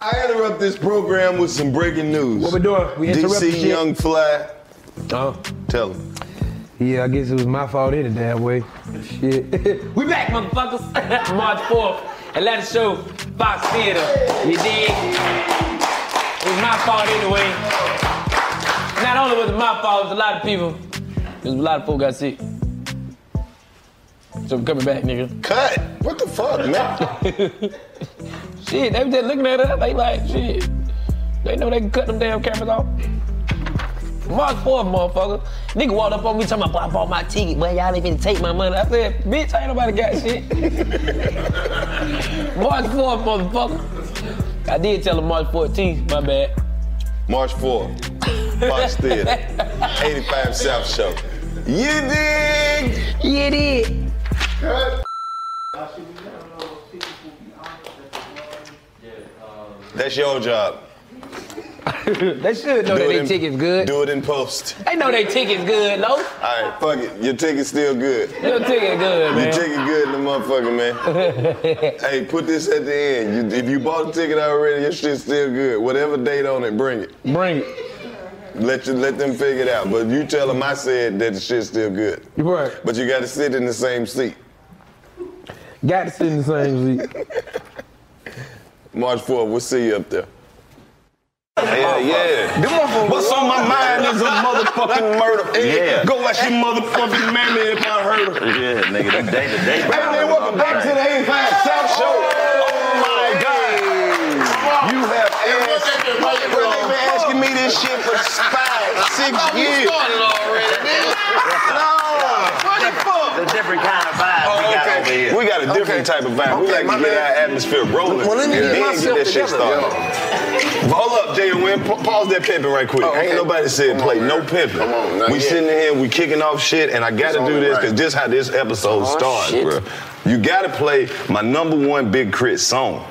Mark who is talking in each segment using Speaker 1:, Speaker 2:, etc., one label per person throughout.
Speaker 1: I interrupt this program with some breaking news.
Speaker 2: What we doing? We interrupting
Speaker 1: DC
Speaker 2: shit?
Speaker 1: Young Fly,
Speaker 2: Oh.
Speaker 1: tell him.
Speaker 2: Yeah, I guess it was my fault in a damn way. Shit.
Speaker 3: We back, motherfuckers. March 4th, Atlanta show, Fox Theater. You dig? It was my fault anyway. Not only was it my fault, it was a lot of people. There's a lot of folk got sick. So I'm coming back, nigga.
Speaker 1: Cut. What the fuck, man?
Speaker 3: Shit, they was just looking at us. They like, shit. They know they can cut them damn cameras off. March 4th, motherfucker. Nigga walked up on me talking about, "Boy, I bought my ticket, but y'all ain't finna take my money. I said, bitch, ain't nobody got shit. March 4th, motherfucker. I did tell him March 14th, my bad.
Speaker 1: March 4th, Fox Theater, 85 South Show. You dig?
Speaker 3: Yeah, it is.
Speaker 1: That's your job.
Speaker 3: They should know Oh, that
Speaker 1: it
Speaker 3: they
Speaker 1: in-
Speaker 3: ticket's good.
Speaker 1: Do it in post.
Speaker 3: They know they ticket's good, no?
Speaker 1: All right, fuck it. Your ticket's still good.
Speaker 3: Your ticket good,
Speaker 1: Your
Speaker 3: man.
Speaker 1: ticket good in the motherfucker, man. hey, put this at the end. You, if you bought a ticket already, your shit's still good. Whatever date on it, bring it.
Speaker 2: Bring it.
Speaker 1: Let you let them figure it out. But you tell them I said that the shit's still good.
Speaker 2: You right.
Speaker 1: But you got to sit in the same seat.
Speaker 2: Got to sit in the same seat.
Speaker 1: March 4th, we'll see you up there. Yeah, yeah.
Speaker 2: What's
Speaker 1: on my mind is a motherfucking murder.
Speaker 4: Yeah.
Speaker 1: Go at your motherfucking mammy if I heard her.
Speaker 4: Yeah, nigga, them day to day.
Speaker 1: Hey, man, welcome back to the 85 South Show. Oh, my God. You have asked. Well, they've been asking me this shit for five, six years. No.
Speaker 4: The different kind of vibe we got over here.
Speaker 1: Oh, We got a different type of vibe. we like to get our atmosphere rolling.
Speaker 4: Well, let me
Speaker 1: and
Speaker 4: get
Speaker 1: then
Speaker 4: myself
Speaker 1: that shit
Speaker 4: together.
Speaker 1: started. Hold up, Jay Wynn. Pa- Pause that pimping right
Speaker 4: Oh,
Speaker 1: quick. Ain't nobody said play no pimping.
Speaker 4: Come on, not
Speaker 1: we
Speaker 4: yet.
Speaker 1: sitting here, we kicking off shit, and I gotta do
Speaker 4: only
Speaker 1: this
Speaker 4: right. Oh,
Speaker 1: because this how this episode starts,
Speaker 4: shit.
Speaker 1: bro. You gotta play my number one big crit song.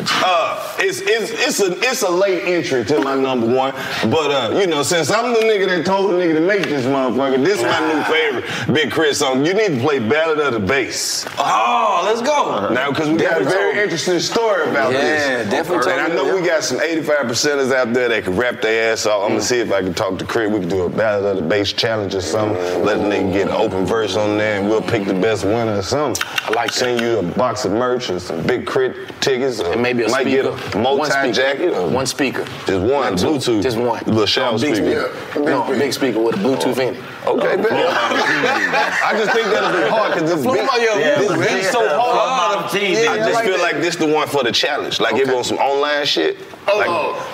Speaker 1: Uh, it's it's it's a it's a late entry to my number one, but uh, you know since I'm the nigga that told the nigga to make this motherfucker, this is my new favorite Big Chris song. You need to play Ballad of the Bass
Speaker 4: Oh, let's go.
Speaker 1: now because we got a
Speaker 4: Definitely
Speaker 1: very
Speaker 4: told-
Speaker 1: interesting story about
Speaker 4: Yeah,
Speaker 1: this.
Speaker 4: definitely
Speaker 1: And I
Speaker 4: told me
Speaker 1: know
Speaker 4: that.
Speaker 1: we got some 85 percenters out there that can rap their ass off. I'm gonna
Speaker 4: Mm.
Speaker 1: see if I can talk to Craig. We can do a Ballad of the Bass challenge or something. Let a nigga get an open verse on there, and we'll pick the best winner or something. I like send you a box of merch or some big crit tickets. Or
Speaker 4: And maybe a
Speaker 1: might
Speaker 4: speaker.
Speaker 1: get a multi
Speaker 4: One speaker.
Speaker 1: jacket. Or
Speaker 4: One speaker.
Speaker 1: Just one
Speaker 4: Not two.
Speaker 1: Bluetooth.
Speaker 4: Just one.
Speaker 1: Little shower
Speaker 4: No, big
Speaker 1: speaker.
Speaker 4: No, a big speaker with a Bluetooth in it.
Speaker 1: Okay, bet. I just think that'll be hard because this
Speaker 4: Flow
Speaker 1: beat,
Speaker 4: by your
Speaker 1: this
Speaker 4: music.
Speaker 1: beat so
Speaker 4: Yeah,
Speaker 1: hard.
Speaker 4: flow by your team.
Speaker 1: I just
Speaker 4: Yeah,
Speaker 1: feel
Speaker 4: like
Speaker 1: like this the one for the challenge. Like if it
Speaker 4: Okay.
Speaker 1: was some online shit, like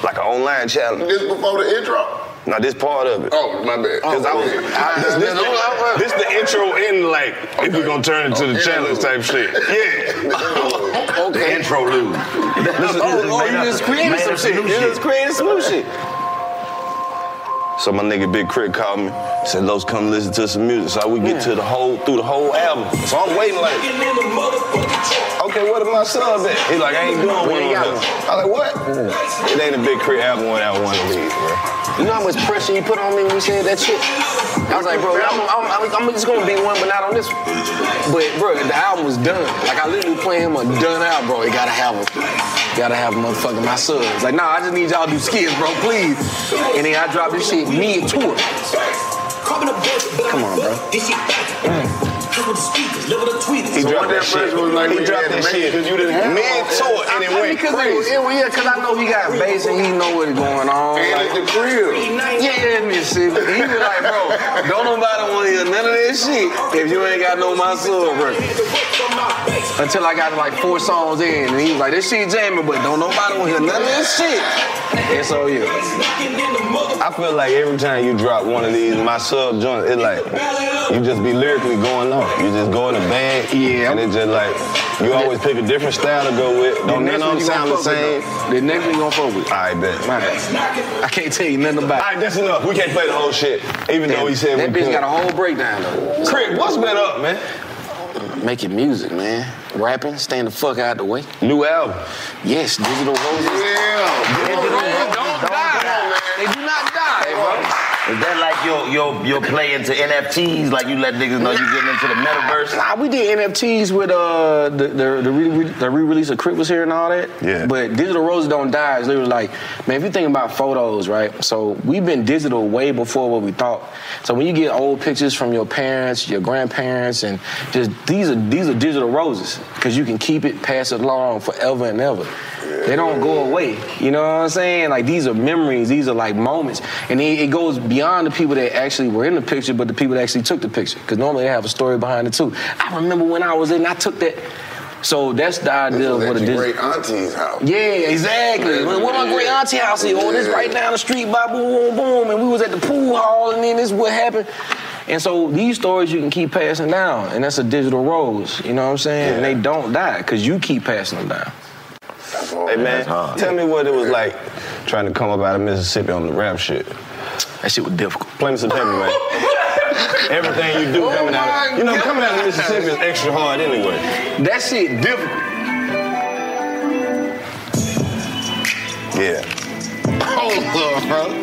Speaker 1: like an online challenge.
Speaker 5: This before the intro?
Speaker 1: Now this part of it.
Speaker 5: Oh, my bad.
Speaker 1: Cause I was, I, this, this, the, this the intro in like if we gonna turn into the
Speaker 5: Okay.
Speaker 1: challenge type shit. Yeah.
Speaker 4: Okay.
Speaker 1: Introlude.
Speaker 4: This is- this is
Speaker 1: oh,
Speaker 4: made
Speaker 1: you
Speaker 4: up-
Speaker 1: just created
Speaker 4: made
Speaker 1: some
Speaker 4: up
Speaker 1: shit.
Speaker 4: new
Speaker 1: You just created some new shit. So my nigga Big Crit called me, said, "Los, come listen to some music." So we get to the whole through the whole album. So I'm waiting like, "Okay, what did my sub at?" He like, "I ain't doing
Speaker 4: We
Speaker 1: one
Speaker 4: ain't
Speaker 1: of
Speaker 4: got
Speaker 1: them." I like, "What?" It ain't a Big Crit album without one of these, bro.
Speaker 4: You know how much pressure you put on me when you said that shit? I was like, bro, I'm, I'm, I'm, I'm just gonna be one, but not on this one. But, bro, the album was done. Like, I literally played him a done out, bro. You gotta have him. Gotta have motherfucking my son. It's like, nah, I just need y'all to do skits, bro, please. And then I dropped this shit mid tour. Come on, bro.
Speaker 1: He dropped that shit. he dropped that shit. Mid tour and it went
Speaker 4: because
Speaker 1: crazy.
Speaker 4: It, it, yeah, because I know he got bass and he know what's going on. like-
Speaker 1: the crib.
Speaker 4: Yeah, yeah, and this shit. He was like, bro, don't nobody want to hear none of this shit if you ain't got no my soul, bro. Until I got like four songs in, and he was like, this shit jamming, but don't nobody want to hear none of this shit. It's all you.
Speaker 1: I feel like every time you drop one of these, my sub joints, it like you just be lyrically going on. You just go in the bag,
Speaker 4: Yeah.
Speaker 1: and it just like you always pick a different style to go with. Don't none of them sound the same.
Speaker 4: The next one you gonna fuck with.
Speaker 1: I bet.
Speaker 4: My bad. I can't tell you nothing about it.
Speaker 1: Alright, that's enough. We can't play the whole shit. Even though he said
Speaker 4: that
Speaker 1: we
Speaker 4: bitch
Speaker 1: could.
Speaker 4: got a whole breakdown though.
Speaker 1: Crick, what's been up, man?
Speaker 4: Making music, man. Rapping, staying the fuck out the way.
Speaker 1: New album.
Speaker 4: Yes, digital roses.
Speaker 1: Yeah.
Speaker 4: Digital roses don't, die. They do not die, bro.
Speaker 5: Is that like your your your play into NFTs? Like you let niggas know you getting into the metaverse?
Speaker 4: Nah, we did NFTs with uh the the, the, re- re- the re-release of Crit was here and all that.
Speaker 1: Yeah.
Speaker 4: But digital roses don't die is literally like, man, if you think about photos, right? So we've been digital way before what we thought. So when you get old pictures from your parents, your grandparents, and just these are these are digital roses because you can keep it, pass it along forever and ever. They don't go away. You know what I'm saying? Like these are memories. These are like moments, and it, it goes beyond the people that actually were in the picture, but the people that actually took the picture. Because normally they have a story behind it too. I remember when I was in, I took that. So that's the idea of what it is.
Speaker 1: auntie's house.
Speaker 4: Yeah, exactly. When when my great auntie house is, oh, this right down the street, by boom, boom, boom, and we was at the pool hall, and then this what happened. And so these stories you can keep passing down, and that's a digital rose. You know what I'm saying? And they don't die because you keep passing them down.
Speaker 1: Hey man, tell me what it was like trying to come up out of Mississippi on the rap shit.
Speaker 4: That shit was difficult.
Speaker 1: Play me some paper, man. Everything you do coming out, you know, coming out of Mississippi is extra hard anyway.
Speaker 4: That shit difficult.
Speaker 1: Yeah, yeah. Oh.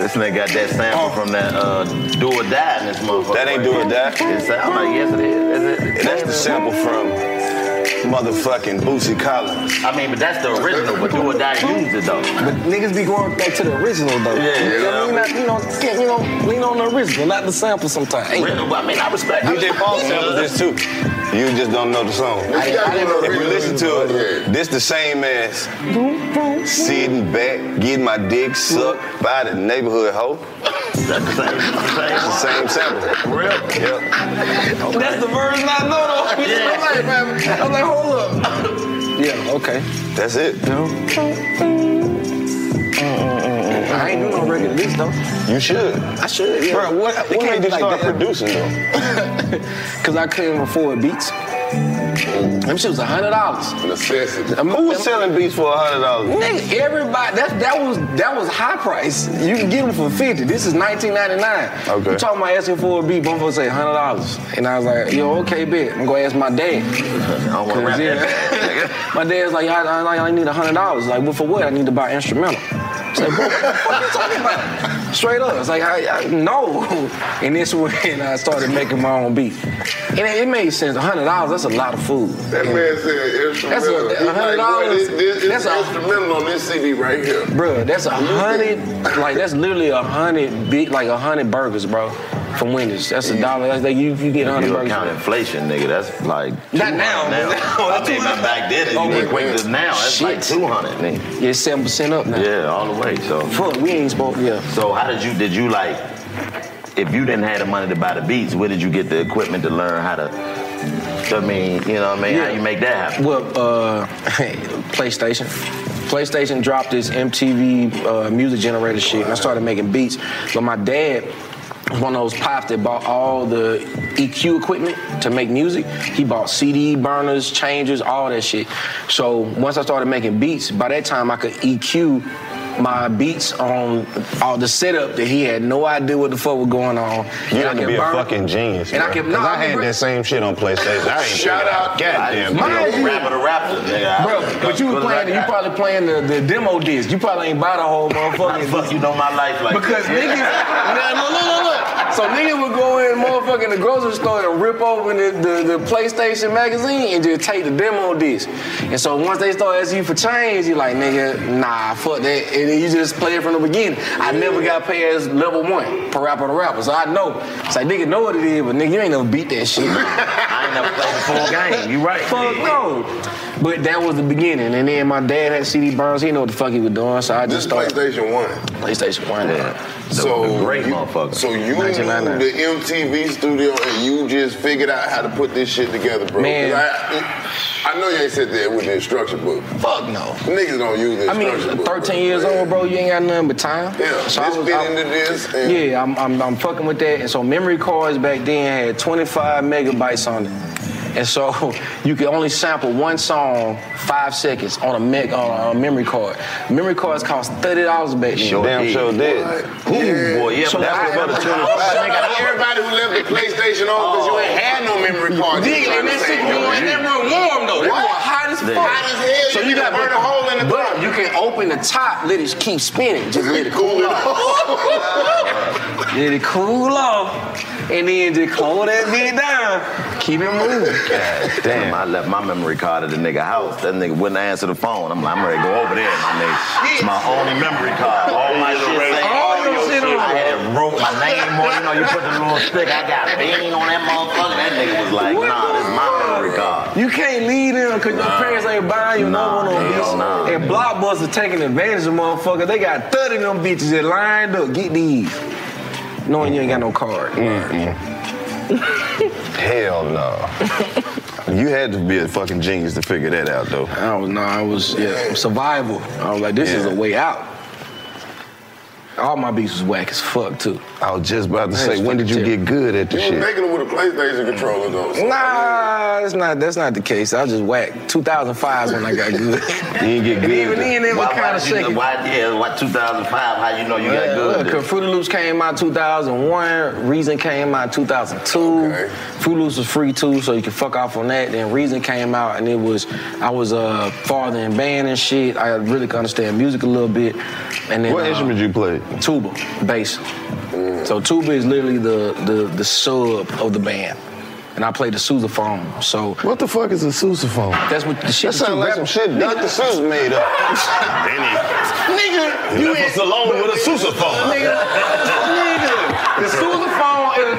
Speaker 5: This nigga got that sample from that uh, Do or Die in this motherfucker.
Speaker 1: That ain't Do or Die.
Speaker 5: It sound like yes it is. Is it?
Speaker 1: And that's the sample from motherfucking Boosie Collins.
Speaker 5: I mean, but that's the original. But Do or Die used it though.
Speaker 4: But niggas be going back to the original though.
Speaker 5: Yeah,
Speaker 4: you
Speaker 5: yeah.
Speaker 4: know, what I mean? Not- you know, can't- you know, lean on the original, not the sample sometimes. Ain't-
Speaker 5: Original, but I mean, I respect.
Speaker 1: DJ Paul samples this too. You just don't know the song.
Speaker 4: I didn't- I didn't know the
Speaker 1: If you listen to it, this the same as sitting back, getting my dick sucked by the neighborhood hoe.
Speaker 5: That's the same. That's
Speaker 1: It's the
Speaker 5: the same.
Speaker 1: same sample.
Speaker 5: For real?
Speaker 1: Yep.
Speaker 4: That's the version I know though.
Speaker 5: Yeah.
Speaker 4: I'm like, man, I'm like, hold up. yeah, okay.
Speaker 1: That's it.
Speaker 4: I ain't doing no regular this though.
Speaker 1: You should.
Speaker 4: I should. Yeah.
Speaker 1: Bro, what?
Speaker 4: They
Speaker 1: What made you
Speaker 4: can't
Speaker 1: start
Speaker 4: like that.
Speaker 1: producing though?
Speaker 4: Cause I couldn't afford beats. Them shit was a hundred dollars.
Speaker 1: Necessity. Who was selling beats for hundred dollars?
Speaker 4: Nigga, everybody that that was that was high price. You can get them for fifty. This is nineteen ninety nine.
Speaker 1: Okay.
Speaker 4: You talking about asking for a beat? One folks say hundred dollars, and I was like, Yo, okay, bet. I'm gonna ask my dad.
Speaker 5: I don't want to rap
Speaker 4: Yeah.
Speaker 5: that.
Speaker 4: My dad's like, I, I, I need hundred dollars. Like, well, for what? I need to buy instrumental. I said, bro, what the fuck you talking about? Straight up. It's like, I, I no. And this when I started making my own beat. And it, it made sense. hundred dollars. That's a lot of food.
Speaker 6: That man said
Speaker 4: That's
Speaker 6: instrumental.
Speaker 4: a-
Speaker 6: He's like,
Speaker 4: $100
Speaker 6: "Boy, this- this-
Speaker 4: that's
Speaker 6: It's
Speaker 4: a-
Speaker 6: instrumental on this CD right here.
Speaker 4: Bro, that's a hundred. Like, that's literally a hundred big, like a hundred burgers, bro, from Wendy's. That's a dollar. That's like you, you get a hundred
Speaker 5: You
Speaker 4: burgers.
Speaker 5: account inflation, nigga. That's like
Speaker 4: Not
Speaker 5: 200
Speaker 4: now,
Speaker 5: now.
Speaker 4: but now-
Speaker 5: I mean, but back then,
Speaker 4: Oh,
Speaker 5: it
Speaker 4: wait,
Speaker 5: equates to now. That's like
Speaker 4: Shit.
Speaker 5: two hundred, nigga.
Speaker 4: Yeah, seven percent up now.
Speaker 5: Yeah, all the way. So.
Speaker 4: Fuck, we ain't spoke. Yeah.
Speaker 5: So how did you did you like if you didn't have the money to buy the beats, where did you get the equipment to learn how to I mean, you know what I mean? How
Speaker 4: Yeah.
Speaker 5: you make that happen?
Speaker 4: Well, uh, PlayStation. PlayStation dropped this MTV uh, music generator shit, and I started making beats. But my dad was one of those pops that bought all the EQ equipment to make music. He bought CD burners, changers, all that shit. So once I started making beats, by that time I could EQ E my beats on all the setup that he had no idea what the fuck was going on.
Speaker 1: You
Speaker 4: And
Speaker 1: had
Speaker 4: I
Speaker 1: to
Speaker 4: can
Speaker 1: be a
Speaker 4: burn-
Speaker 1: fucking genius.
Speaker 4: And I
Speaker 1: bro.
Speaker 4: can
Speaker 1: 'Cause
Speaker 4: no,
Speaker 1: I
Speaker 4: can
Speaker 1: had
Speaker 4: burn-
Speaker 1: that same shit on PlayStation. I ain't
Speaker 4: Shout
Speaker 1: figured
Speaker 4: out.
Speaker 1: Goddamn,
Speaker 4: My
Speaker 1: bro.
Speaker 4: nigga.
Speaker 1: Rapper to rapper, nigga.
Speaker 4: Bro, but you were playing. You probably playing the, the demo disc. You probably ain't buy the whole motherfucking.
Speaker 5: Fuck, you know my life like
Speaker 4: Because
Speaker 5: that.
Speaker 4: niggas, now, look, look, look, look. So niggas would go in motherfucking the grocery store and rip open the, the, the PlayStation magazine and just take the demo disc. And so once they start asking you for change, you like, nigga, nah, fuck that. And then you just play it from the beginning. I never got past level one per rapper to rapper. So I know. It's like, nigga, know what it is, but nigga, you ain't never beat that shit.
Speaker 5: I ain't never played the full game. You right?
Speaker 4: Fuck
Speaker 5: nigga.
Speaker 4: no. But that was the beginning. And then my dad had CD Burns. He didn't know what the fuck he was doing. So I
Speaker 6: This
Speaker 4: just
Speaker 6: is
Speaker 4: started
Speaker 6: PlayStation One.
Speaker 4: PlayStation 1.
Speaker 5: Yeah. The,
Speaker 6: So
Speaker 5: the great
Speaker 6: you,
Speaker 5: motherfucker.
Speaker 6: So you knew
Speaker 4: 1999.
Speaker 6: the MTV studio and you just figured out how to put this shit together, bro. 'Cause
Speaker 4: Man.
Speaker 6: I, I know you ain't sit there with the instruction book.
Speaker 4: Fuck no.
Speaker 6: Niggas don't use the
Speaker 4: I mean,
Speaker 6: instruction book.
Speaker 4: 13
Speaker 6: bro.
Speaker 4: years
Speaker 6: Yeah.
Speaker 4: old, bro, you ain't got nothing but time.
Speaker 6: Yeah,
Speaker 4: So I
Speaker 6: this
Speaker 4: was-
Speaker 6: fit
Speaker 4: I-
Speaker 6: into this. And
Speaker 4: Yeah, I'm, I'm, I'm fucking with that. And so memory cards back then had 25 megabytes on it. And so you could only sample one song five seconds on a, meg, on a memory card. Memory cards cost $30 back then.
Speaker 5: Sure
Speaker 1: Damn
Speaker 5: did.
Speaker 1: sure did.
Speaker 5: Ooh, boy, yeah,
Speaker 4: So
Speaker 5: but that's
Speaker 4: I-
Speaker 5: what about the
Speaker 4: I-
Speaker 6: Shout
Speaker 5: 25.
Speaker 6: out to everybody who left the PlayStation on because you ain't had no memory card.
Speaker 4: Dig,
Speaker 6: You
Speaker 4: and that shit
Speaker 6: understand?
Speaker 4: going, that room warm though. That
Speaker 6: What?
Speaker 4: room hot as
Speaker 5: They-
Speaker 4: fuck.
Speaker 6: Hot as hell, you can burn a hole in the
Speaker 4: But
Speaker 6: car.
Speaker 4: you can open the top, let it keep spinning, just let it
Speaker 6: Cool
Speaker 4: cool
Speaker 6: it
Speaker 4: off. let it cool off, and then just close that bitch down, keep it moving.
Speaker 5: God damn, I left my memory card at the nigga house. That nigga wouldn't answer the phone. I'm like, I'm ready to go over there, my nigga. It's my only memory card. All my shit say
Speaker 4: All your shit on
Speaker 5: I
Speaker 4: it.
Speaker 5: had it wrote my name on it. You know, you put the little stick. I got bean on that motherfucker. That nigga was like,
Speaker 4: What
Speaker 5: nah,
Speaker 4: the
Speaker 5: that's my
Speaker 4: fuck?
Speaker 5: memory card.
Speaker 4: You can't leave them because your parents ain't buying you
Speaker 5: Nah,
Speaker 4: no one on
Speaker 5: hell
Speaker 4: this.
Speaker 5: nah,
Speaker 4: and
Speaker 5: nigga.
Speaker 4: Blockbuster taking advantage of motherfuckers. They got 30 of them bitches that lined up. Get these. Knowing you ain't got no card.
Speaker 1: Hell Oh, no. you had to be a fucking genius to figure that out, though.
Speaker 4: I was no, I was yeah, survival. I was like, this is
Speaker 1: Yeah.
Speaker 4: a way out. All my beats was whack as fuck too.
Speaker 1: I was just about to
Speaker 4: That's
Speaker 1: say, when did you
Speaker 4: fucking
Speaker 1: get good at the
Speaker 6: You was
Speaker 1: shit?
Speaker 6: making it with a PlayStation controller though. so-
Speaker 4: Nah, that's not that's not the case. I was just whack. 2005 is when I got good.
Speaker 1: You didn't get
Speaker 4: and
Speaker 1: good.
Speaker 4: even then, it was
Speaker 5: Why, why,
Speaker 4: kind of
Speaker 5: did you,
Speaker 4: shaky.
Speaker 5: know- why, yeah, why 2005? How you know you got
Speaker 4: Yeah,
Speaker 5: good?
Speaker 4: look, uh, 'cause Fruity Loops came out 2001. Reason came out 2002.
Speaker 6: Okay.
Speaker 4: Fruity Loops was free too, so you can fuck off on that. Then Reason came out, and it was I was uh farther in band and shit. I really could understand music a little bit. And then
Speaker 1: What
Speaker 4: uh,
Speaker 1: instrument you played?
Speaker 4: tuba, bass. So tuba is literally the, the the sub of the band, and I play the sousaphone. So
Speaker 1: What the fuck is a sousaphone?
Speaker 4: that's what the shit.
Speaker 1: That sounds
Speaker 4: two
Speaker 1: like some
Speaker 4: rappers-
Speaker 1: shit Dr. Seuss made up.
Speaker 4: Nigga, you ain't-
Speaker 1: alone with a sousaphone.
Speaker 4: Nigga, nigga, the sousaphone.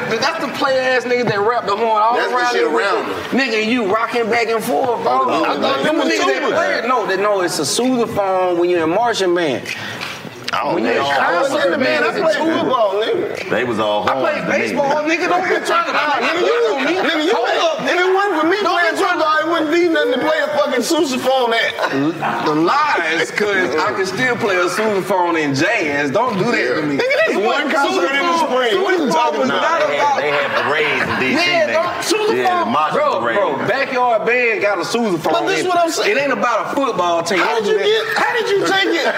Speaker 4: is- That's the player ass niggas that rap the horn all
Speaker 6: That's the
Speaker 4: around.
Speaker 6: shit
Speaker 4: the
Speaker 6: around
Speaker 4: room. Nigga, you rocking back and forth, bro.
Speaker 6: Oh,
Speaker 4: I
Speaker 6: no,
Speaker 4: thought them
Speaker 6: no,
Speaker 4: niggas that
Speaker 6: tuba.
Speaker 4: play it. No, they, no, it's a sousaphone when you're in marching band.
Speaker 5: I don't
Speaker 4: When you in
Speaker 5: know.
Speaker 4: concert,
Speaker 6: in the band, I
Speaker 4: it's a
Speaker 6: played
Speaker 4: tuba.
Speaker 6: football, nigga.
Speaker 5: They was all
Speaker 4: I
Speaker 5: home.
Speaker 4: play baseball, nigga. Don't be trying to nigga. You on me?
Speaker 6: Nigga, you
Speaker 4: Hold up,
Speaker 6: If it wasn't for me playing football, it wouldn't be nothing to play a fucking sousaphone at.
Speaker 4: The lies, cause I can still play a sousaphone in jazz. Don't do that to me.
Speaker 6: Nigga, that's
Speaker 4: It
Speaker 6: one
Speaker 4: wasn't
Speaker 6: concert in the
Speaker 4: sousaphone.
Speaker 6: spring. What are you
Speaker 4: Sousaphone
Speaker 6: talking
Speaker 4: was
Speaker 5: Nah,
Speaker 6: about?
Speaker 4: not
Speaker 5: they, had,
Speaker 4: about-
Speaker 5: they had parades in DC,
Speaker 4: Yeah,
Speaker 5: nigga.
Speaker 4: don't sousaphone.
Speaker 5: Yeah, the marching
Speaker 4: bro,
Speaker 5: parade.
Speaker 4: bro, backyard band got a sousaphone.
Speaker 6: But this
Speaker 4: in it.
Speaker 6: what I'm saying.
Speaker 4: It ain't about a football team.
Speaker 6: How
Speaker 4: Don't
Speaker 6: did you
Speaker 4: do
Speaker 6: get?
Speaker 4: that.
Speaker 6: How did you take it?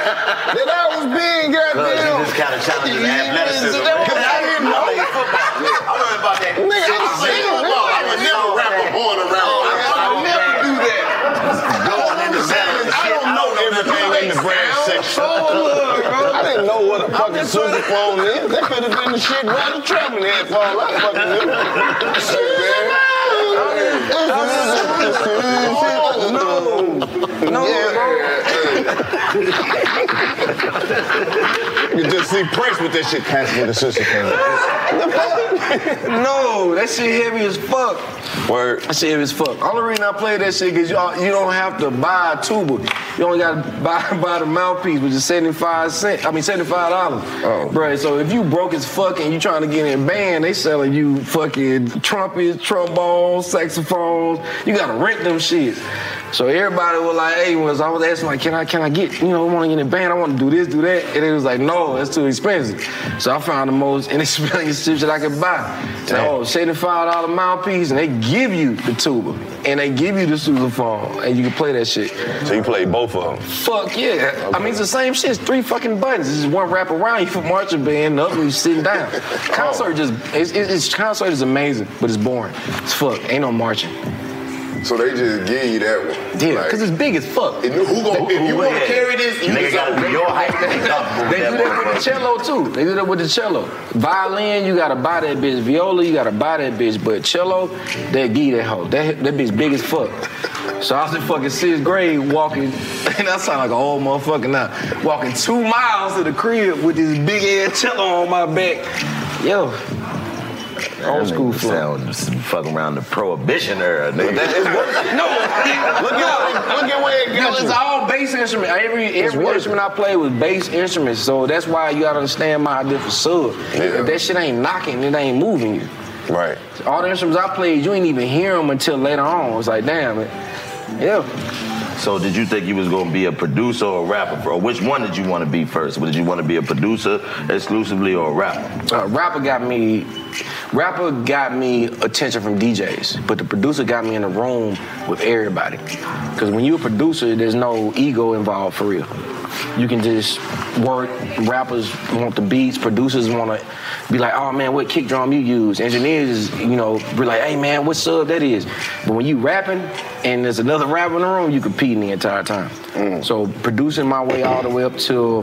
Speaker 6: That I was being
Speaker 5: Cuz
Speaker 6: goddamn.
Speaker 5: you just kind of challenging
Speaker 6: Yeah,
Speaker 5: athleticism.
Speaker 6: so that was-
Speaker 5: Cuz
Speaker 6: I didn't know.
Speaker 5: I played football. I learned about that.
Speaker 6: Nigga, I was
Speaker 5: shit.
Speaker 6: saying football. I would never wrap a horn around.
Speaker 5: Oh,
Speaker 6: I would
Speaker 5: yeah.
Speaker 6: never do that.
Speaker 5: Going in the
Speaker 6: Understand
Speaker 5: balance.
Speaker 6: is I
Speaker 5: Shit,
Speaker 6: don't know everything in the brass section.
Speaker 4: Oh,
Speaker 6: I didn't know what a fucking sousaphone is. That could have been the shit right the traveling headphone. I fucking knew. Shit, man.
Speaker 4: No, bro.
Speaker 6: You just see Prince with that shit passing with the sousaphone.
Speaker 4: No, that shit heavy as fuck.
Speaker 6: Word.
Speaker 4: That shit heavy as fuck. Only reason I play that shit is y'all, you don't have to buy a tuba. You only got to buy, buy the mouthpiece, which is seventy five cent. I mean seventy five dollars.
Speaker 6: Oh.
Speaker 4: Bruh, So if you broke as fuck and you trying to get in band, they selling you fucking trumpets, trombones, saxophones. You gotta rent them shits. So everybody was like, hey, was I was asking like, can I can I get, you know, I want to get in a band, I want to do this, do that. And it was like, no, that's too expensive. So I found the most inexpensive shit that I could buy. So, oh, $75 mouthpiece, and they give you the tuba. And they give you the sousaphone, and you can play that shit.
Speaker 7: So you played both of them?
Speaker 4: Fuck yeah. I mean, it's the same shit. It's three fucking buttons. It's just one wrap around you for marching band, the other one you sitting down. Concert just, it's, it's, it's- concert is amazing, but it's boring. It's fuck. Ain't no marching.
Speaker 1: So they just give you that one.
Speaker 4: Yeah, because it's big as fuck.
Speaker 1: And who gonna, if you want to carry this, you
Speaker 5: Nigga
Speaker 1: just
Speaker 5: gotta be your height and
Speaker 4: They do that with the cello too. They do that with the cello. Violin, you gotta buy that bitch. Viola, you gotta buy that bitch. But cello, they give you that hoe. That, that bitch big as fuck. So I was in fucking sixth grade walking, and I sound like an old motherfucker now. Walking two miles to the crib with this big ass cello on my back. Yo,
Speaker 5: Old school sound fucking around the prohibition era, nigga.
Speaker 1: that is worse.
Speaker 4: no,
Speaker 1: Look at, look at where it
Speaker 4: No,
Speaker 1: got
Speaker 4: it's
Speaker 1: you.
Speaker 4: all bass instrument. Every every instrument I play was bass instruments, so that's why you gotta understand my different sub.
Speaker 1: Yeah.
Speaker 4: If that shit ain't knocking, it ain't moving you.
Speaker 1: Right.
Speaker 4: All the instruments I played, you ain't even hear them until later on. It's like, damn it. Yeah.
Speaker 5: So did you think you was gonna be a producer or a rapper? Or which one did you want to be first? Did you want to be a producer exclusively or a rapper?
Speaker 4: Uh, rapper got me, rapper got me attention from DJs, but the producer got me in the room with everybody. Cause when you a producer, there's no ego involved for real. You can just work. Rappers want the beats. Producers want to be like, oh man, what kick drum you use? Engineers, you know, be like, hey man, what sub that is? But when you rapping and there's another rapper in the room, you competing the entire time. So producing my way all the way up till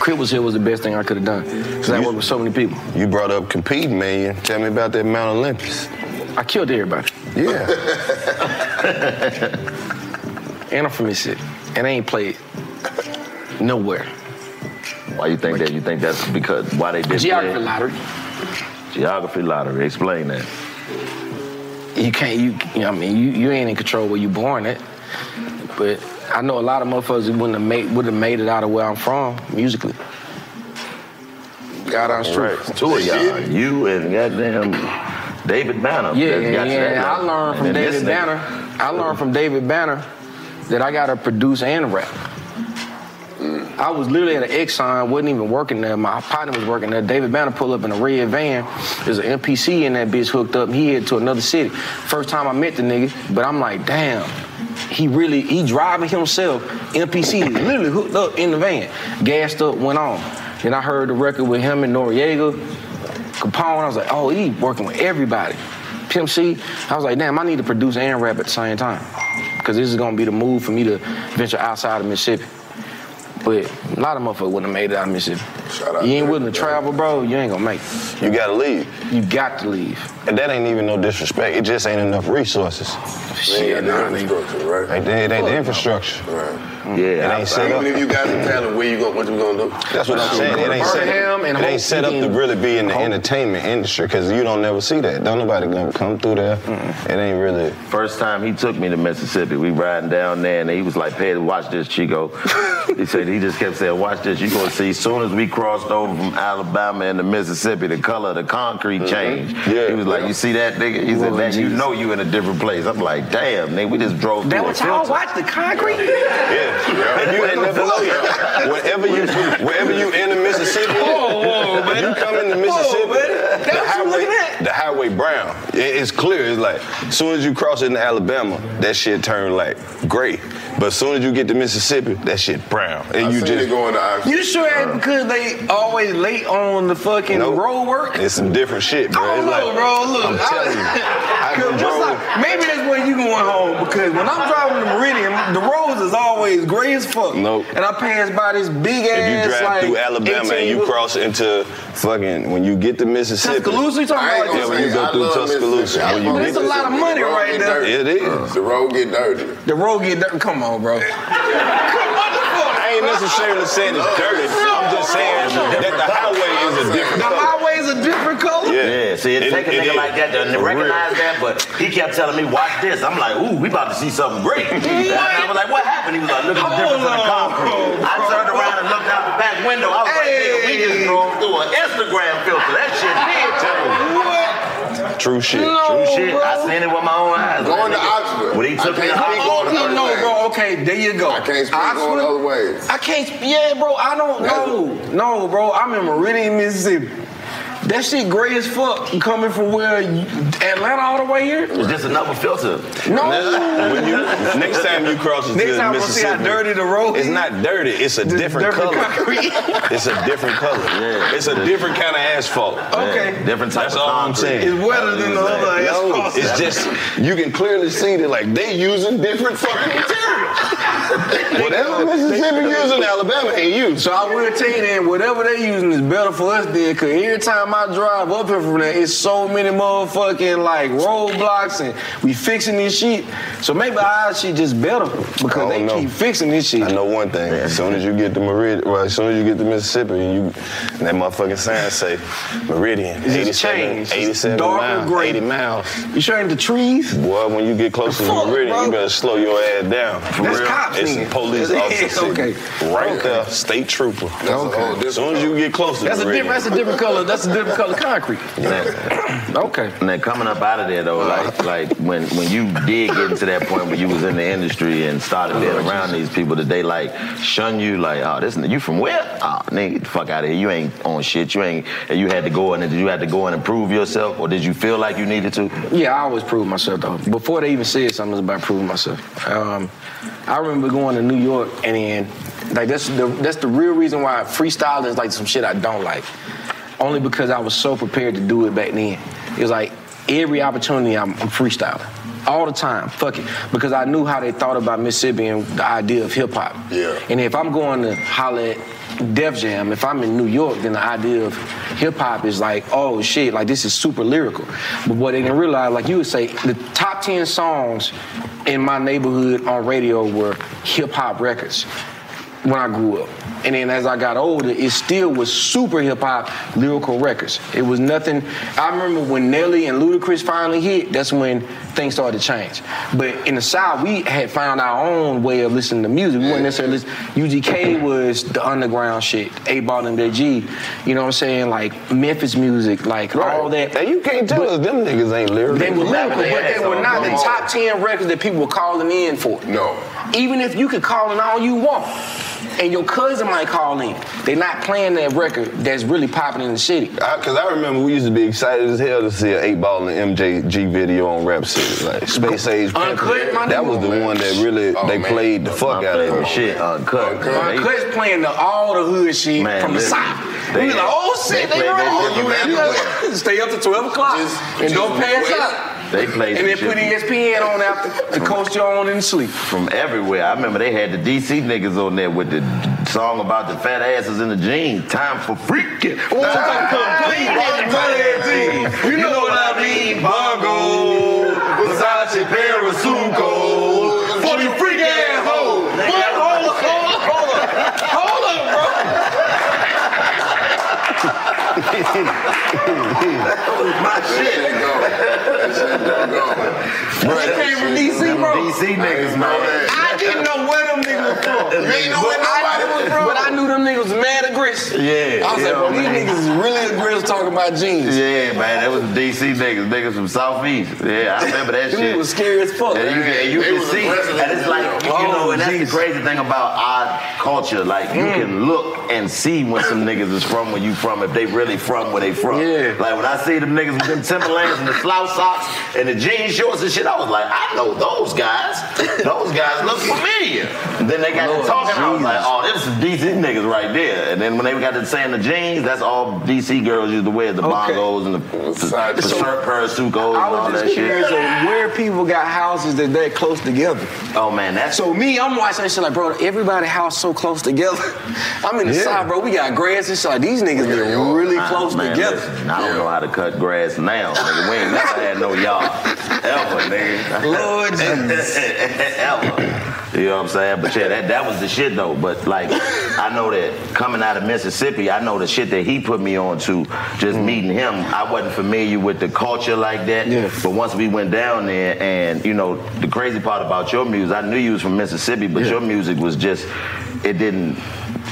Speaker 4: Crip was here was the best thing I could have done. Cause I
Speaker 1: You-
Speaker 4: worked with so many people.
Speaker 1: You brought up competing, man. Tell me about that Mount Olympus.
Speaker 4: I killed everybody.
Speaker 1: Yeah.
Speaker 4: And I'm from this shit. And I ain't played nowhere.
Speaker 5: Why you think that? You think that's because why they did
Speaker 4: Geography lottery.
Speaker 5: Geography lottery. Explain that.
Speaker 4: You can't, you, you know, what I mean, you, you ain't in control where you born at. But I know a lot of motherfuckers who wouldn't have made, would have made it out of where I'm from musically. God, I'm true.
Speaker 5: Two of y'all, you and goddamn David Banner.
Speaker 4: Yeah,
Speaker 5: that
Speaker 4: yeah,
Speaker 5: got you that
Speaker 4: yeah. I
Speaker 5: level.
Speaker 4: learned from
Speaker 5: And then
Speaker 4: David
Speaker 5: this
Speaker 4: Banner.
Speaker 5: nigga-
Speaker 4: I learned from David Banner that I gotta produce and rap. I was literally at an Exxon, wasn't even working there. My partner was working there. David Banner pulled up in a red van. There's an NPC in that bitch hooked up. He headed to another city. First time I met the nigga, but I'm like, damn. He really, he driving himself. NPC is literally hooked up in the van. Gassed up, went on. Then I heard the record with him and Noriega. Capone. I was like, oh, he working with everybody. Pimp C. I was like, damn, I need to produce and rap at the same time. Because this is going to be the move for me to venture outside of Mississippi. But a lot of motherfuckers wouldn't have made it out of Mississippi.
Speaker 1: Shout out
Speaker 4: you ain't
Speaker 1: to
Speaker 4: willing to travel, bro, you ain't going to make it.
Speaker 1: You gotta leave.
Speaker 4: You got to leave.
Speaker 1: And that ain't even no disrespect. It just ain't enough resources.
Speaker 4: Shit, nah, nigga.
Speaker 1: Right. It ain't the infrastructure.
Speaker 5: Yeah,
Speaker 1: It ain't set up.
Speaker 5: I,
Speaker 1: you got some talent, where you going? What you gonna do? That's what I'm saying. It ain't set
Speaker 4: Birmingham
Speaker 1: up.
Speaker 4: and
Speaker 1: It
Speaker 4: Hope
Speaker 1: ain't set up to
Speaker 4: Weekend.
Speaker 1: really be in the
Speaker 4: Hope.
Speaker 1: entertainment industry because you don't never see that. Don't nobody gonna come through there. It ain't really.
Speaker 5: First time he took me to Mississippi, we riding down there, and he was like, "Pay watch this, Chico." he said he just kept saying, "Watch this, you gonna see." Soon as we crossed over from Alabama into Mississippi, the color of the concrete changed.
Speaker 1: Mm-hmm. Yeah,
Speaker 5: he was like,
Speaker 1: yeah.
Speaker 5: "You see that, nigga?" He said, "That you know you in a different place." I'm like, "Damn, nigga, we just drove
Speaker 4: That
Speaker 5: through a
Speaker 4: what y'all
Speaker 5: filter."
Speaker 4: watch? The concrete?
Speaker 1: Yeah. And you end up below Whenever you wherever you in the Mississippi,
Speaker 4: whoa, man.
Speaker 1: you come into Mississippi.
Speaker 4: Whoa, man. That
Speaker 1: the
Speaker 4: what you
Speaker 1: highway,
Speaker 4: looking at?
Speaker 1: the highway brown. It- it's clear. It's like as soon as you cross into Alabama, that shit turn like gray. But as soon as you get to Mississippi, that shit brown. And you just
Speaker 8: going to
Speaker 4: You sure ain't because they always late on the fucking
Speaker 1: Nope.
Speaker 4: road work?
Speaker 1: It's some different shit, bro.
Speaker 4: I don't
Speaker 1: it's
Speaker 4: know,
Speaker 1: like,
Speaker 4: bro. Look,
Speaker 1: I'm telling you. I
Speaker 4: Cause
Speaker 1: done
Speaker 4: what's
Speaker 1: drove-
Speaker 4: up? maybe that's where you going home because when I'm driving the Meridian, the roads is always gray as fuck.
Speaker 1: Nope.
Speaker 4: And I pass by this big
Speaker 1: If
Speaker 4: ass
Speaker 1: you drive
Speaker 4: like
Speaker 1: through Alabama and
Speaker 4: 18
Speaker 1: you cross into fucking when you get to Mississippi,
Speaker 4: Tuscaloosa, you talking
Speaker 8: I ain't
Speaker 4: about?
Speaker 8: gonna
Speaker 1: Yeah,
Speaker 4: this-
Speaker 1: when you go
Speaker 8: I
Speaker 1: through
Speaker 8: love
Speaker 1: Tuscaloosa,
Speaker 8: Mississippi. I
Speaker 1: when you
Speaker 8: love
Speaker 1: get
Speaker 4: That's a lot of
Speaker 8: Mississippi.
Speaker 4: money
Speaker 8: The road
Speaker 4: right
Speaker 8: get
Speaker 4: there.
Speaker 8: dirty.
Speaker 1: it is.
Speaker 8: The road get dirty.
Speaker 4: The road get dirty. Come on, bro. Come on, the
Speaker 1: I ain't necessarily saying it's dirty. I'm just saying that the highway is a different
Speaker 4: fuck. The
Speaker 1: color.
Speaker 4: highways a different color.
Speaker 5: Yeah, see, it, take a nigga
Speaker 1: is.
Speaker 5: like that to
Speaker 1: For
Speaker 5: recognize
Speaker 1: real.
Speaker 5: that, but he kept telling me, watch this. I'm like, ooh, we about to see something great. And I was like, what happened? He was like, look at the difference in the
Speaker 4: Hold on,
Speaker 5: concrete. I turned around and looked out the back window. I was like, nigga, we just
Speaker 4: Hey.
Speaker 5: drove through an Instagram filter. That shit did too.
Speaker 4: What?
Speaker 1: True shit.
Speaker 5: True shit. I seen it with my own eyes.
Speaker 6: Going to
Speaker 5: man.
Speaker 6: Oxford.
Speaker 5: When he
Speaker 6: I
Speaker 5: took me
Speaker 6: can't
Speaker 5: to
Speaker 6: speak
Speaker 5: Oxford.
Speaker 6: on
Speaker 4: Oh, you
Speaker 6: other
Speaker 4: know,
Speaker 6: ways.
Speaker 4: bro. Okay, there you go.
Speaker 6: I can't speak going other ways.
Speaker 4: I can't. sp- Yeah, bro. I don't know. No, bro. I'm in Meridian, Mississippi. That shit gray as fuck coming from where you- Atlanta all the way here.
Speaker 5: It's just another filter.
Speaker 4: No.
Speaker 1: When you, next time you cross into
Speaker 4: Next time I see
Speaker 1: Mississippi,
Speaker 4: how dirty the road
Speaker 1: It's
Speaker 4: is.
Speaker 1: not dirty. It's a
Speaker 4: Just
Speaker 1: different,
Speaker 4: different
Speaker 1: color.
Speaker 4: concrete.
Speaker 1: it's a different color.
Speaker 5: Yeah.
Speaker 1: It's a different kind of asphalt.
Speaker 4: Okay.
Speaker 5: Different type
Speaker 1: That's
Speaker 5: of
Speaker 1: all I'm
Speaker 5: concrete.
Speaker 1: saying.
Speaker 4: It's wetter than the other
Speaker 1: No,
Speaker 4: asphalt.
Speaker 1: it's just you can clearly see that like they using different fucking materials. Whatever Mississippi using, Alabama ain't used.
Speaker 4: So I will tell you that whatever they using is better for us then, cause every time I drive up here from there, it's so many motherfucking like roadblocks and we fixing this shit. So maybe our shit just better because
Speaker 1: don't
Speaker 4: they
Speaker 1: know.
Speaker 4: keep fixing this shit.
Speaker 1: I know one thing. As soon as you get to Meridian, well, as soon as you get to Mississippi, and you and that motherfucking sign say Meridian,
Speaker 4: It's just
Speaker 1: 87,
Speaker 4: changed. It's
Speaker 1: 87
Speaker 4: dark and
Speaker 1: miles,
Speaker 4: gray.
Speaker 1: 80 miles.
Speaker 4: You showing the trees?
Speaker 1: Boy, when you get closer to
Speaker 4: Fuck,
Speaker 1: Meridian,
Speaker 4: bro.
Speaker 1: you better slow your ass down. For
Speaker 4: That's
Speaker 1: real,
Speaker 4: cops,
Speaker 1: it's
Speaker 4: nigga.
Speaker 1: police officer.
Speaker 4: It's
Speaker 1: city.
Speaker 4: okay.
Speaker 1: Right
Speaker 4: Okay.
Speaker 1: there, state trooper.
Speaker 6: That's a whole different
Speaker 1: As soon as you get closer
Speaker 4: That's
Speaker 1: to
Speaker 4: a
Speaker 1: Meridian.
Speaker 4: different. That's a different color. That's a different color concrete.
Speaker 5: Yeah.
Speaker 4: Okay.
Speaker 5: And then coming up out of there though,
Speaker 1: Uh-huh.
Speaker 5: like like when when you did get into that point where you was in the industry and started being
Speaker 1: Uh-huh.
Speaker 5: around these people, did they like shun you? Like, oh, this you from where? Oh, nigga, get the fuck out of here. You ain't on shit. You ain't. And you had to go in and you had to go in and prove yourself, or did you feel like you needed to?
Speaker 4: Yeah, I always prove myself though. Before they even said something, it was about proving myself. Um, I remember going to New York and then, like that's the that's the real reason why freestyling is like some shit I don't like. Only because I was so prepared to do it back then. It was like every opportunity I'm, I'm freestyling. All the time, fuck it. Because I knew how they thought about Mississippi and the idea of hip hop.
Speaker 6: Yeah.
Speaker 4: And if I'm going to holler at Def Jam, if I'm in New York, then the idea of hip hop is like, oh shit, like this is super lyrical. But what they didn't realize, like you would say, the top 10 songs in my neighborhood on radio were hip hop records when I grew up. And then as I got older, it still was super hip hop lyrical records. It was nothing. I remember when Nelly and Ludacris finally hit, that's when things started to change. But in the South, we had found our own way of listening to music. We weren't necessarily listening. UGK was the underground shit, A Ball and G. You know what I'm saying? Like Memphis music, like all that.
Speaker 1: And you can't tell us them niggas ain't lyrical.
Speaker 4: They were lyrical, but they were not the
Speaker 1: Come on.
Speaker 4: top 10 records that people were calling in for.
Speaker 6: No.
Speaker 4: Even if you could call in all you want, and your cousin might call in, they're not playing that record that's really popping in the city.
Speaker 1: Because I, remember we used to be excited as hell to see an 8 Ball and MJG video on Rap City. Like Space Age.
Speaker 4: Uncut, my
Speaker 1: that
Speaker 4: nigga.
Speaker 1: was the one that really,
Speaker 6: Oh,
Speaker 1: they
Speaker 6: man.
Speaker 1: played the fuck out of
Speaker 5: Uncut
Speaker 1: it.
Speaker 5: shit, uncut.
Speaker 6: Uncut.
Speaker 5: Man, they-
Speaker 4: Uncut playing the, all the hood shit
Speaker 5: Man,
Speaker 4: from the
Speaker 5: listen,
Speaker 4: south.
Speaker 5: they-
Speaker 4: We was like, oh shit,
Speaker 5: they
Speaker 4: they,
Speaker 5: played that
Speaker 4: wrong.
Speaker 6: shit
Speaker 4: You
Speaker 6: from
Speaker 4: have
Speaker 6: everywhere.
Speaker 4: to stay up to 12 o'clock
Speaker 6: Just-
Speaker 4: and don't
Speaker 6: just
Speaker 4: pass
Speaker 6: wait.
Speaker 4: up.
Speaker 5: They played
Speaker 4: And
Speaker 5: some
Speaker 4: then
Speaker 5: shit
Speaker 4: put E ESPN on after to coast you on and sleep.
Speaker 5: from everywhere. I remember they had the DC niggas on there with the song about the fat asses in the jeans. Time for freaking.
Speaker 4: Time for complete and bloody jeans.
Speaker 5: You know what I mean? Bongo, Versace, Parasuco.
Speaker 4: For you freak asshole. What? Hold up, hold up, hold up. Hold up, bro.
Speaker 5: My shit.
Speaker 4: They came from DC,
Speaker 5: Them
Speaker 4: bro.
Speaker 5: DC niggas, man.
Speaker 4: I didn't know where them niggas was from.
Speaker 5: You ain't know
Speaker 4: but,
Speaker 5: where
Speaker 4: I,
Speaker 5: nobody was
Speaker 4: was
Speaker 5: from.
Speaker 4: from. but I knew them niggas was mad aggressive.
Speaker 5: Yeah.
Speaker 4: I was
Speaker 5: yeah,
Speaker 4: like, bro, these
Speaker 5: man.
Speaker 4: niggas is really aggressive talking about jeans.
Speaker 5: Yeah, man, that was DC niggas, niggas from Southeast. Yeah, I remember that
Speaker 4: Them
Speaker 5: shit.
Speaker 4: niggas was scary as fuck.
Speaker 5: And you, and you
Speaker 6: They
Speaker 5: can
Speaker 6: was
Speaker 5: see,
Speaker 6: aggressive
Speaker 5: and
Speaker 6: in
Speaker 5: it's
Speaker 6: the
Speaker 5: like,
Speaker 6: video.
Speaker 5: you know,
Speaker 4: Oh,
Speaker 5: and that's
Speaker 4: jeez.
Speaker 5: the crazy thing about our culture. Like,
Speaker 4: Mm.
Speaker 5: you can look and see when some niggas is from where you from, if they really from where they from.
Speaker 4: Yeah.
Speaker 5: Like, when I see them niggas with them Timberlands and the slouch socks and the jean shorts and shit, I was like, I know those guys. Those guys look familiar. And then they got
Speaker 4: Lord
Speaker 5: to talking, I was like,
Speaker 4: Jesus.
Speaker 5: oh, this is DC niggas right there. And then when they got to saying the jeans, that's all DC girls used to wear, the
Speaker 4: Okay.
Speaker 5: bongos and the, the,
Speaker 6: Side-
Speaker 5: the,
Speaker 6: so-
Speaker 5: parasucos and
Speaker 4: I
Speaker 5: all
Speaker 4: was
Speaker 5: that
Speaker 4: just curious
Speaker 5: shit.
Speaker 4: of where people got houses that that close together.
Speaker 5: Oh, man, that's
Speaker 4: So me, I'm watching that shit like, bro, everybody house so close together. I'm in the
Speaker 1: Yeah.
Speaker 4: side, bro. We got grass and shit. Like, these niggas live really
Speaker 5: Ah,
Speaker 4: close
Speaker 5: man,
Speaker 4: together.
Speaker 5: listen, I don't know how to cut grass now. Nigga. We ain't never had no yard. Ever, nigga.
Speaker 4: Lord Jesus.
Speaker 5: Ever. You know what I'm saying? But yeah, that, that was the shit though. But like, I know that coming out of Mississippi, I know the shit that he put me on to, just
Speaker 4: Mm.
Speaker 5: meeting him, I wasn't familiar with the culture like that.
Speaker 4: Yeah.
Speaker 5: But once we went down there and, you know, the crazy part about your music, I knew you was from Mississippi, but your music was just, it didn't,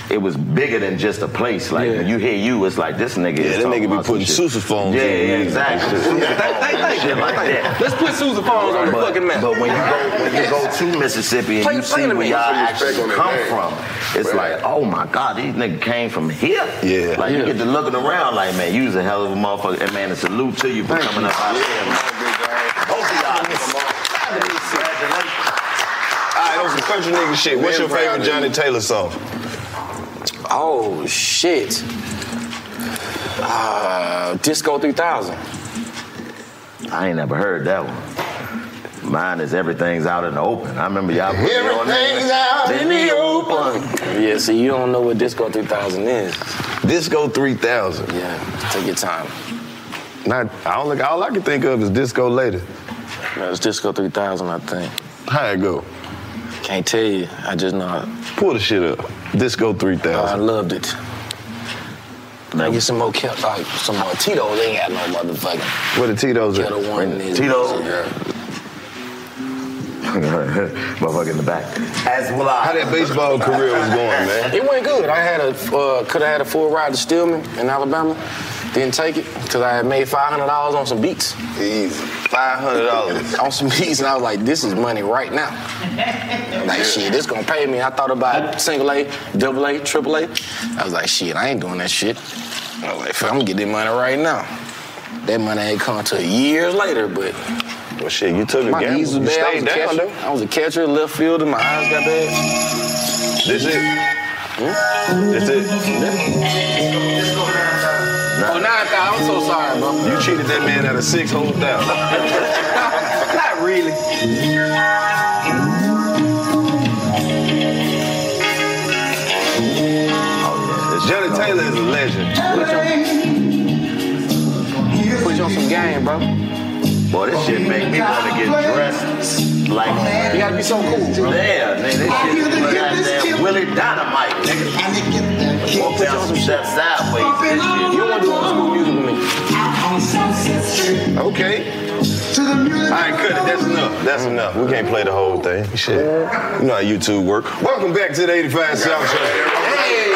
Speaker 5: it was bigger than just a place. Like,
Speaker 4: Yeah.
Speaker 5: when you hear you, it's like, this nigga
Speaker 1: Yeah,
Speaker 5: is
Speaker 1: that
Speaker 5: talking
Speaker 1: nigga be
Speaker 5: about some
Speaker 1: putting
Speaker 5: shit.
Speaker 1: Sousa phones
Speaker 5: Yeah,
Speaker 1: in the
Speaker 5: yeah,
Speaker 1: music.
Speaker 5: exactly. Sousa phones and shit like that.
Speaker 4: Let's put Susan Phones on the
Speaker 5: But-
Speaker 4: fucking map.
Speaker 5: But when you go when you go to Mississippi and
Speaker 4: Play-
Speaker 5: you
Speaker 4: play
Speaker 5: see
Speaker 4: to
Speaker 5: where
Speaker 4: me.
Speaker 5: y'all
Speaker 4: Put
Speaker 5: actually
Speaker 4: respect
Speaker 5: come
Speaker 4: on that
Speaker 5: from, it's like, oh my God, these niggas came from here.
Speaker 1: Yeah.
Speaker 5: Like
Speaker 4: Yeah.
Speaker 5: you get to looking around like, man, you was a hell of a motherfucker. And man, it's a salute to you for coming up out here. man. Both of y'all niggas.
Speaker 1: All right, on some country nigga shit. What's your
Speaker 4: Man,
Speaker 1: favorite
Speaker 4: proud
Speaker 1: Johnny Taylor song?
Speaker 4: Oh shit. Uh, Disco 3000.
Speaker 5: I ain't never heard that one. Mine is everything's out in the open. I remember y'all put me on there.
Speaker 1: Everything's out in the open.
Speaker 4: Yeah, see, you don't know what Disco 3000 is.
Speaker 1: Disco 3000.
Speaker 4: Yeah, take your time.
Speaker 1: Not, I don't look, all I can think of is Disco Later.
Speaker 4: No, it's Disco 3000, I think.
Speaker 1: How it go?
Speaker 4: Can't tell you. I just know I,
Speaker 1: Pull the shit up. Disco
Speaker 4: I
Speaker 1: 3000.
Speaker 4: loved it. I get some more Kel- like some more Tito's. They ain't got no motherfucking
Speaker 1: Where the Tito's at?
Speaker 4: Kettle One. in this
Speaker 5: Tito's?
Speaker 4: bitch, yeah.
Speaker 5: Motherfucker in the back. As will I.
Speaker 1: How that baseball career was going, man?
Speaker 4: It went good. I had a uh, could have had a full ride to Stillman in Alabama. Didn't take it because I had made five hundred dollars on some beats.
Speaker 1: Easy. $500.
Speaker 4: On some beats, and I was like, "This is money right now." like, shit, this gonna pay me. I thought about single A, double A, triple A. I was like, shit, I ain't doing that shit. I was like, "Fuck, I'm gonna get that money right now. That money ain't come till years later, but
Speaker 1: Well, shit, you took a
Speaker 4: my
Speaker 1: gamble.
Speaker 4: knees was
Speaker 1: You
Speaker 4: bad. I was
Speaker 1: stayed
Speaker 4: a
Speaker 1: down,
Speaker 4: catcher.
Speaker 1: though.
Speaker 4: I was a catcher, left fielder. My eyes got bad.
Speaker 1: This it. That's it.
Speaker 4: Oh, nine thousand. I'm so sorry, bro.
Speaker 1: You cheated that man out of six whole thousand.
Speaker 4: Not really.
Speaker 1: Johnny
Speaker 5: Oh,
Speaker 1: Taylor is a legend.
Speaker 4: Put you on some game, bro. You
Speaker 5: Boy, this shit make me want to get dressed like
Speaker 4: gotta be so cool, bro.
Speaker 5: Oh, Yeah, man, this shit is like goddamn Willie Dynamite, nigga. Walk down some steps sideways, this
Speaker 4: You
Speaker 5: shit.
Speaker 4: don't want to do old school music with me.
Speaker 1: Okay. All right, cut it. That's enough. That's enough. We can't play the whole thing. Shit. You know how YouTube work. Welcome back to the 85 South Show.
Speaker 4: Hey,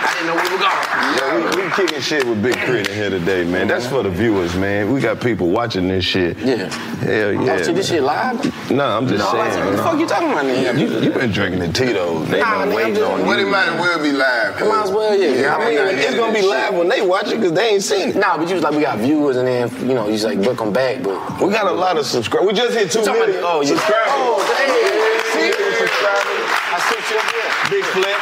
Speaker 4: I didn't know we were going.
Speaker 1: Yeah, we, we kicking shit with Big Crit in here today, man. That's for the viewers, man. We got people watching this shit.
Speaker 4: Yeah.
Speaker 1: Hell yeah.
Speaker 4: oh, shit, this shit live?
Speaker 1: Nah, I'm just
Speaker 4: No, like,
Speaker 1: saying.
Speaker 4: what the
Speaker 1: man.
Speaker 4: fuck you talking about nigga?
Speaker 1: You, you been drinking the Tito's. They
Speaker 4: Nah,
Speaker 1: been
Speaker 4: nigga,
Speaker 1: waiting
Speaker 4: I'm just-
Speaker 1: on you.
Speaker 4: Well, it might
Speaker 1: as well be live.
Speaker 4: Might as well,
Speaker 1: I
Speaker 4: yeah.
Speaker 1: mean, it's gonna be live when they watch it because they ain't seen it.
Speaker 4: Nah, but you was like, we got viewers, and then, you know, you was like, book them back, but.
Speaker 1: We got a lot of subscribers. We just hit two
Speaker 4: Talking
Speaker 1: million
Speaker 4: about- oh, yeah.
Speaker 1: subscribers.
Speaker 4: Oh, damn.
Speaker 1: Two million subscribers.
Speaker 4: I sent you up
Speaker 1: Big flex.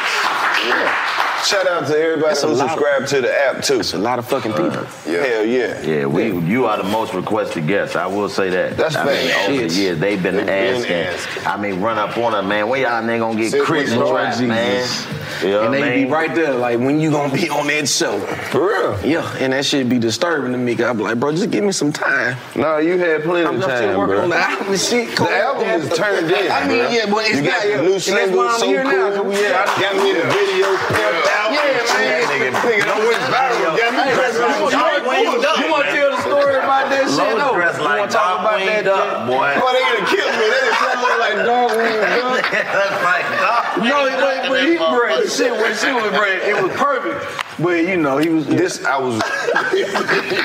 Speaker 1: Shout out to everybody
Speaker 4: That's a
Speaker 1: who
Speaker 4: lot of-
Speaker 1: subscribed to the app too.
Speaker 4: there. A lot of fucking people.
Speaker 1: Hell yeah.
Speaker 5: Yeah, we you are the most requested guest. I will say that.
Speaker 1: That's
Speaker 5: I
Speaker 1: fact.
Speaker 5: mean, over the
Speaker 1: Shit.
Speaker 5: years they've been
Speaker 1: They've been
Speaker 5: asking.
Speaker 1: asking.
Speaker 5: I mean, run up on us, man. When y'all nigga gonna
Speaker 1: Sit
Speaker 5: get crit
Speaker 1: with
Speaker 5: and
Speaker 1: Lord
Speaker 5: trap, man?
Speaker 1: Jesus.
Speaker 5: You know
Speaker 4: and
Speaker 5: what I
Speaker 4: they
Speaker 5: mean?
Speaker 4: be right there, like, when you gonna be on that show?
Speaker 1: For real.
Speaker 4: Yeah, and that shit be disturbing to me, cause I be like, bro, just give me some time.
Speaker 1: No, you had plenty
Speaker 4: I'm
Speaker 1: of
Speaker 4: just
Speaker 1: time,
Speaker 4: still working on
Speaker 1: bro.
Speaker 4: the album and shit.
Speaker 1: The album is turned in.
Speaker 4: I mean,
Speaker 1: bruh.
Speaker 4: yeah, but it's
Speaker 1: you
Speaker 4: not.
Speaker 1: got the
Speaker 4: yeah.
Speaker 1: new
Speaker 4: And that's
Speaker 1: single,
Speaker 4: why I'm
Speaker 1: so
Speaker 4: here
Speaker 1: cool.
Speaker 4: now. 'cause we-
Speaker 1: yeah, I got me the video pimped out.
Speaker 4: Yeah, man.
Speaker 1: Nigga, that went viral. Got me dressed like
Speaker 4: You
Speaker 1: John Wayne.
Speaker 4: wanna- You want to tell the story about that shit?
Speaker 5: Lowe's
Speaker 4: No.
Speaker 5: dressed
Speaker 4: You
Speaker 5: like
Speaker 4: wanna talk
Speaker 5: Bob
Speaker 4: about
Speaker 5: Wayne
Speaker 4: that?
Speaker 5: Duck, boy.
Speaker 1: Boy, they gonna kill me. They just look like dog wings, dog.
Speaker 5: That's like, dog,
Speaker 4: No,
Speaker 5: man,
Speaker 4: but, but he
Speaker 5: that
Speaker 4: bred the
Speaker 5: motherfucker.
Speaker 4: shit when shit was bred. It was perfect. But you know, he was.
Speaker 1: This I was.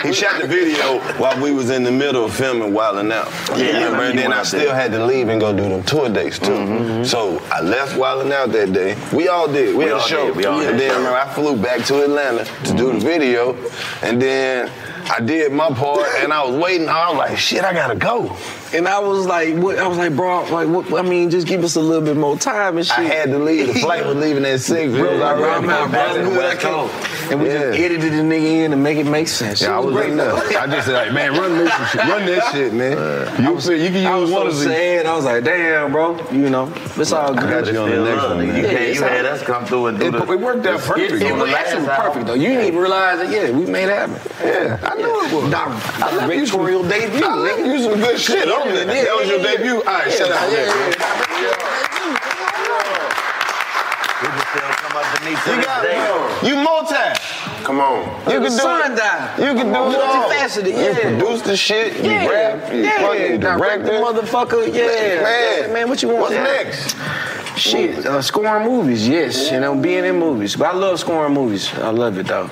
Speaker 1: he shot the video while we was in the middle of filming Wildin' Out.
Speaker 5: Yeah, I
Speaker 1: and
Speaker 5: remember you Mm-hmm,
Speaker 1: then
Speaker 5: went
Speaker 1: I
Speaker 5: out
Speaker 1: still
Speaker 5: there.
Speaker 1: had to leave and go do them tour dates too. So I left Wildin' Out that day. We all did.
Speaker 5: We
Speaker 1: We, had a
Speaker 5: all
Speaker 1: show.
Speaker 5: did. We all
Speaker 1: and
Speaker 5: did.
Speaker 1: then remember, I flew back to Atlanta to do the video, and then I did my part, and I was waiting. I was like, shit, I gotta go.
Speaker 4: And I was like, what, I was like, bro, like, what, I mean, just give us a little bit more time and shit.
Speaker 1: I had to leave. The flight was leaving at six. Bro,
Speaker 4: Bro,
Speaker 1: I
Speaker 4: I
Speaker 1: was
Speaker 4: ran out, bro.
Speaker 1: back
Speaker 4: I
Speaker 1: to the
Speaker 4: knew what I
Speaker 1: West
Speaker 4: could.
Speaker 1: Coast.
Speaker 4: And we just
Speaker 1: Yeah.
Speaker 4: edited the nigga in and make it make sense.
Speaker 1: Yeah, I was
Speaker 4: great.
Speaker 1: in there. I just said, like, man, run this shit. Run that shit, man. you see, you
Speaker 4: I
Speaker 1: can use one
Speaker 4: was so
Speaker 1: of these.
Speaker 4: sad. I was like, damn, bro. You know, it's all
Speaker 1: I
Speaker 4: good.
Speaker 1: got you on the
Speaker 5: Still
Speaker 1: next
Speaker 5: love,
Speaker 1: one,
Speaker 5: nigga. You
Speaker 1: man.
Speaker 4: Yeah,
Speaker 5: can't.
Speaker 4: it's
Speaker 5: You had
Speaker 4: all-
Speaker 5: us come through and do
Speaker 1: It-
Speaker 5: the.
Speaker 1: it worked out
Speaker 5: the skits
Speaker 1: perfect.
Speaker 5: on
Speaker 4: It
Speaker 5: the
Speaker 4: was
Speaker 5: last
Speaker 4: actually
Speaker 5: album.
Speaker 4: perfect though. You didn't even realize it. Yeah, we made it happen.
Speaker 1: Yeah, I knew it was.
Speaker 4: Nah, directorial debut.
Speaker 1: I left
Speaker 4: nigga.
Speaker 1: you some good shit on there.
Speaker 4: Yeah,
Speaker 1: That was
Speaker 4: yeah,
Speaker 1: your
Speaker 4: yeah.
Speaker 1: debut. All right,
Speaker 4: Yeah,
Speaker 1: shut up.
Speaker 4: yeah,
Speaker 1: man.
Speaker 5: People still come up to me to
Speaker 1: You
Speaker 5: this
Speaker 1: got
Speaker 5: day.
Speaker 1: it. You multi. Come on. You can do
Speaker 4: sun
Speaker 1: it.
Speaker 4: died.
Speaker 1: You can do it all.
Speaker 4: Multifaceted,
Speaker 1: You
Speaker 4: yeah.
Speaker 1: produced the shit. You
Speaker 4: Yeah,
Speaker 1: rapped. You
Speaker 4: yeah.
Speaker 1: fucking
Speaker 4: Direct the
Speaker 1: directed.
Speaker 4: motherfucker. Yeah,
Speaker 1: Man.
Speaker 4: man. What you want?
Speaker 1: What's
Speaker 4: Yeah.
Speaker 1: next?
Speaker 4: Shit, uh, scoring movies. Yes, you know, being in movies. But I love scoring movies. I love it though.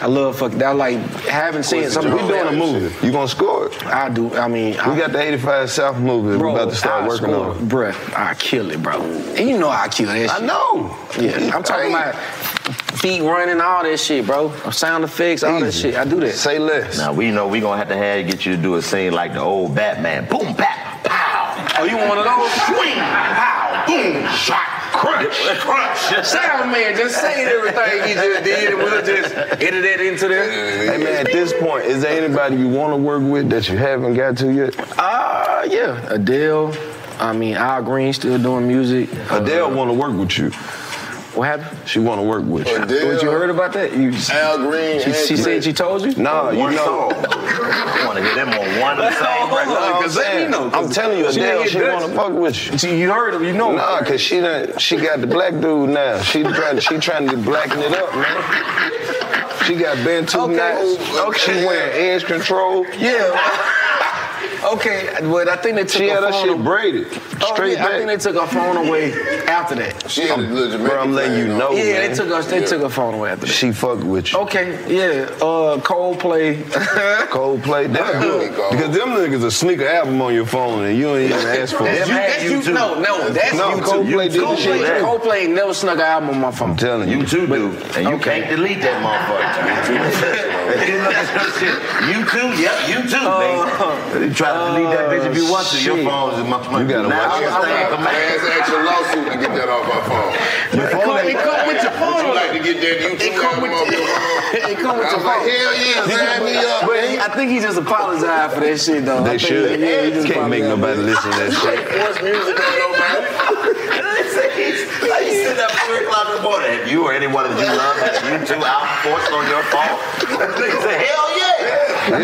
Speaker 4: I love fucking. I like haven't seen something.
Speaker 1: we doing a movie. You gonna score it?
Speaker 4: I do. I mean,
Speaker 1: we got the '85 South movie.
Speaker 4: Bro,
Speaker 1: we about to start
Speaker 4: I
Speaker 1: working
Speaker 4: score,
Speaker 1: on. it.
Speaker 4: Bruh, I kill it, bro. And you know I kill that shit.
Speaker 1: I know.
Speaker 4: Yeah, I'm talking
Speaker 1: Hey,
Speaker 4: about feet running, all that shit, bro. Sound effects, all that
Speaker 1: Easy.
Speaker 4: shit. I do that.
Speaker 1: Say less.
Speaker 5: Now we know we gonna have to have get you to do a scene like the old Batman. Boom, bap, pow.
Speaker 4: Oh, you one of those?
Speaker 5: Swing, pow, boom, shot, crunch, crunch.
Speaker 4: Sound man, just say everything he just did, and we'll just edit that into there.
Speaker 1: Hey man, at this point, is there anybody you want to work with that you haven't got to yet?
Speaker 4: Uh, yeah, Adele. I mean, Al Green still doing music. Uh,
Speaker 1: Adele want to work with you.
Speaker 4: What happened?
Speaker 1: She want to work with you.
Speaker 6: Adele,
Speaker 4: What you heard about that? You,
Speaker 6: Al Green,
Speaker 4: she,
Speaker 6: and
Speaker 4: she said
Speaker 6: Chris.
Speaker 4: she told you?
Speaker 1: Nah, you
Speaker 5: One
Speaker 1: know.
Speaker 5: song. I wanna hear them on one of the same
Speaker 4: Hold on,
Speaker 5: record.
Speaker 1: I'm,
Speaker 4: Cause let me
Speaker 1: saying,
Speaker 4: know,
Speaker 1: I'm
Speaker 4: cause
Speaker 1: telling you,
Speaker 4: she didn't
Speaker 1: Adele,
Speaker 4: get
Speaker 1: she
Speaker 4: guts.
Speaker 1: want to fuck with you.
Speaker 4: She- you heard her, you know.
Speaker 1: Nah, cause she done, she got the black dude now. She trying, she trying to blacken it up, man. She got bantu
Speaker 4: Okay.
Speaker 1: knots.
Speaker 4: Okay.
Speaker 1: She wearing edge control.
Speaker 4: Yeah. okay, but I think they took
Speaker 1: She had
Speaker 4: her
Speaker 1: her
Speaker 4: phone.
Speaker 1: shit braided
Speaker 4: Oh,
Speaker 1: straight
Speaker 4: yeah, I think they
Speaker 1: back.
Speaker 4: took her phone away after that.
Speaker 6: She had a little Jamaican
Speaker 1: Bro, I'm letting you
Speaker 6: thing on.
Speaker 1: know,
Speaker 4: yeah,
Speaker 1: Oh, man.
Speaker 4: they took her. They took her phone away after that.
Speaker 1: she fuck with you.
Speaker 4: Okay, yeah. Uh, Coldplay.
Speaker 1: Coldplay,
Speaker 6: That'd
Speaker 1: that's good.
Speaker 6: be cold.
Speaker 1: Because them niggas a sneaker album on your phone and you ain't even ask for it.
Speaker 5: Them had
Speaker 4: you-
Speaker 5: too.
Speaker 4: no, no, that's
Speaker 1: No,
Speaker 5: you
Speaker 1: Coldplay
Speaker 5: too.
Speaker 1: did the
Speaker 5: Coldplay-
Speaker 1: shit.
Speaker 4: Coldplay, Coldplay ain't never snuck an album on my phone.
Speaker 1: I'm telling you.
Speaker 5: You too do, and you
Speaker 4: Okay.
Speaker 5: can't delete that motherfucker. you look at your shit. You too, yep, you too.
Speaker 4: Oh.
Speaker 5: nigga. you try to delete that bitch if you want to. Your
Speaker 4: shit.
Speaker 5: phone's in my phone.
Speaker 1: You gotta
Speaker 5: now, I-
Speaker 1: watch
Speaker 5: I-
Speaker 1: it.
Speaker 5: I- come
Speaker 6: I
Speaker 5: back.
Speaker 6: asked an actual lawsuit to get that off my phone.
Speaker 1: Your phone ain't-
Speaker 6: Would you like to get that YouTube album off your phone?
Speaker 4: It come with
Speaker 6: I
Speaker 4: your
Speaker 6: was like,
Speaker 4: phone.
Speaker 6: hell yeah, sign me up.
Speaker 4: But he, I think he just apologized for that shit, though. I
Speaker 1: They
Speaker 4: think
Speaker 1: should.
Speaker 4: he- yeah, he just
Speaker 1: Can't make nobody
Speaker 4: apologized.
Speaker 1: listen to that shit.
Speaker 6: Force music on nobody.
Speaker 5: How you sit up three o'clock in the morning? If you or anyone that you love has you two out forced on your phone, they say, hell yeah.
Speaker 1: Yeah.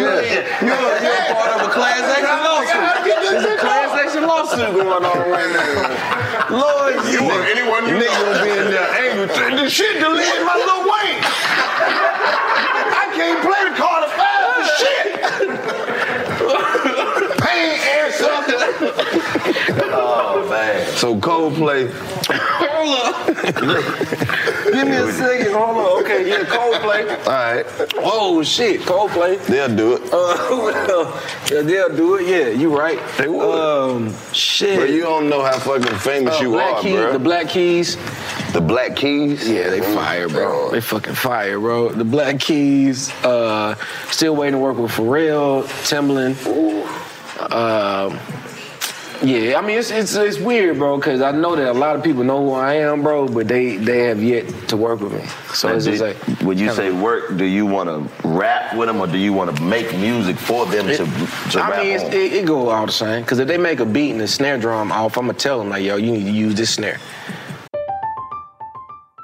Speaker 5: You look
Speaker 4: You're a part of a class
Speaker 1: Oh
Speaker 4: action lawsuit. There's a class action lawsuit going on right now. Lord,
Speaker 6: You
Speaker 4: Jesus.
Speaker 6: or anyone you
Speaker 1: Nigga
Speaker 6: know.
Speaker 1: gonna be in there angry. "Take This shit deleted my little weight. I can't play the Carter Five for shit.
Speaker 6: Pain and something.
Speaker 5: Oh, man.
Speaker 1: So Coldplay,
Speaker 4: Give me a second. Hold on. Okay, yeah, Coldplay.
Speaker 1: all right,
Speaker 4: Oh shit, Coldplay.
Speaker 1: they'll do it.
Speaker 4: Uh, well, yeah, they'll do it. Yeah, you right.
Speaker 1: They would.
Speaker 4: Um, shit.
Speaker 1: But you don't know Oh, how fucking famous
Speaker 4: Uh,
Speaker 1: you
Speaker 4: Black
Speaker 1: are,
Speaker 4: Keys,
Speaker 1: bro.
Speaker 4: The Black Keys.
Speaker 1: The Black Keys.
Speaker 4: Yeah, they fire, bro. They fucking fire, bro. The Black Keys. Uh, still waiting to work with Pharrell, Timbaland. Um, yeah, I mean it's it's it's weird, bro, because I know that a lot of people know who I am, bro, but they they have yet to work with me. So
Speaker 5: Now,
Speaker 4: it's just
Speaker 5: do-
Speaker 4: like
Speaker 5: when you
Speaker 4: kinda-
Speaker 5: say work, do you want to rap with them or do you want to make music for them to, to rap
Speaker 4: I mean,
Speaker 5: on?
Speaker 4: it's, it, it go all the same. Because if they make a beat and the snare drum off, I'm going to tell them, like, yo, you need to use this snare.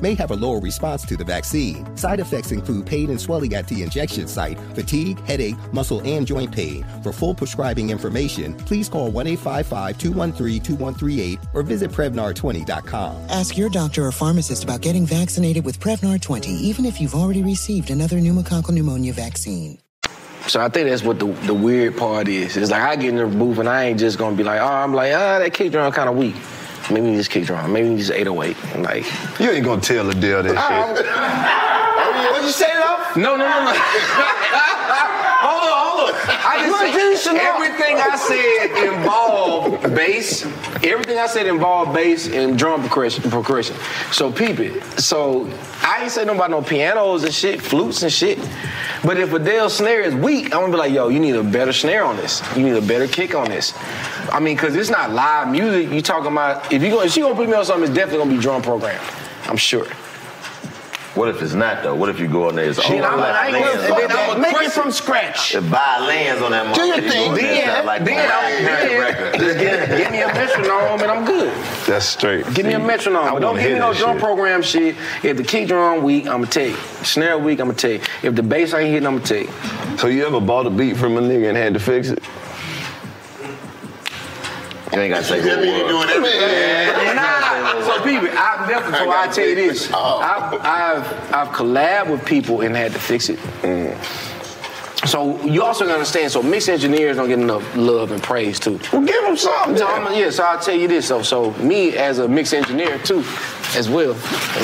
Speaker 9: may have a lower response to the vaccine. Side effects include pain and swelling at the injection site, fatigue, headache, muscle, and joint pain. For full prescribing information, please call 1 855 213 2138 or visit Prevnar20.com.
Speaker 10: Ask your doctor or pharmacist about getting vaccinated with Prevnar 20, even if you've already received another pneumococcal pneumonia vaccine.
Speaker 4: So I think that's what the, the weird part is. It's like I get in the booth and I ain't just gonna be like, oh, I'm like, ah, that kick drum kind of weak. Maybe just kick drum. Maybe just 808. I'm like,
Speaker 1: you ain't gonna tell Adele
Speaker 4: Ah,
Speaker 1: that shit.
Speaker 6: What you say, love?
Speaker 4: No, no, no, no.
Speaker 6: hold on, hold on.
Speaker 4: I
Speaker 6: You ain't
Speaker 4: just
Speaker 6: finishing
Speaker 4: said
Speaker 6: up.
Speaker 4: everything I said involved bass. Everything I said involved bass and drum percussion. percussion. So peep it. So I ain't say nothing about no pianos and shit, flutes and shit. But if Adele's snare is weak, I'm gonna be like, yo, you need a better snare on this. You need a better kick on this. I mean, cause it's not live music. You talking about if you gonna if she gonna put me on something, it's definitely gonna be drum program. I'm sure.
Speaker 5: What if it's not though? What if you go in there? It's all
Speaker 4: Shit, I'm like, I
Speaker 5: like
Speaker 4: ain't gonna-
Speaker 5: lands. on
Speaker 4: then
Speaker 5: that-
Speaker 4: I'ma Make it from scratch.
Speaker 5: It buy lands on that
Speaker 4: Do your
Speaker 5: motherfucker. You
Speaker 4: thing.
Speaker 5: go in there,
Speaker 4: Then-
Speaker 5: it's not like
Speaker 4: then
Speaker 5: Mariah
Speaker 4: I'll-
Speaker 5: Carey
Speaker 4: then-
Speaker 5: record.
Speaker 4: Just get, get me a metronome and I'm good.
Speaker 1: That's straight.
Speaker 4: Give me a
Speaker 1: See,
Speaker 4: metronome.
Speaker 1: I
Speaker 4: but don't
Speaker 1: wanna
Speaker 4: give me
Speaker 1: hear
Speaker 4: no
Speaker 1: that
Speaker 4: drum
Speaker 1: shit.
Speaker 4: program shit. If the kick drum weak, I'ma take. Snare weak, I'ma take. If the bass ain't hitting, I'ma take.
Speaker 1: So you ever bought a beat from a nigga and had to fix it?
Speaker 5: You ain't gotta say
Speaker 1: That mean you
Speaker 5: who
Speaker 1: doing everything.
Speaker 4: Nah, so people, I've never. So I tell you this,
Speaker 1: Oh.
Speaker 4: I've, I've I've collabed with people and had to fix it.
Speaker 1: Mm.
Speaker 4: So you also gotta understand. So mix engineers don't get enough love and praise too.
Speaker 6: Well, give him something.
Speaker 4: So I'm, yeah, so I'll tell you this. So, so me as a mixed engineer too, as well,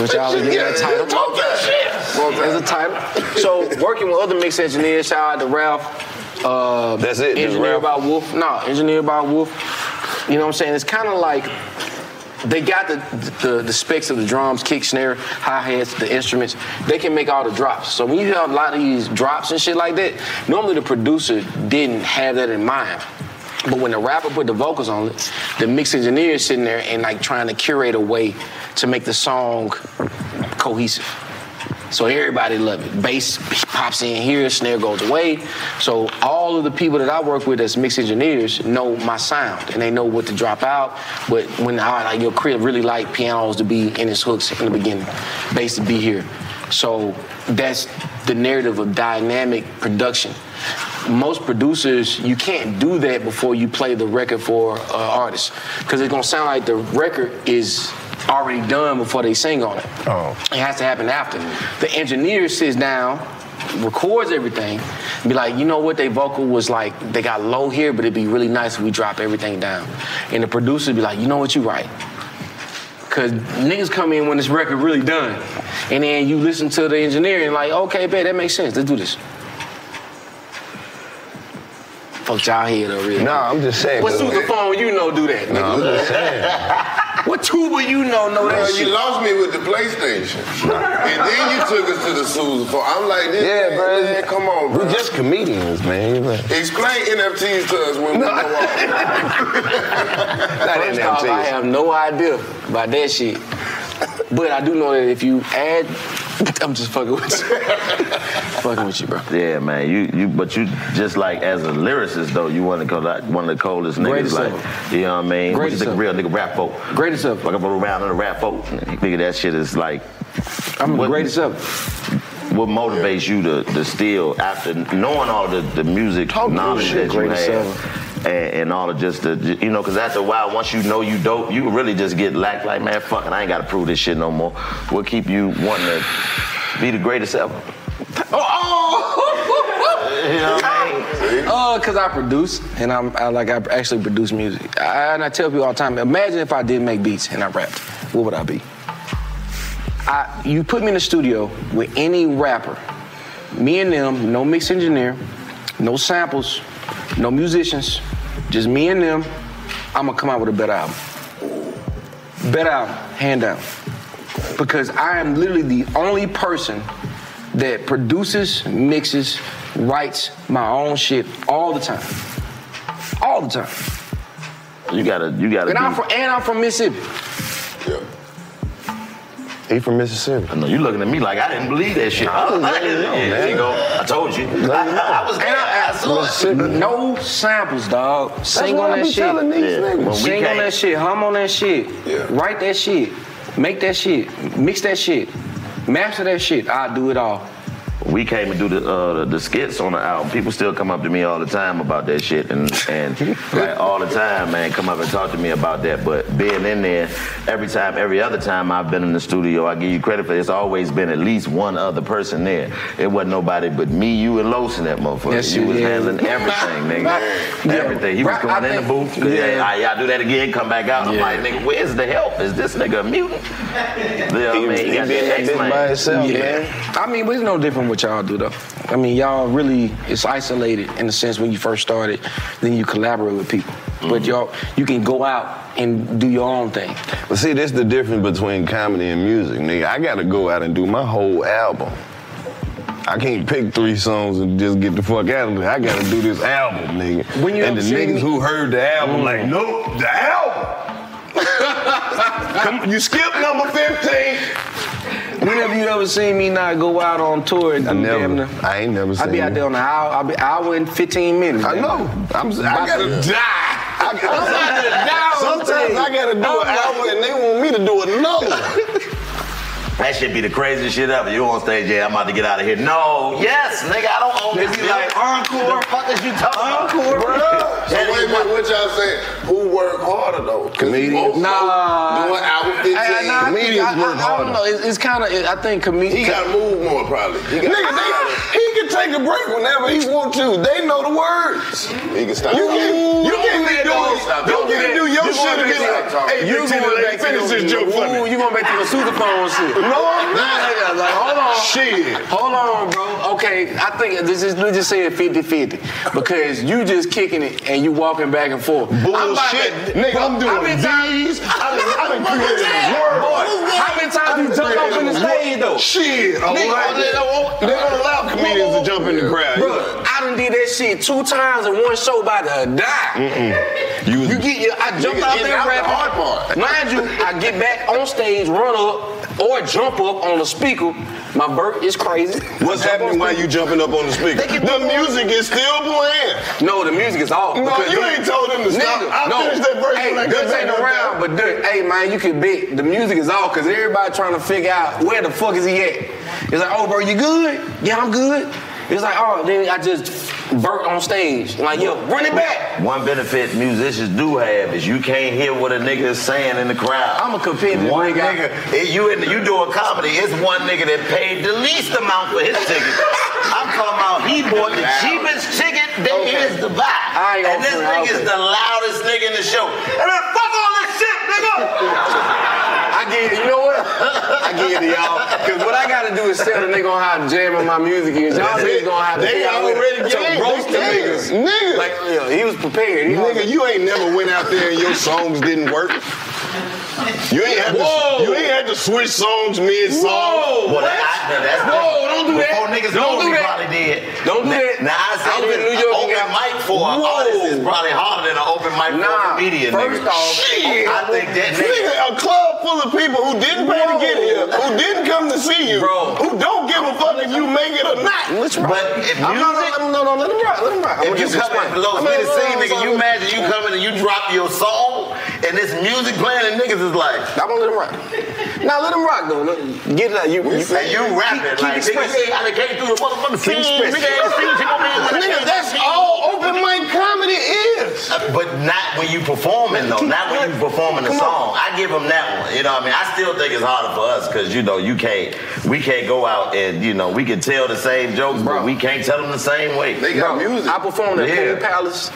Speaker 4: which I always give that
Speaker 6: Yeah,
Speaker 4: title.
Speaker 6: talk that shit.
Speaker 4: Well, as a title. So working with other mixed engineers, shout out to Ralph. Uh,
Speaker 1: That's it, just
Speaker 4: Engineer
Speaker 1: Ralph?
Speaker 4: by Wolf. No, engineer by Wolf. You know what I'm saying? It's kind of like they got the, the the specs of the drums, kick, snare, hi hats, the instruments. They can make all the drops. So when you have a lot of these drops and shit like that, normally the producer didn't have that in mind. But when the rapper put the vocals on it, the mix engineer is sitting there and like trying to curate a way to make the song cohesive. So everybody love it. Bass pops in here, snare goes away. So all of the people that I work with as mix engineers know my sound and they know what to drop out. But when I like your crib really like pianos to be in its hooks in the beginning, bass to be here. So that's the narrative of dynamic production. Most producers, you can't do that before you play the record for an artist because it's gonna sound like the record is already done before they sing on it.
Speaker 1: Oh.
Speaker 4: It has to happen after. The engineer sits down, records everything, be like, you know what, they vocal was like, they got low here, but it'd be really nice if we drop everything down. And the producer be like, you know what, you right. Cause niggas come in when this record really done. And then you listen to the engineer and like, okay, bet that makes sense. Let's do this. Fuck y'all head up, really.
Speaker 1: Nah, I'm just saying.
Speaker 4: What
Speaker 1: cause
Speaker 4: sousaphone you know do that?
Speaker 1: Nah, I'm
Speaker 4: nigga?
Speaker 1: just saying.
Speaker 4: What tuba you know know that
Speaker 6: Well,
Speaker 4: shit?
Speaker 6: you lost me with the PlayStation, and then you took us to the Susan for. I'm like, this, yeah, man,
Speaker 1: bro.
Speaker 6: man, come on, bro.
Speaker 1: We're just comedians, man. You know.
Speaker 6: Explain NFTs to us when we go off.
Speaker 4: First off, I have no idea about that shit. But I do know that if you add, I'm just fucking with you. fucking with you, bro.
Speaker 5: Yeah, man. You you but you just like as a lyricist though, you want to go like one of the coldest niggas.
Speaker 4: Greatest
Speaker 5: Like,
Speaker 4: ever.
Speaker 5: you know what I mean?
Speaker 4: Greatest
Speaker 5: what you think
Speaker 4: ever.
Speaker 5: a real nigga rap folk?
Speaker 4: Greatest ever.
Speaker 5: Like I'm around in the rap folk. Nigga, that shit is like.
Speaker 4: I'm the
Speaker 5: What-
Speaker 4: greatest ever.
Speaker 5: What motivates you to, to still after knowing all the, the music
Speaker 4: your
Speaker 5: knowledge
Speaker 4: shit,
Speaker 5: that you
Speaker 4: greatest
Speaker 5: have? And, and all of just the, you know, because after a while, once you know you dope, you really just get lack like, man, fucking, I ain't got to prove this shit no more. What keep you wanting to be the greatest ever?
Speaker 4: Oh!
Speaker 5: You know what I mean?
Speaker 4: Uh, cause I produce and I'm I, like I actually produce music. I, and I tell people all the time, imagine if I didn't make beats and I rapped, what would I be? I, you put me in the studio with any rapper, me and them, no mix engineer, no samples, no musicians, just me and them. I'm gonna come out with a better album. Better album, hand down, because I am literally the only person that produces, mixes, writes my own shit all the time, all the time.
Speaker 5: You gotta, you gotta. be-
Speaker 4: And I'm from and I'm from Mississippi.
Speaker 1: He from Mississippi.
Speaker 5: I know you looking at me like I didn't believe that shit. I, I didn't know, yeah, man. Go, I told you. I, I, I was there. I saw it.
Speaker 4: No samples, dog. Sing
Speaker 6: what
Speaker 4: on
Speaker 6: I
Speaker 4: that
Speaker 6: be
Speaker 4: shit.
Speaker 6: telling these Yeah, niggas. when we
Speaker 4: Sing on
Speaker 5: came-
Speaker 4: that shit. Hum on that shit.
Speaker 6: Yeah.
Speaker 4: Write that shit. Make that shit. Mix that shit. Master that shit. I'll do it all.
Speaker 5: we came and do the, uh, the skits on the album. People still come up to me all the time about that shit, and and like all the time, man, come up and talk to me about that. But being in there, every time, every other time I've been in the studio, I give you credit for it. It's always been at least one other person there. It wasn't nobody but me, you, and Los in that motherfucker.
Speaker 4: Yes,
Speaker 5: you
Speaker 4: you
Speaker 5: was
Speaker 4: did.
Speaker 5: handling everything, nigga. everything. He was
Speaker 4: Right, I
Speaker 5: going in the
Speaker 4: think-
Speaker 5: booth. Yeah,
Speaker 4: yeah.
Speaker 5: I, y'all do that again. Come back out.
Speaker 4: Yeah.
Speaker 5: I'm like, nigga, where's the help? Is this nigga a mutant? Yeah,
Speaker 4: He-
Speaker 5: man,
Speaker 4: he
Speaker 5: got that
Speaker 4: been that bitch
Speaker 5: X-Man.
Speaker 4: by himself, man. I mean, but it's no different what y'all do though. I mean, y'all really it's isolated in the sense when you first started, then you collaborate with people.
Speaker 1: Mm-hmm.
Speaker 4: But y'all, you can go out and do your own thing.
Speaker 1: But see, that's the difference between comedy and music, nigga. I gotta go out and do my whole album. I can't pick three songs and just get the fuck out of it. I gotta do this album, nigga.
Speaker 6: When you
Speaker 1: and
Speaker 6: ever
Speaker 1: the
Speaker 6: seen
Speaker 1: niggas
Speaker 6: me-
Speaker 1: who heard the album,
Speaker 6: Mm.
Speaker 1: like, nope, the album. Come, you skipped number 15.
Speaker 4: Whenever you ever seen me not go out on tour and do I
Speaker 1: never-
Speaker 4: damn near,
Speaker 1: I ain't never
Speaker 4: I be
Speaker 1: seen
Speaker 4: out
Speaker 1: you.
Speaker 4: there on an hour, I'll be hour and fifteen minutes.
Speaker 1: I know. I'm, I gotta die. I, I'm about to die. on
Speaker 6: Sometimes I gotta do an album and they want me to do another. one.
Speaker 5: That should be the craziest shit ever. You on stage, yeah, I'm about to get out of here. No, yes, nigga, I don't own
Speaker 6: They
Speaker 5: this.
Speaker 6: be
Speaker 5: bitch.
Speaker 6: like, "Encore."
Speaker 5: The fuck is you talking
Speaker 6: Encore,
Speaker 5: about?
Speaker 6: bruh. So wait a minute, what y'all saying? Who work harder though? Cause most
Speaker 4: Nah.
Speaker 6: folks doing album 15.
Speaker 4: Hey, nah, I think- I- I- I don't know. It's, it's kind of. I think
Speaker 6: He
Speaker 4: comedians.
Speaker 6: gotta move more probably. He gotta-
Speaker 1: Nigga, they, he can take a break whenever he want to. They know the words.
Speaker 6: He can stop.
Speaker 1: You can, you can be doing, you can do your shit and be like, hey,
Speaker 4: you
Speaker 1: you
Speaker 4: going back
Speaker 1: can finish
Speaker 4: to
Speaker 1: this joke for me.
Speaker 4: Ooh, you going back to the sousaphone shit?
Speaker 1: No, I'm not.
Speaker 4: Like, like, hold on.
Speaker 1: Shit.
Speaker 4: Hold on, bro. Okay, I think this is let's just say it 50-50 because you just kicking it and you walking back and forth.
Speaker 6: Bullshit. Nigga, I'm doing
Speaker 4: these.
Speaker 6: I done- I done created a world.
Speaker 4: How many times you jump up in the stage though?
Speaker 6: Shit, a
Speaker 4: Nigga,
Speaker 6: lot.
Speaker 4: they don't-
Speaker 6: They don't allow comedians to jump in the crowd.
Speaker 4: Bro, I done did that shit two times in one show by the die.
Speaker 6: Mm-mm. You was-
Speaker 4: You get your, I jumped
Speaker 6: Nigga,
Speaker 4: out
Speaker 6: getting
Speaker 4: there
Speaker 6: out the
Speaker 4: rapping.
Speaker 6: hard part.
Speaker 4: Mind you, I get back on stage, run up, or jump up on the speaker. My burp is crazy.
Speaker 6: What's
Speaker 4: I jump
Speaker 6: happening
Speaker 4: on
Speaker 6: while you
Speaker 4: speaker.
Speaker 6: jumping up on the speaker?
Speaker 4: They can
Speaker 6: The
Speaker 4: do it.
Speaker 6: music is still playing.
Speaker 4: No, the music is off.
Speaker 6: No,
Speaker 4: because
Speaker 6: you
Speaker 4: they-
Speaker 6: ain't told them to stop.
Speaker 4: Nigga,
Speaker 6: I
Speaker 4: no.
Speaker 6: finished that verse
Speaker 4: Hey,
Speaker 6: when I got
Speaker 4: this
Speaker 6: back
Speaker 4: ain't
Speaker 6: up
Speaker 4: around, but dude, hey man, you can bet the music is off because everybody trying to figure out where the fuck is he at. It's like, oh bro, you good? Yeah, I'm good. It's like, oh, then I just burnt on stage. Like, yo, run it back.
Speaker 5: One benefit musicians do have is you can't hear what a nigga is saying in the crowd.
Speaker 4: I'm a competitive
Speaker 5: One
Speaker 4: nigga.
Speaker 5: nigga, if you in, you do a comedy. It's one nigga that paid the least amount for his ticket. I'm talking about he bought the cheapest ticket there is to buy,
Speaker 4: ain't
Speaker 5: and
Speaker 4: gonna
Speaker 5: this
Speaker 4: put it out
Speaker 5: nigga is
Speaker 4: there.
Speaker 5: the loudest nigga in the show. And then fuck all this shit, nigga.
Speaker 4: I get you know what? I get it, y'all. Cause what I gotta do is tell the nigga on how to jam on my music is. Y'all
Speaker 6: That's
Speaker 4: niggas
Speaker 6: it.
Speaker 4: gonna have to
Speaker 6: They
Speaker 4: figure out a way
Speaker 6: already
Speaker 4: to
Speaker 6: get it.
Speaker 4: roast the
Speaker 6: They can.
Speaker 4: niggas.
Speaker 6: Nigga.
Speaker 4: Like, yeah, he was prepared. He
Speaker 6: Nigga, you ain't never went out there and your songs didn't work. You ain't had
Speaker 4: Whoa.
Speaker 6: to, you ain't had to switch songs mid song.
Speaker 4: Whoa,
Speaker 5: Well, that, I, now that's
Speaker 4: Whoa, don't do that.
Speaker 5: Before niggas
Speaker 4: Don't
Speaker 5: know
Speaker 4: do
Speaker 5: we
Speaker 4: that.
Speaker 5: probably did.
Speaker 4: Don't do
Speaker 5: now,
Speaker 4: that.
Speaker 5: Now I say
Speaker 4: I was in
Speaker 5: this,
Speaker 4: New York and
Speaker 5: open
Speaker 4: got-
Speaker 5: mic for an
Speaker 4: Whoa.
Speaker 5: artist is probably harder than an open mic for a
Speaker 4: Nah,
Speaker 5: comedian,
Speaker 4: first
Speaker 5: nigga.
Speaker 4: off,
Speaker 5: Shit. I think that nigga.
Speaker 6: Nigga, a club full of people who didn't pay to get here, who didn't come to see you,
Speaker 4: Bro.
Speaker 6: who don't give a fuck if you make it or not.
Speaker 4: What's wrong?
Speaker 5: But if
Speaker 4: I'm not,
Speaker 5: music-
Speaker 4: no, no, no, let him rock, let him rock. I'm
Speaker 5: If
Speaker 4: gonna
Speaker 5: you
Speaker 4: just
Speaker 5: come in
Speaker 4: explain.
Speaker 5: below
Speaker 4: I'm gonna-
Speaker 5: the scene, nigga, you
Speaker 4: I'm gonna-
Speaker 5: imagine you coming and you drop your song and this music playing and niggas is like,
Speaker 4: I'm gonna let him rock. Now let him rock though. Let- Get it out. You,
Speaker 5: and you rapping
Speaker 4: Keep, keep
Speaker 5: like, nigga,
Speaker 4: expressing.
Speaker 5: you ain't- I done came through the motherfucking
Speaker 4: Keep
Speaker 5: scene, nigga,
Speaker 4: expressing.
Speaker 5: ain't seen you over here.
Speaker 6: Nigga, that's all open mic comedy is.
Speaker 5: But not when you performing though. Not when you performing a
Speaker 4: Come
Speaker 5: song.
Speaker 4: on.
Speaker 5: I give them that one. You know what I mean? I still think it's harder for us because you know you can't. We can't go out and you know we can tell the same jokes, but we can't tell them the same way.
Speaker 6: They got music.
Speaker 4: I performed at
Speaker 5: Yeah.
Speaker 4: Pool Palace,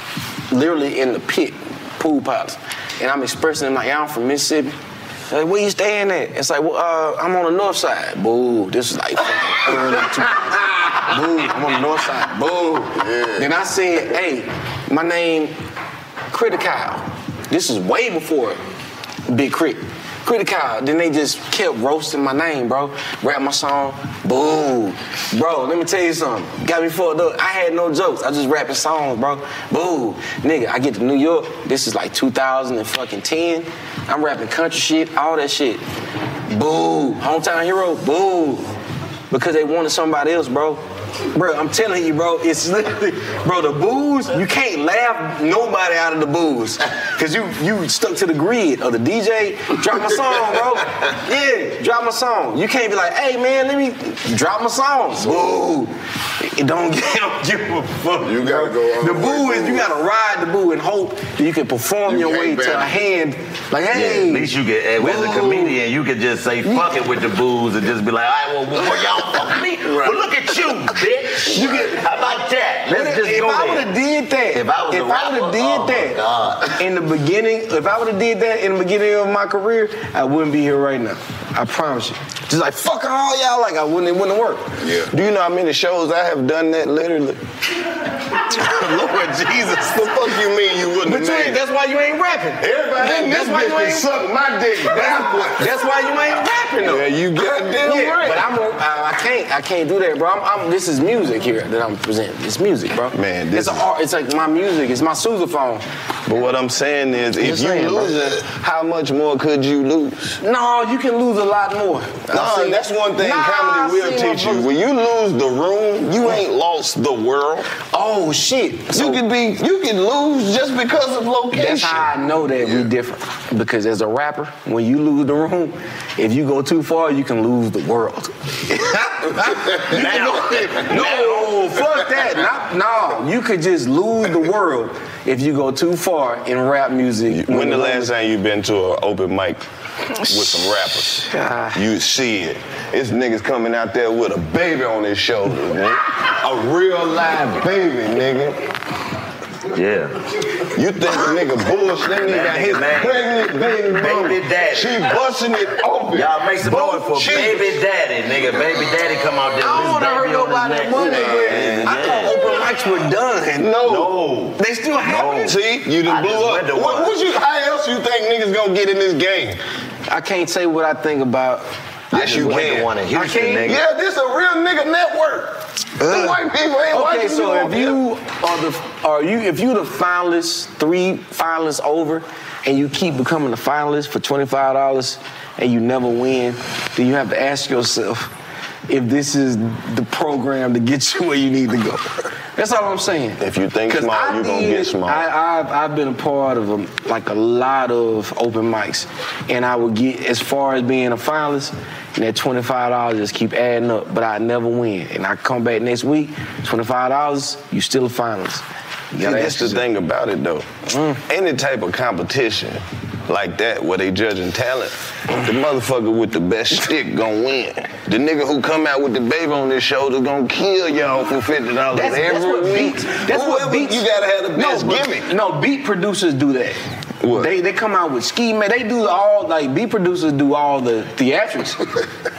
Speaker 4: literally in the pit, Pool Palace. And I'm expressing, like, I'm from Mississippi. They're Like, where you staying at? It's like, well, uh, I'm on the north side. Boo, this is like fucking early 2000s. Boo, I'm on the north side. Boo. Then I said, hey, my name, Critic Kyle. This is way before Big Crit. Critic Kyle. Then they just kept roasting my name, bro. Rap my song, boo. Bro, let me tell you something. Got me fucked up. I had no jokes. I just rapping songs, bro. Boo. Nigga, I get to New York. This is like 2010. I'm rapping country shit, all that shit. Boo. Hometown hero, boo. Because they wanted somebody else, bro. Bro, I'm telling you, bro, it's literally, bro, the booze, you can't laugh nobody out of the booze. Cause you you stuck to the grid of the DJ, drop my song, bro. Yeah, drop my song. You can't be like, hey man, let me drop my song. Boo. It don't, it don't give a fuck. You gotta go. The boo is you gotta ride the boo and hope that you can perform your way
Speaker 5: can't
Speaker 4: to a
Speaker 5: back.
Speaker 4: hand. Like,
Speaker 5: Yeah,
Speaker 4: hey.
Speaker 5: at least you can, as a
Speaker 4: boo.
Speaker 5: comedian, you can just say fuck it with the booze and just be like, I want more. Y'all fuck me. But look at you, bitch. You get, how about that? Let's
Speaker 4: If-
Speaker 5: just
Speaker 4: if
Speaker 5: go
Speaker 4: I
Speaker 5: there.
Speaker 4: would have did that,
Speaker 5: If I was a
Speaker 4: would
Speaker 5: rapper,
Speaker 4: have did
Speaker 5: oh my
Speaker 4: that in the beginning, if I would have did that in the beginning of my career, I wouldn't be here right now. I promise you. Just like fuck all y'all, like I wouldn't. It wouldn't work.
Speaker 6: Yeah. Do you know how many shows I have done that literally? Lord Jesus, the fuck you mean you wouldn't?
Speaker 4: But you ain't, that's why you ain't rapping.
Speaker 6: Everybody in
Speaker 4: that's
Speaker 6: this
Speaker 4: why
Speaker 6: bitch
Speaker 4: you
Speaker 6: can
Speaker 4: ain't
Speaker 6: suck my dick backwards.
Speaker 4: That's why you ain't rapping though.
Speaker 6: Yeah, you goddamn
Speaker 4: yeah,
Speaker 6: right.
Speaker 4: But I'm, a, I, I can't, I can't do that, bro. I'm, I'm, this is music here that I'm presenting. It's music, bro. Man, this it's a art. It's like my music. It's my sousaphone.
Speaker 1: But what I'm saying is,
Speaker 4: I'm
Speaker 1: if
Speaker 4: just
Speaker 1: you
Speaker 4: saying, bro.
Speaker 1: lose it, how much more could you lose?
Speaker 4: No, you can lose a lot more.
Speaker 1: No, and that's one thing
Speaker 4: Nah, I
Speaker 1: comedy will
Speaker 4: seen
Speaker 1: teach you. When you lose the room, you ain't lost the world.
Speaker 4: Oh shit!
Speaker 1: you can be, you can lose just because of location.
Speaker 4: That's how I know that we different. Because as a rapper, when you lose the room, if you go too far, you can lose the world. no, fuck that. Not, no, you could just lose the world if you go too far in rap music.
Speaker 1: When the last time you been to an open mic with some rappers? You see it. It's niggas coming out there with a baby on his shoulder, nigga. A real live baby, nigga.
Speaker 5: Yeah.
Speaker 1: You think the nigga bullshit? That nigga got his pregnant baby mama.
Speaker 5: Baby daddy.
Speaker 1: She busting it open.
Speaker 5: Y'all make some noise
Speaker 1: Both
Speaker 5: for
Speaker 1: cheeks.
Speaker 5: baby daddy, nigga. Baby daddy come out there.
Speaker 4: I
Speaker 5: with
Speaker 4: don't
Speaker 5: his
Speaker 4: want to
Speaker 5: baby on his
Speaker 4: hurt nobody's
Speaker 5: neck.
Speaker 4: money.
Speaker 5: Yeah,
Speaker 4: I
Speaker 5: yeah.
Speaker 4: thought open mics were done.
Speaker 1: No.
Speaker 4: They still happening.
Speaker 1: See, you done blew up. What, what you, how else you think niggas gonna get in this game?
Speaker 4: I can't say what I think about.
Speaker 1: Yes, you
Speaker 4: went to
Speaker 1: can.
Speaker 4: one in Houston, nigga.
Speaker 1: Yeah, this a real nigga network. The white people ain't
Speaker 4: okay,
Speaker 1: watching you
Speaker 4: so if you are the are you if you the finalists, three finalists over, and you keep becoming the finalist for twenty five dollars, and you never win, then you have to ask yourself if this is the program to get you where you need to go. That's all I'm saying.
Speaker 1: If you think
Speaker 4: 'Cause
Speaker 1: small,
Speaker 4: I
Speaker 1: you gonna
Speaker 4: did-
Speaker 1: get small.
Speaker 4: I, I've, I've been a part of um like a lot of open mics, and I would get as far as being a finalist, and that twenty five dollars just keep adding up, but I never win. And I come back next week, twenty five dollars, you still a finalist. You
Speaker 1: See,
Speaker 4: gotta
Speaker 1: that's
Speaker 4: ask
Speaker 1: the
Speaker 4: yourself.
Speaker 1: thing about it though. Any type of competition like that where they judging talent, the motherfucker with the best stick gonna win. The nigga who come out with the baby on his shoulder gonna kill y'all for fifty dollars
Speaker 4: That's,
Speaker 1: every
Speaker 4: that's what
Speaker 1: week.
Speaker 4: beats. That's
Speaker 1: Whoever-
Speaker 4: what beats.
Speaker 1: You gotta have the best
Speaker 4: no, but-
Speaker 1: gimmick.
Speaker 4: No, beat producers do that. They they come out with ski man. They do all like beat producers do all the theatrics.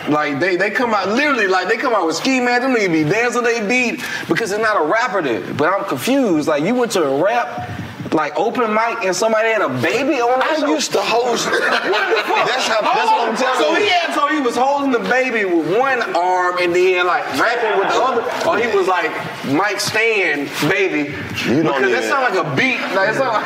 Speaker 4: like they they come out literally like they come out with ski man. Them niggas be dancing they beat because it's not a rapper there. But I'm confused. Like you went to a rap. Like open mic and somebody had a baby on that I used to host. what the fuck?
Speaker 1: That's how- that's what I'm telling
Speaker 4: So
Speaker 1: you.
Speaker 4: he had, so he was holding the baby with one arm and then like rapping with the other, or he was like Mike Stan, baby.
Speaker 5: You don't
Speaker 4: because
Speaker 5: even-
Speaker 4: that sound like a beat. Like it sound like.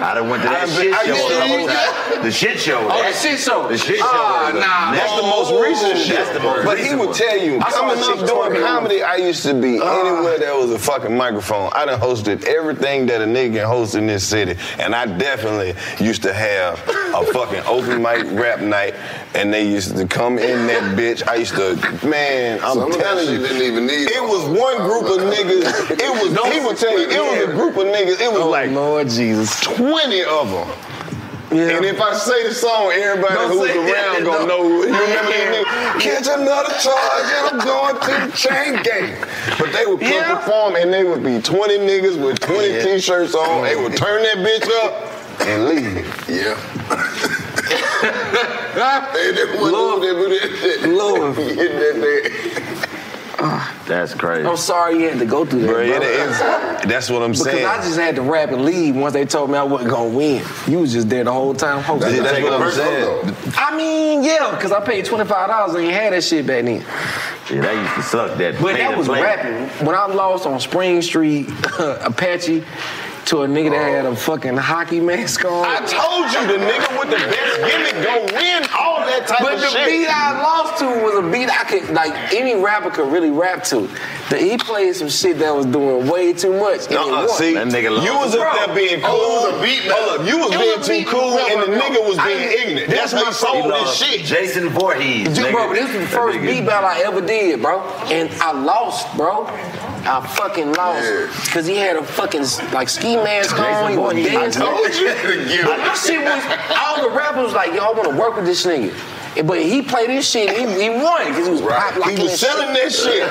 Speaker 5: I done went to that
Speaker 4: I've been-
Speaker 5: shit
Speaker 4: are you
Speaker 5: show the
Speaker 4: serious?
Speaker 5: whole time. The shit show.
Speaker 4: Oh,
Speaker 5: that-
Speaker 4: the shit show.
Speaker 5: The shit show.
Speaker 4: Ah,
Speaker 5: is a-
Speaker 4: nah,
Speaker 1: That's the most recent shit.
Speaker 5: That's the most
Speaker 1: but
Speaker 5: recent
Speaker 1: he
Speaker 5: one.
Speaker 1: would tell you,
Speaker 4: I saw
Speaker 1: coming
Speaker 4: a
Speaker 1: up
Speaker 4: chick
Speaker 1: doing
Speaker 4: twerking.
Speaker 1: comedy, I used to be
Speaker 6: Uh-huh.
Speaker 4: Ah.
Speaker 1: anywhere there was a fucking microphone. I done hosted everything that a nigga can host in this city. And I definitely used to have a fucking open mic rap night. And they used to come in that bitch. I used to, man, I'm
Speaker 6: Some of that
Speaker 1: telling
Speaker 6: shit
Speaker 1: you.
Speaker 6: didn't even need
Speaker 1: It was one group of niggas. It was, he would tell you, it was a group of niggas. It was like
Speaker 4: Lord Jesus.
Speaker 1: 20 of them.
Speaker 4: Yeah.
Speaker 1: And if I say the song, everybody
Speaker 4: Don't
Speaker 1: who's
Speaker 4: say-
Speaker 1: around
Speaker 4: yeah,
Speaker 1: gonna
Speaker 4: don't-
Speaker 1: know. You remember
Speaker 4: Yeah.
Speaker 1: that nigga? Catch another charge and I'm going to the chain gang. But they would come
Speaker 4: Yeah.
Speaker 1: perform and they would be 20 niggas with 20 t-shirts on. They would turn that bitch up and leave.
Speaker 6: Yeah. They didn't want to do that.
Speaker 4: Lord.
Speaker 6: They did that.
Speaker 5: That's crazy.
Speaker 4: I'm sorry you had to go through that.
Speaker 1: Bro, it
Speaker 4: brother.
Speaker 1: is. That's what I'm
Speaker 4: Because
Speaker 1: saying.
Speaker 4: I just had to rap and leave once they told me I wasn't gonna win. You was just there the whole time hoping.
Speaker 1: That's what I'm saying.
Speaker 4: I mean, yeah, because I paid twenty five dollars and you had that shit back then.
Speaker 5: Yeah, that used to suck. That
Speaker 4: But
Speaker 5: pay
Speaker 4: that
Speaker 5: to
Speaker 4: was
Speaker 5: play.
Speaker 4: rapping. When I lost on Spring Street, Apache, to a nigga that had a fucking hockey mask on.
Speaker 1: Oh. I told you the nigga with the best gimmick go win all that type
Speaker 4: but
Speaker 1: of
Speaker 4: the
Speaker 1: shit.
Speaker 4: beat I lost to was a beat I could like any rapper could really rap to. The, he played some shit that was doing way too much. and he
Speaker 1: Nuh-uh,
Speaker 4: won.
Speaker 1: Uh-uh,
Speaker 4: oh,
Speaker 1: see, you was up there being cool. Hold up, you was
Speaker 4: It
Speaker 1: being
Speaker 4: was a
Speaker 1: too
Speaker 4: beat
Speaker 1: cool, and
Speaker 4: battle.
Speaker 1: the nigga was
Speaker 4: I
Speaker 1: being
Speaker 4: ain't-
Speaker 1: ignorant. That's
Speaker 4: that's
Speaker 1: how
Speaker 4: my
Speaker 1: you sold
Speaker 4: problem.
Speaker 1: this shit.
Speaker 5: Jason Voorhees.
Speaker 4: Dude, bro,
Speaker 5: nigga.
Speaker 4: this is the first
Speaker 5: Nigga.
Speaker 4: beat battle I ever did, bro. And I lost, bro. I fucking lost. Cause he had a fucking like ski mask on, he was
Speaker 1: Voorhees. I
Speaker 4: dancing.
Speaker 1: told you to give
Speaker 4: But
Speaker 1: it.
Speaker 4: this shit was all the rappers was like, yo, I wanna work with this nigga. And- But he played this shit and he, he won because he was pop locking
Speaker 1: He was selling that shit.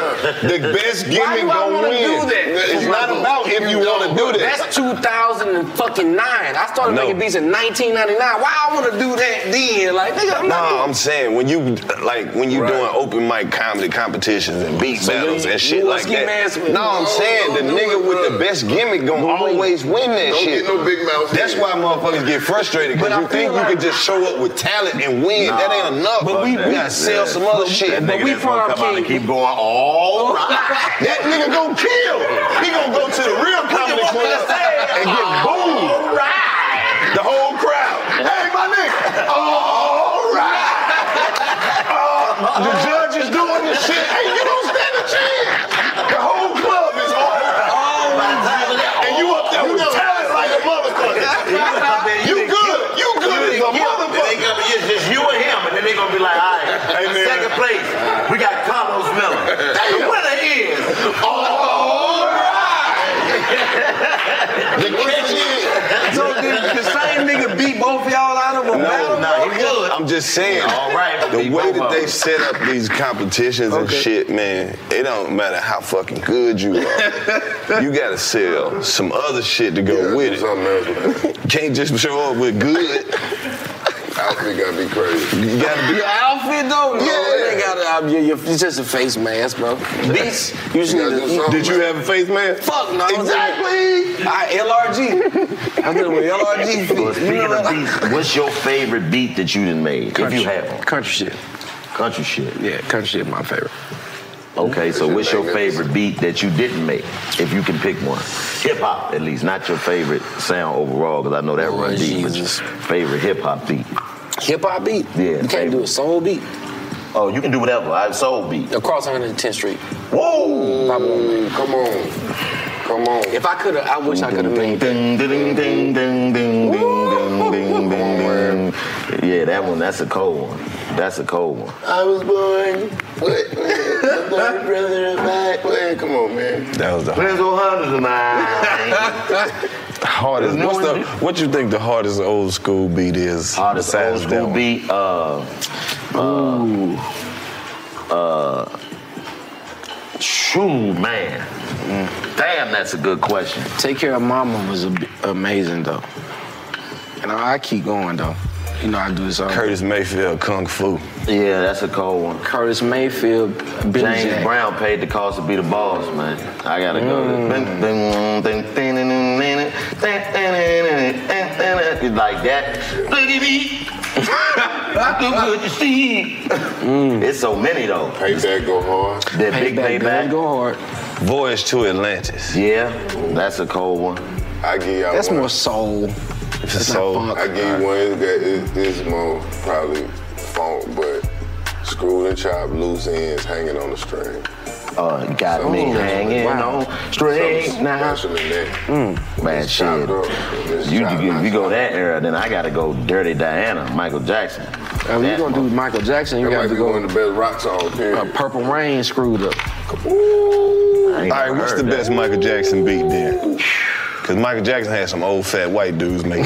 Speaker 1: The best
Speaker 4: Why
Speaker 1: gimmick
Speaker 4: do I
Speaker 1: gonna
Speaker 4: wanna
Speaker 1: win.
Speaker 4: do that?
Speaker 1: It's not about if you wanna do that.
Speaker 4: That's 2009. I started
Speaker 1: No.
Speaker 4: making beats in 1999. Why I wanna do that then? Like, nigga, I'm
Speaker 1: no,
Speaker 4: not doing
Speaker 1: I'm saying when you like when you doing open mic comedy competitions and beat
Speaker 4: So
Speaker 1: battles
Speaker 4: you-
Speaker 1: and
Speaker 4: you
Speaker 1: shit
Speaker 4: a
Speaker 1: like
Speaker 4: ski
Speaker 1: that.
Speaker 4: mask with-
Speaker 1: No, I'm
Speaker 4: Don't-
Speaker 1: saying the
Speaker 4: don't do
Speaker 1: nigga
Speaker 4: it,
Speaker 1: with the
Speaker 4: bruh.
Speaker 1: best gimmick gonna always win that
Speaker 4: Don't
Speaker 1: shit.
Speaker 4: get no big mouth
Speaker 1: That's
Speaker 4: shit.
Speaker 1: why motherfuckers get frustrated
Speaker 4: But
Speaker 1: because
Speaker 4: I
Speaker 1: you think
Speaker 4: feel
Speaker 1: you
Speaker 4: like-
Speaker 1: can just show up with talent and win.
Speaker 5: Nah.
Speaker 1: that ain't enough.
Speaker 5: But we-
Speaker 1: Fuck
Speaker 5: we-
Speaker 1: that. gotta sell
Speaker 5: yeah.
Speaker 1: some other
Speaker 5: That
Speaker 1: shit.
Speaker 5: nigga that's gonna come out and keep going all right.
Speaker 1: That nigga gonna kill. He gonna go to the real comedy club and get booed. The whole crowd. Hey, my nigga. All right. Uh, the judge is doing this shit. Hey, you don't stand a chance. The whole club is all right. And you up
Speaker 5: Oh,
Speaker 1: there with talent like a motherfucker. You good. You good as a motherfucker.
Speaker 5: It's just you and him, and then they're gonna be like, all right,
Speaker 1: Hey, man.
Speaker 5: second place, we got Carlos Miller. The winner is.
Speaker 1: All right. The catch is.
Speaker 11: So did the same nigga beat both y'all out of a battle?
Speaker 1: no, he good. I'm just saying.
Speaker 5: All right,
Speaker 1: The
Speaker 5: we
Speaker 1: way
Speaker 5: both
Speaker 1: that
Speaker 5: of
Speaker 1: they
Speaker 5: them.
Speaker 1: set up these competitions and
Speaker 5: Okay.
Speaker 1: shit, man, it don't matter how fucking good you are. you gotta sell some other shit to go with it. Can't just show up with good. Outfit gotta be crazy. You gotta be.
Speaker 4: Your outfit though, no,
Speaker 1: Yeah.
Speaker 4: it ain't got to. It's just a face mask, bro. Beats, you just need to.
Speaker 1: Did you have a face mask?
Speaker 4: Fuck no.
Speaker 1: Exactly.
Speaker 4: I LRG. I'm dealing with
Speaker 5: Well,
Speaker 4: LRG. feet. You
Speaker 5: speaking
Speaker 4: know
Speaker 5: of
Speaker 4: that?
Speaker 5: beats, what's your favorite beat that you done made? If you have one.
Speaker 4: Country shit.
Speaker 5: Country shit.
Speaker 4: Yeah, country shit my favorite.
Speaker 5: Okay, so what's your favorite beat that you didn't make, if you can pick one? Hip hop, at least, not your favorite sound overall, because I know that run deep, but your favorite hip hop beat.
Speaker 4: Hip hop beat.
Speaker 5: Yeah.
Speaker 4: You can't do a soul beat.
Speaker 5: Oh, you can do whatever. I soul beat.
Speaker 4: Across 110th Street.
Speaker 5: Whoa!
Speaker 4: Come on. Come on. If I could have, I wish I could have made that.
Speaker 5: Ding, ding, ding, ding, ding, ding, ding, ding, ding, ding. Yeah, that one. That's a cold one. That's a cold one.
Speaker 1: I was born. What? The blood brother of mine. Man, come on, man. That was the
Speaker 5: Friends or hundreds of mine.
Speaker 1: hardest.
Speaker 5: There's no
Speaker 1: What's the,
Speaker 5: one-
Speaker 1: what you think the hardest old school beat is?
Speaker 5: Hardest old
Speaker 1: besides that
Speaker 5: school
Speaker 1: one?
Speaker 5: beat. Uh, uh, uh, shoo, man. Damn, that's a good question.
Speaker 4: Take Care of Mama was a, amazing though. And I, I keep going though. You know I do this all.
Speaker 1: Curtis Mayfield, Kung Fu.
Speaker 5: Yeah, that's a cold one.
Speaker 4: Curtis Mayfield, Billy
Speaker 5: James
Speaker 4: Jack.
Speaker 5: Brown paid the cost to be the boss, man. I gotta go. To like that. Look at me. I do good to see. It's so many though.
Speaker 1: Payback go hard.
Speaker 5: That big
Speaker 4: Payback,
Speaker 5: Mm. payback.
Speaker 4: go hard.
Speaker 1: Voyage to Atlantis.
Speaker 5: Yeah, that's a cold one.
Speaker 1: I give y'all
Speaker 4: That's more soul.
Speaker 1: It's a soul.
Speaker 4: not funk.
Speaker 1: I give you one. It's, got, it's, it's more probably funk, but screwed and chopped, loose ends hanging on the string.
Speaker 5: Uh, got me
Speaker 1: Ooh,
Speaker 5: hanging
Speaker 4: wow.
Speaker 5: on straight
Speaker 1: Something
Speaker 5: now.
Speaker 1: special in that.
Speaker 5: Man,
Speaker 1: It's
Speaker 5: shit.
Speaker 1: chopped up. It's
Speaker 5: You,
Speaker 1: chopped,
Speaker 5: you,
Speaker 1: not
Speaker 5: you go
Speaker 1: chopped.
Speaker 5: that era, then I gotta go Dirty Diana, Michael Jackson.
Speaker 1: Oh,
Speaker 4: If
Speaker 5: That
Speaker 4: you're gonna do Michael Jackson, you
Speaker 1: That might
Speaker 4: got
Speaker 1: be
Speaker 4: to go
Speaker 1: one of the best rock songs,
Speaker 4: uh,
Speaker 1: period.
Speaker 4: Purple Rain screwed up.
Speaker 1: All
Speaker 5: I ain't
Speaker 1: right,
Speaker 5: never
Speaker 1: what's the
Speaker 5: heard that.
Speaker 1: best Michael Jackson beat then? Because Michael Jackson had some old fat white dudes making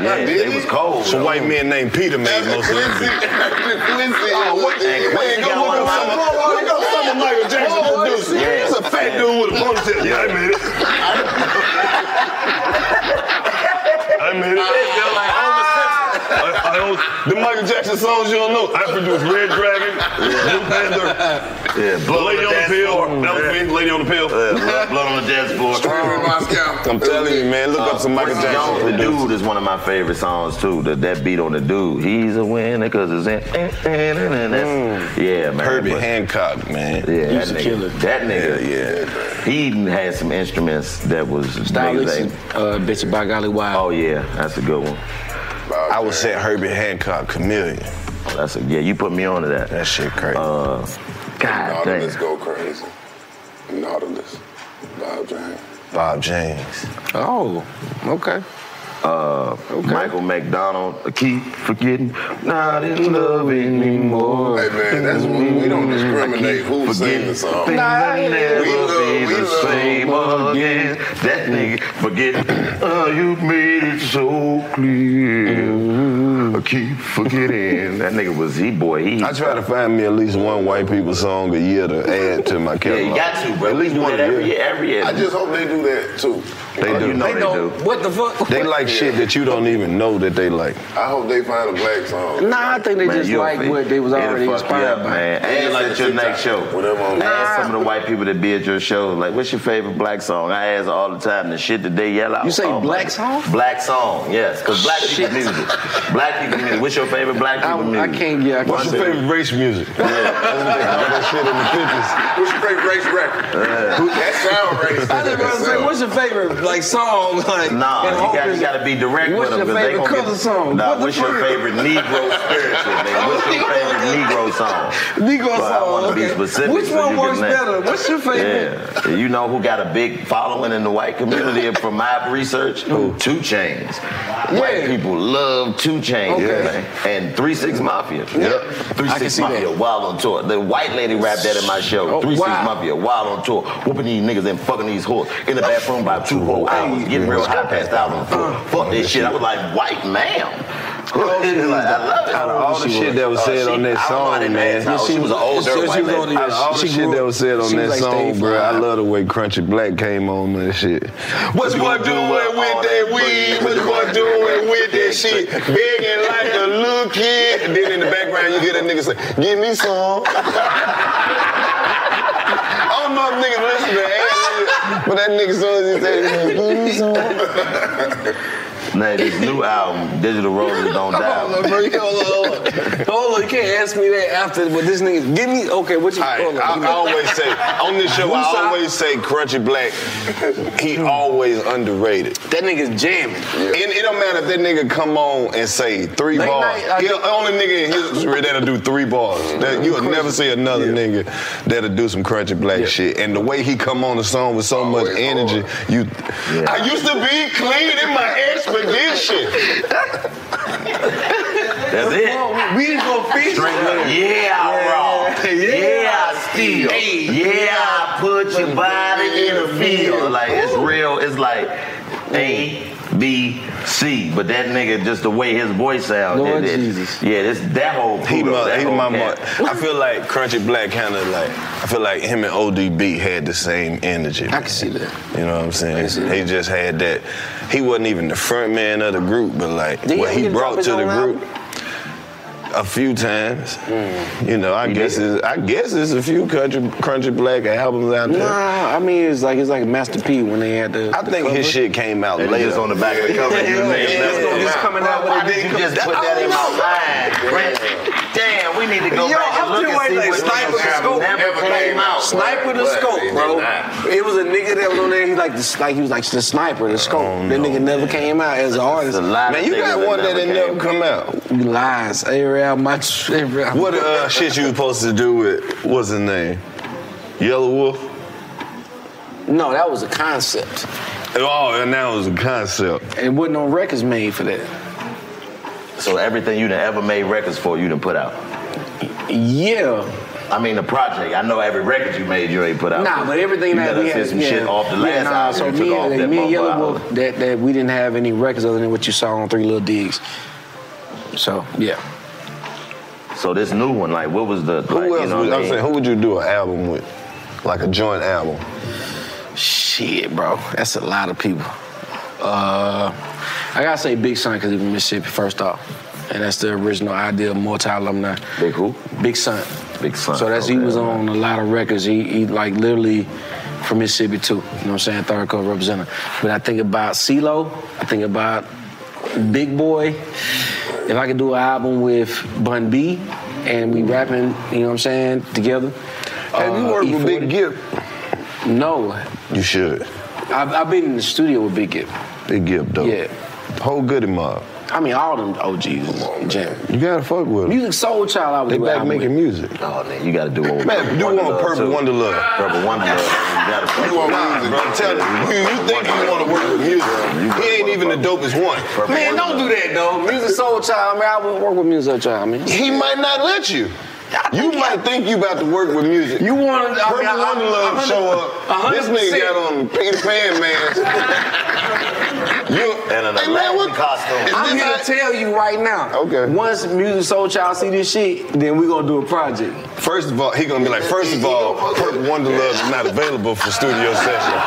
Speaker 5: Yeah, they was cold.
Speaker 1: Some
Speaker 5: though.
Speaker 1: white men named Peter made most of them beats. Oh, what the
Speaker 5: Hey,
Speaker 1: hey,
Speaker 5: Quincy
Speaker 1: man, go
Speaker 5: got
Speaker 1: look
Speaker 5: one
Speaker 1: up
Speaker 5: of
Speaker 1: some
Speaker 5: my-
Speaker 1: of- look up some of Michael Jackson
Speaker 5: Oh,
Speaker 1: producers.
Speaker 5: yeah.
Speaker 1: There's a fat
Speaker 5: Yeah.
Speaker 1: dude with a ponytail. Yeah, I made it. I made it.
Speaker 5: They're like, "Ah!"
Speaker 1: I, I don't, the Michael Jackson songs you don't know. I produced Red Dragon, Blue Panther,
Speaker 5: Yeah, blood
Speaker 1: Lady
Speaker 5: on the
Speaker 1: on the
Speaker 5: dance
Speaker 1: Pill.
Speaker 5: floor.
Speaker 1: That was me, Lady on the Pill.
Speaker 5: Yeah, blood, blood on the dance floor.
Speaker 1: my scalp. rock. I'm telling you, man. Look up some Michael
Speaker 5: Quincy
Speaker 1: Jackson.
Speaker 5: Jones, the
Speaker 1: produced.
Speaker 5: dude is one of my favorite songs too. That that beat on the dude. He's a winner because it's in. That's, yeah, man.
Speaker 1: Mm. Herbie
Speaker 5: Hancock, man. Yeah,
Speaker 1: He's
Speaker 5: that
Speaker 1: a
Speaker 5: nigga.
Speaker 1: killer.
Speaker 5: That nigga. Yeah, He even had some instruments that was.
Speaker 1: Stylists
Speaker 5: niggas
Speaker 1: and,
Speaker 5: ain't-
Speaker 4: uh,
Speaker 5: bitch by golly wild. Oh yeah, that's a good one. I was saying Herbie Hancock Chameleon. that's a, yeah. You put me onto that. That shit crazy. Uh, God damn.
Speaker 6: Nautilus go crazy. Nautilus. Bob James.
Speaker 5: Bob James. Oh, okay. Uh, Michael McDonald, I keep forgetting, not in love anymore.
Speaker 6: Hey man, that's when we
Speaker 5: Mm-hmm.
Speaker 6: don't discriminate who sings the song.
Speaker 5: Things will never
Speaker 6: we
Speaker 5: be
Speaker 6: love, we
Speaker 5: the
Speaker 6: love.
Speaker 5: same again. That nigga forget. Oh, you made it so clear. I keep forgetting. That nigga was he boy. He.
Speaker 1: I try to find me at least one white people song a year to add to my
Speaker 5: Yeah,
Speaker 1: catalog.
Speaker 5: you got to, bro. At least one
Speaker 1: one
Speaker 5: every year. Every year.
Speaker 6: I just hope they do that too.
Speaker 1: They do. they, do.
Speaker 6: What the fuck?
Speaker 1: They like shit that you don't even know that they like.
Speaker 6: I hope they find a black song.
Speaker 4: Nah, I think they just like what they was
Speaker 5: it'll
Speaker 4: already
Speaker 5: fuck you
Speaker 4: inspired
Speaker 5: up,
Speaker 4: by.
Speaker 5: Man.
Speaker 6: Yeah,
Speaker 5: And
Speaker 6: it's
Speaker 5: like
Speaker 6: like
Speaker 5: at your
Speaker 6: TikTok,
Speaker 5: next show. Ask some of the white people that be at your show, like, what's your favorite black song? I ask all the time the shit that they yell out.
Speaker 4: You say
Speaker 5: Oh, my-
Speaker 4: black song?
Speaker 5: Black song, yes. Because black people music. Black people music. What's your favorite black people
Speaker 4: I
Speaker 5: music?
Speaker 4: can't- yeah, I can't-
Speaker 5: What's your favorite race music?
Speaker 6: What's your favorite race record? That sound racist.
Speaker 4: I just want to say, what's your favorite like song? Like,
Speaker 5: Nah,
Speaker 4: and
Speaker 5: you
Speaker 4: hope
Speaker 5: gotta,
Speaker 4: it's-
Speaker 5: you gotta be direct
Speaker 4: What's
Speaker 5: with them.
Speaker 4: your
Speaker 5: 'cause they
Speaker 4: favorite
Speaker 5: gonna get-
Speaker 4: color song?
Speaker 5: Nah,
Speaker 4: What the
Speaker 5: what's your
Speaker 4: fuck?
Speaker 5: favorite Negro spiritual, nigga? What's your favorite Negro song?
Speaker 4: Negro
Speaker 5: But I
Speaker 4: song,
Speaker 5: wanna be
Speaker 4: okay.
Speaker 5: specific.
Speaker 4: Which
Speaker 5: so
Speaker 4: one
Speaker 5: you can
Speaker 4: works
Speaker 5: name-
Speaker 4: better? What's your favorite?
Speaker 5: Yeah. You know who got a big following in the white community from my research? Two Chains. White people love Two Chains,
Speaker 6: Okay.
Speaker 5: man. And Three Six Mafia. Yep. Three
Speaker 6: I can
Speaker 5: Six
Speaker 6: see that.
Speaker 5: Mafia wild on tour. The white lady rapped that in my show.
Speaker 6: Oh,
Speaker 5: Three Six
Speaker 6: wow.
Speaker 5: Mafia wild on tour, whooping these niggas and fucking these whores in the bathroom by two whole hours, getting real high past out on the floor.
Speaker 1: Uh.
Speaker 5: Fuck this shit. I was like, white ma'am. Like, I love it.
Speaker 1: Oh, Out of all the shit that was
Speaker 5: Uh,
Speaker 1: said
Speaker 5: she-
Speaker 1: on that
Speaker 5: I don't know, I
Speaker 1: song,
Speaker 5: didn't
Speaker 1: man.
Speaker 5: ask her. she was an older white lady.
Speaker 1: Out of all the shit that was said on that song, bro. I love the way Crunchy Black came on and shit.
Speaker 6: What's boy doing with that weed? What's boy doing with that shit? Begging like a little kid. And then in the background, you hear that nigga say, "Give me some." I don't know if niggas listen to that, but that nigga song just said, "Give me some."
Speaker 5: Nah, this new album, Digital Roses Don't
Speaker 4: Hold on,
Speaker 5: Die.
Speaker 4: bro. You- Hold
Speaker 1: uh,
Speaker 4: on, hold on. Hold on, you can't ask me that after, but this nigga, give me, okay, what you, hold on.
Speaker 1: I, I always say on this show, I
Speaker 4: Woosah.
Speaker 1: always say Crunchy Black. He always underrated.
Speaker 4: That nigga's jamming.
Speaker 1: And it don't matter if that nigga come on and say three
Speaker 6: Late
Speaker 1: bars.
Speaker 6: night, I
Speaker 1: he the
Speaker 6: think-
Speaker 1: only nigga in history that'll do three bars. That, you'll never see another nigga that'll do some Crunchy Black shit. And the way he come on the song with so much energy, you.
Speaker 6: I used to be clean in my expedition.
Speaker 5: That's it.
Speaker 6: We just gonna feast.
Speaker 5: Straight up, yeah, I'm raw. Yeah, I steal. Yeah, I put your body in the field. Like, it's real. It's like A, B, C. But that nigga, just the way his voice sounds.
Speaker 1: Lord
Speaker 5: it- it- Yeah, this, that whole
Speaker 1: He
Speaker 5: Pluto,
Speaker 1: my,
Speaker 5: that
Speaker 1: he
Speaker 5: whole
Speaker 1: my
Speaker 5: cat.
Speaker 1: mo- I feel like Crunchy Black kind of like. I feel like him and ODB had the same energy. I can see that. You know what I'm saying? He just had that. He wasn't even the front man of the group, but like
Speaker 6: Did he
Speaker 1: what
Speaker 6: ever
Speaker 1: he
Speaker 6: drop
Speaker 1: brought
Speaker 6: his
Speaker 1: to the
Speaker 6: own album? Mm.
Speaker 1: group. A few times, you know. I guess it's, I guess it's a few country, crunchy black albums out there.
Speaker 4: Nah, I mean, it's like, it's like Master P when they had the.
Speaker 1: I think his shit came out
Speaker 4: And it's
Speaker 1: later
Speaker 4: just on the back of the
Speaker 5: cover, you niggas never know.
Speaker 1: coming out
Speaker 5: Why did Oh, you just put that in my mind? Damn, we need to go
Speaker 4: Yo,
Speaker 5: back and
Speaker 4: I'm
Speaker 5: look
Speaker 4: just
Speaker 5: and
Speaker 4: waiting,
Speaker 5: see
Speaker 4: like,
Speaker 5: what
Speaker 4: Sniper
Speaker 5: niggas
Speaker 4: the Scope
Speaker 5: never came out.
Speaker 4: Sniper the
Speaker 5: But-
Speaker 4: Scope, bro. It was a nigga that was on there, he like, the, like he was like the Sniper, the Scope. That nigga never came out as an artist.
Speaker 5: lot Man, of you got niggas that one that never didn't
Speaker 1: never come out.
Speaker 4: You lies. Every album, my, every album.
Speaker 1: What uh, shit you was supposed to do with what's his name? Yellow Wolf.
Speaker 4: No, that was a concept.
Speaker 1: Oh, and that was a concept.
Speaker 4: It wasn't no records made for that.
Speaker 5: So everything you done ever made records for, you done put out.
Speaker 4: Yeah.
Speaker 5: I mean the project. I know every record you made, you ain't put out.
Speaker 4: Nah, but everything
Speaker 5: you
Speaker 4: that
Speaker 5: gotta
Speaker 4: we
Speaker 5: send
Speaker 4: had,
Speaker 5: some
Speaker 4: yeah.
Speaker 5: shit off the
Speaker 4: Yeah,
Speaker 5: last
Speaker 4: nah,
Speaker 5: album.
Speaker 4: So
Speaker 5: you
Speaker 4: me,
Speaker 5: took off
Speaker 4: and-
Speaker 5: that
Speaker 4: me and
Speaker 5: motherfucker.
Speaker 4: Yellow Wolf, that, that we didn't have any records other than what you saw on Three Little Digs. So yeah.
Speaker 5: So this new one, like, what was the?
Speaker 1: Who
Speaker 5: like,
Speaker 1: else?
Speaker 5: You know
Speaker 1: would,
Speaker 5: what I
Speaker 1: I'm
Speaker 5: mean?
Speaker 1: saying, who would you do an album with? Like a joint album.
Speaker 4: Shit, bro. That's a lot of people. Uh, I gotta say Big Son because he's from Mississippi first off, and that's the original idea of multi alumni. Big who? Big Son.
Speaker 5: Big Son.
Speaker 4: So that's he was on a lot of records. He, he like literally from Mississippi too. You know what I'm saying? Third coast representative. But I think about CeeLo, I think about Big Boy. If I could do an album with Bun B and we rapping, you know what I'm saying, together. Uh, E
Speaker 1: Have you worked with Big Gift?
Speaker 4: No.
Speaker 1: You should.
Speaker 4: I've, I've been in the studio with Big Gift.
Speaker 1: Big Gift, though.
Speaker 4: Yeah.
Speaker 1: Whole goody mob.
Speaker 4: I mean, all them OGs. Jam.
Speaker 1: You gotta fuck with 'em.
Speaker 4: Music Soul Child, I was
Speaker 1: They
Speaker 4: with
Speaker 1: back
Speaker 4: Al
Speaker 1: making
Speaker 4: Win.
Speaker 1: music.
Speaker 5: Oh, man, you got to do one.
Speaker 1: Man, do one Purple Wonder Love.
Speaker 5: Purple Wonder Love. You got to
Speaker 1: You want music, bro. Tell him. You, you think you want to work with music. He ain't even the dopest one.
Speaker 4: Man, don't do that, though. Music Soul Child, man. I wouldn't work with Music Soul Child, man.
Speaker 1: He might not let you. You might think you about to work with music.
Speaker 4: You want
Speaker 1: Purple Wonder Love show up. This nigga got on Peter Pan man. you
Speaker 5: And an
Speaker 1: Hey, man, what-
Speaker 5: Aladdin costume.
Speaker 4: I'm
Speaker 1: Did
Speaker 4: here
Speaker 1: I-
Speaker 4: to tell you right now.
Speaker 1: Okay.
Speaker 4: Once Music Soul Child see this shit, then we gonna do a project.
Speaker 1: First of all, he gonna be like, first of all, Purple Wonder Love is not available for studio session.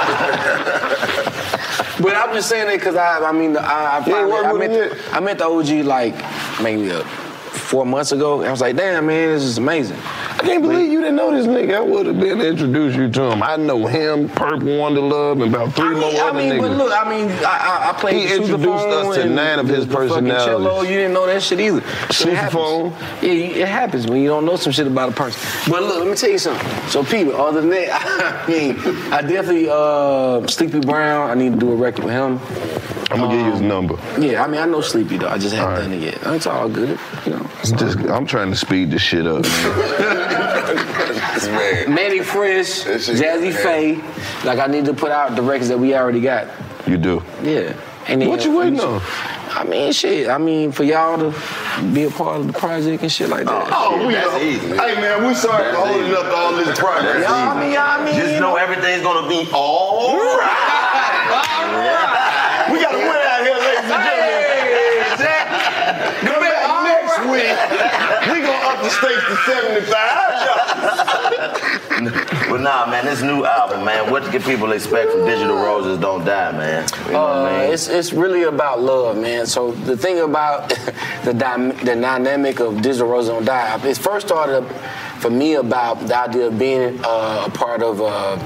Speaker 4: But I'm just saying that because I, I mean, I, I, finally-
Speaker 1: work
Speaker 4: I,
Speaker 1: with
Speaker 4: met,
Speaker 1: him yet?
Speaker 4: I met the OG like maybe uh, four months ago, and I was like, damn, man, this is amazing.
Speaker 1: I can't believe you didn't know this nigga. I would have been introduced you to him. I know him, Purple Wonder Love, and about three
Speaker 4: I mean,
Speaker 1: more
Speaker 4: I
Speaker 1: other
Speaker 4: mean but
Speaker 1: niggas.
Speaker 4: look, I mean, I, I, I played
Speaker 1: He
Speaker 4: the
Speaker 1: introduced
Speaker 4: sousaphone
Speaker 1: us to
Speaker 4: and
Speaker 1: nine of his
Speaker 4: the fucking
Speaker 1: personalities.
Speaker 4: Cello. You didn't know that shit either. So it happens.
Speaker 1: Sousaphone.
Speaker 4: Yeah, you- it happens when you don't know some shit about a person. But look, let me tell you something. So people, other than that, I mean, I definitely uh, Sleepy Brown. I need to do a record with him.
Speaker 1: I'm gonna give you his number.
Speaker 4: Yeah, I mean, I know Sleepy though. I just haven't done it yet. It's all good, you know.
Speaker 1: I'm just, I'm trying to speed this shit up. man.
Speaker 4: Manny Fresh,
Speaker 1: That shit-
Speaker 4: Jazzy
Speaker 1: yeah.
Speaker 4: Faye. Like I need to put out the records that we already got.
Speaker 1: You do.
Speaker 4: Yeah. And um,
Speaker 1: What you waiting on?
Speaker 4: I mean, shit. I mean, for y'all to be a part of the project and shit like that.
Speaker 1: Oh, we
Speaker 5: That's
Speaker 1: know.
Speaker 5: easy.
Speaker 1: Hey man, we sorry
Speaker 5: That's
Speaker 1: for holding
Speaker 5: easy.
Speaker 1: up all this progress.
Speaker 5: That's
Speaker 4: Y'all, I mean, y'all, I mean,
Speaker 5: Just
Speaker 4: you
Speaker 5: know everything's gonna be all right.
Speaker 1: We got to win out here, ladies and gentlemen. Come back next week. We gonna up the stakes to 75.
Speaker 5: But nah, man, this new album, man. What can people expect from Digital Roses Don't Die, man? You know what
Speaker 4: Uh,
Speaker 5: I mean?
Speaker 4: it's it's really about love, man. So the thing about the dy- the dynamic of Digital Rose Don't Die, it first started for me about the idea of being uh, a part of uh,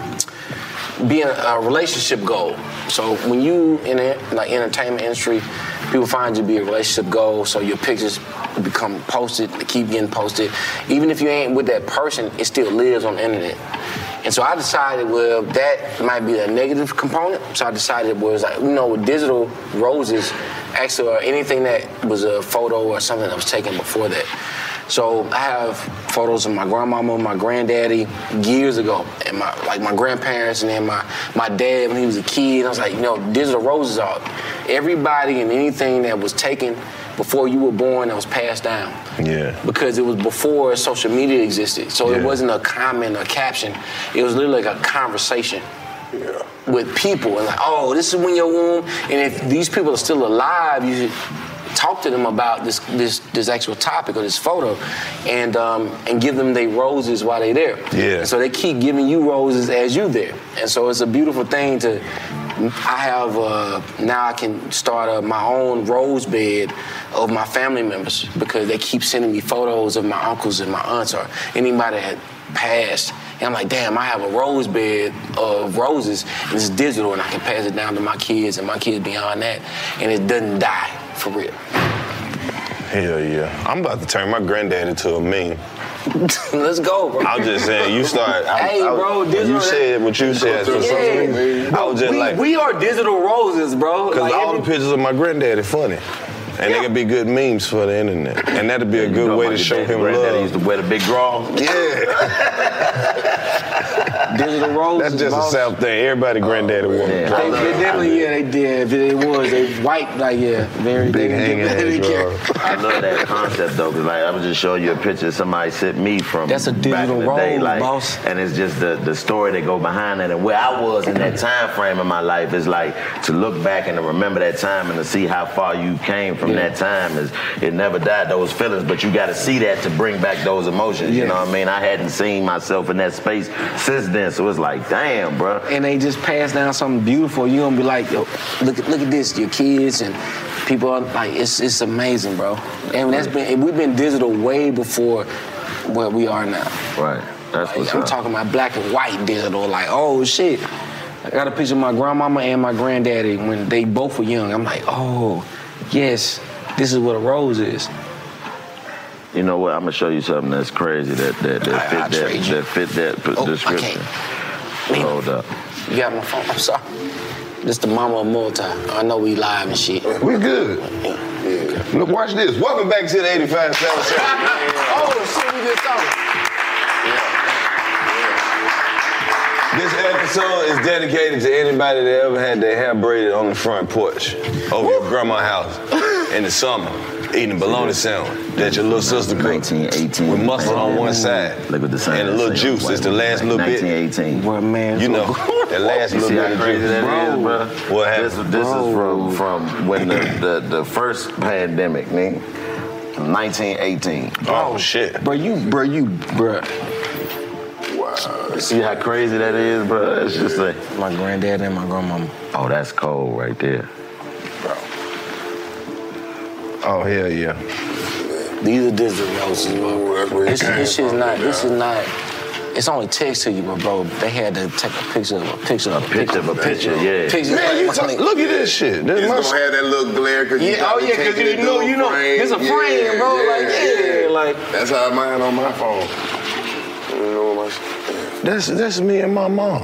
Speaker 4: being a relationship goal. So when you in the like entertainment industry, people find you to be a relationship goal. So your pictures become posted, they keep getting posted. Even if you ain't with that person, it still lives on the internet. And so I decided, well, that might be a negative component. So I decided, well, it's like, you know, with digital roses, actually, or anything that was a photo or something that was taken before that. So I have photos of my grandmama, my granddaddy years ago, and my like my grandparents, and then my my dad when he was a kid. I was like, you know, digital roses are everybody and anything that was taken before you were born that was passed down
Speaker 1: Yeah.
Speaker 4: because it was before social media existed. So
Speaker 1: Yeah.
Speaker 4: it wasn't a comment or caption. It was literally like a conversation with people. And like, oh, this is when your womb. And if these people are still alive, you should talk to them about this this this actual topic or this photo, and um, and give them their roses while they're there.
Speaker 1: Yeah.
Speaker 4: So they keep giving you roses as you there, and so it's a beautiful thing to. I have uh, now I can start uh my own rose bed of my family members because they keep sending me photos of my uncles and my aunts or anybody that passed. And I'm like, damn, I have a rose bed of roses and it's digital and I can pass it down to my kids and my kids beyond that and it doesn't die for real.
Speaker 1: Hell yeah. I'm about to turn my granddad into a meme.
Speaker 4: Let's go, bro.
Speaker 1: I'm just saying, you start. I,
Speaker 4: Hey,
Speaker 1: I-
Speaker 4: bro,
Speaker 1: when
Speaker 4: this
Speaker 1: you
Speaker 4: or that-
Speaker 1: said what you said for some
Speaker 4: Yeah.
Speaker 1: reason. I was just
Speaker 4: we,
Speaker 1: like,
Speaker 4: we are digital roses, bro.
Speaker 1: because
Speaker 4: Like,
Speaker 1: all
Speaker 4: every-
Speaker 1: the pictures of my granddad are funny. And they could be good memes for the internet. And that'd be a
Speaker 5: You
Speaker 1: good
Speaker 5: know,
Speaker 1: way
Speaker 5: my
Speaker 1: to show
Speaker 5: dad-
Speaker 1: him
Speaker 5: granddaddy used
Speaker 1: love.
Speaker 5: to wear the big draw.
Speaker 1: Yeah.
Speaker 4: digital roses.
Speaker 1: That's just a
Speaker 4: boss.
Speaker 1: South thing. Everybody granddaddy wore
Speaker 5: yeah.
Speaker 1: a
Speaker 4: They,
Speaker 1: draw.
Speaker 4: they definitely, yeah, they did. If it was, they wiped, like, yeah, very
Speaker 1: Big
Speaker 4: they didn't give-
Speaker 1: hanging
Speaker 4: they didn't care.
Speaker 1: ass
Speaker 5: I love that concept though, because like I was just showing you a picture somebody sent me from
Speaker 4: That's a
Speaker 5: back in
Speaker 4: digital
Speaker 5: the day,
Speaker 4: role,
Speaker 5: like,
Speaker 4: boss.
Speaker 5: and it's just the, the story that go behind that and where I was in that time frame in my life is like to look back and to remember that time and to see how far you came from that time is it never died those feelings, but you got to see that to bring back those emotions. You
Speaker 4: Yeah.
Speaker 5: know what I mean? I hadn't seen myself in that space since then, so it's like, damn, bro.
Speaker 4: And they just pass down something beautiful. You're gonna be like, yo, look, at- look at this. Your kids and people are like, it's, it's amazing, bro. And that's been, and we've been digital way before where we are now.
Speaker 5: Right. That's
Speaker 4: Like, I'm talking about black and white digital. Like, oh shit. I got a picture of my grandmama and my granddaddy when they both were young. I'm like, oh, yes, this is what a rose is.
Speaker 5: You know what? I'm gonna show you something that's crazy that that that fit that, that fit that
Speaker 4: Oh,
Speaker 5: p- description. Hold up.
Speaker 4: You got my phone. I'm sorry. This the mama of Multi. I know we live and shit. We good.
Speaker 1: Look, watch this. Welcome back to the 85 South Show.
Speaker 4: oh shit, we just talking.
Speaker 1: This episode is dedicated to anybody that ever had their hair braided on the front porch over your grandma's house in the summer, eating a bologna sandwich that your little sister cooked with mustard on one side
Speaker 5: Look at the sign.
Speaker 1: and a little juice. It's the last little bit.
Speaker 5: 1918. What man?
Speaker 1: You know, that last
Speaker 5: you
Speaker 1: little
Speaker 5: see
Speaker 1: bit of
Speaker 5: how crazy
Speaker 1: juice.
Speaker 5: that is,
Speaker 1: Bro.
Speaker 5: bro. What happened? This, this is from from when the, the, the first pandemic, nigga. 1918.
Speaker 1: Oh shit,
Speaker 5: bro, you, bro, you, bro. Wow. See how crazy that is, bro. It's just like
Speaker 4: my granddad and my grandmama.
Speaker 5: Oh, that's cold right there.
Speaker 1: Oh hell yeah.
Speaker 4: These are digital roses, bro.
Speaker 1: that's where it
Speaker 4: This,
Speaker 1: came
Speaker 4: this shit's
Speaker 1: from,
Speaker 4: not. This
Speaker 1: yeah.
Speaker 4: is not. It's only text to you, but bro, they had to take a picture of a picture of a picture of a picture. Pictures
Speaker 1: Man, you
Speaker 4: like,
Speaker 1: talk, look at this shit. This
Speaker 4: It's
Speaker 1: my
Speaker 4: gonna
Speaker 1: shit.
Speaker 4: have that little glare
Speaker 1: 'cause you
Speaker 4: Yeah,
Speaker 1: thought
Speaker 4: oh
Speaker 1: you
Speaker 4: yeah,
Speaker 1: taking
Speaker 4: because
Speaker 1: it
Speaker 4: you know,
Speaker 1: to a
Speaker 4: you know,
Speaker 1: frame.
Speaker 4: it's a
Speaker 1: Yeah,
Speaker 4: frame, bro. like, yeah, like.
Speaker 1: That's how mine on my phone. You know my shit. That's that's me and my mom.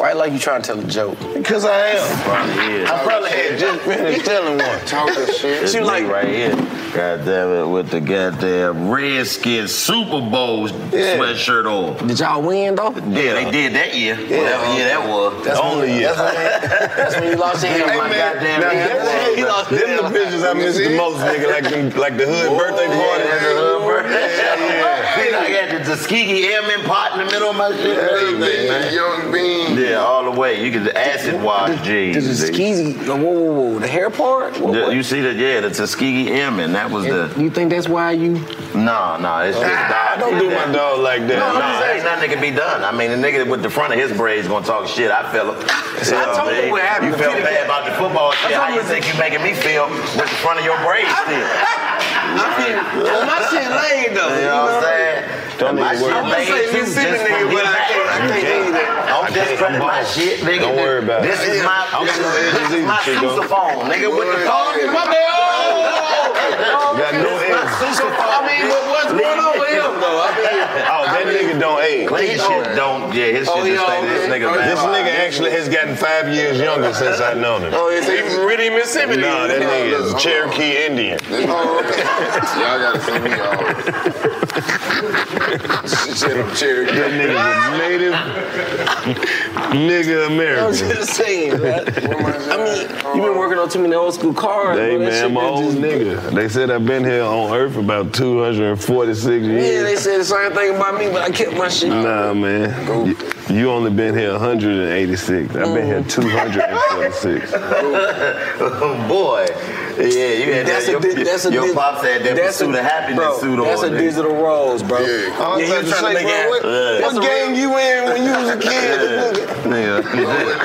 Speaker 4: Why like you trying to tell a joke?
Speaker 1: Because I am.
Speaker 5: Probably is.
Speaker 4: I probably had just finished
Speaker 1: telling one.
Speaker 4: Talking shit.
Speaker 5: This
Speaker 4: She like
Speaker 5: nigga right here. God damn it, with the goddamn Redskins Super Bowl sweatshirt on.
Speaker 4: Did y'all win though?
Speaker 5: Yeah, they did that year.
Speaker 4: Yeah.
Speaker 5: Whatever year that was.
Speaker 4: That's
Speaker 5: the only
Speaker 4: when-
Speaker 5: year.
Speaker 4: that's That's when you lost your hand,
Speaker 1: Hey,
Speaker 4: my
Speaker 1: man,
Speaker 4: goddamn
Speaker 1: now
Speaker 4: hand.
Speaker 1: that's it.
Speaker 4: He lost
Speaker 1: Them the bitches I miss the most, nigga. Like the, like the hood birthday party.
Speaker 5: Bitch, I got the Tuskegee Airmen pot in the middle of my shit. Everything, man.
Speaker 1: Young Bean.
Speaker 5: Yeah, all the way. You could acid wash jeans.
Speaker 4: This is skeezy. Whoa, whoa, whoa. The hair part? What-
Speaker 5: The- you see that? Yeah, the Tuskegee Airmen. That was the.
Speaker 4: You think that's why you?
Speaker 5: No, no, it's just dog.
Speaker 1: Ah, don't
Speaker 5: did
Speaker 1: do
Speaker 5: that.
Speaker 1: my dog like that.
Speaker 5: No,
Speaker 1: No,
Speaker 5: no,
Speaker 1: I'm
Speaker 5: ain't nothing that can be done. I mean, the nigga with the front of his braids gonna talk shit. I feel him.
Speaker 4: So I
Speaker 5: You know
Speaker 4: told
Speaker 5: what
Speaker 4: you what
Speaker 5: mean?
Speaker 4: happened
Speaker 5: You
Speaker 4: to
Speaker 5: felt
Speaker 4: Peter
Speaker 5: bad
Speaker 4: Pan.
Speaker 5: about the football
Speaker 4: I
Speaker 5: shit.
Speaker 4: told
Speaker 5: How
Speaker 4: you
Speaker 5: you
Speaker 4: what-
Speaker 5: think you making me feel with the front of your braids still?
Speaker 4: Well, my shit laid though.
Speaker 5: You know what I'm saying?
Speaker 1: Don't
Speaker 5: My
Speaker 1: need
Speaker 5: shit
Speaker 1: to worry about
Speaker 5: laid
Speaker 1: it.
Speaker 5: too,
Speaker 1: You see the
Speaker 5: just
Speaker 1: nigga,
Speaker 5: from
Speaker 1: but I
Speaker 5: getting
Speaker 1: can't- I
Speaker 5: back.
Speaker 1: can't do that. I
Speaker 5: I'm
Speaker 1: can't
Speaker 5: just credit my
Speaker 1: ball.
Speaker 5: shit, nigga.
Speaker 1: Don't worry about
Speaker 5: this
Speaker 1: it.
Speaker 5: This is my,
Speaker 1: I'm
Speaker 5: this
Speaker 1: gonna let this
Speaker 5: is
Speaker 1: easy
Speaker 5: my
Speaker 1: shit go.
Speaker 5: sousaphone, nigga, with the phone.
Speaker 1: Don't worry.
Speaker 5: My bad.
Speaker 1: You got no
Speaker 5: This is my
Speaker 1: age.
Speaker 5: sousaphone.
Speaker 4: I mean, what- what's going on with him, though? I mean-
Speaker 1: Oh, that nigga don't age.
Speaker 5: Clean
Speaker 1: He
Speaker 5: shit don't, yeah, his shit
Speaker 1: Oh, he
Speaker 5: just stay
Speaker 1: don't
Speaker 5: this
Speaker 1: age.
Speaker 5: nigga. man.
Speaker 4: Oh,
Speaker 1: This nigga actually has gotten five years younger since I've known him.
Speaker 6: Oh, is he from Ridley, Mississippi?
Speaker 1: Nah, that
Speaker 6: Nah,
Speaker 1: nigga
Speaker 6: look,
Speaker 1: is
Speaker 6: hold
Speaker 1: Cherokee Indian.
Speaker 6: Oh, okay. Y'all gotta send me all. Shit, I'm Cherokee.
Speaker 1: That nigga is native nigga
Speaker 4: I'm
Speaker 1: American.
Speaker 4: just saying, man. I mean, you been working on too many old school cars.
Speaker 1: Hey
Speaker 4: bro. That
Speaker 1: man,
Speaker 4: shit
Speaker 1: I'm an
Speaker 4: been
Speaker 1: old
Speaker 4: just-
Speaker 1: nigga. They said I've been here on Earth about 246
Speaker 4: Yeah, they
Speaker 1: years.
Speaker 4: said the same thing about me, but I kept my shit.
Speaker 1: Nah, man. You, you only been here 186. I've been here 246.
Speaker 5: Oh, Boy, yeah, you had
Speaker 4: That's
Speaker 5: that.
Speaker 4: a
Speaker 5: your,
Speaker 4: di- that's a
Speaker 5: your
Speaker 4: dis-
Speaker 5: pops had that
Speaker 4: that's a-
Speaker 5: pursuit of happiness
Speaker 4: bro,
Speaker 5: suit on.
Speaker 4: that's a
Speaker 5: nigga.
Speaker 4: digital rose, bro.
Speaker 5: Yeah.
Speaker 1: I was
Speaker 4: he was
Speaker 1: about to
Speaker 4: trying to
Speaker 1: say,
Speaker 4: make it
Speaker 1: bro, what-
Speaker 4: happen.
Speaker 1: what
Speaker 4: That's a
Speaker 1: gang
Speaker 4: real-
Speaker 1: you in when you was a kid? This nigga-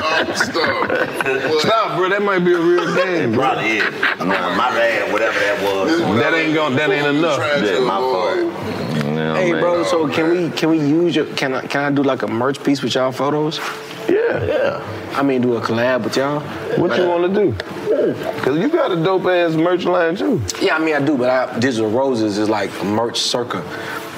Speaker 1: Stop, bro. That might be a real game, bro.
Speaker 5: Probably is. Nah, my bad, whatever that was.
Speaker 1: That ain't going That ain't enough.
Speaker 5: Yeah, my fault.
Speaker 4: Hey, bro. So
Speaker 1: oh,
Speaker 4: can we can we use your can I can I do like a merch piece with y'all photos?
Speaker 1: Yeah,
Speaker 5: yeah.
Speaker 4: I mean, do a collab with y'all.
Speaker 1: What you want to do? Cause you got a dope ass merch line too.
Speaker 4: Yeah, I mean, I do, but I, Digital Roses is like merch circa.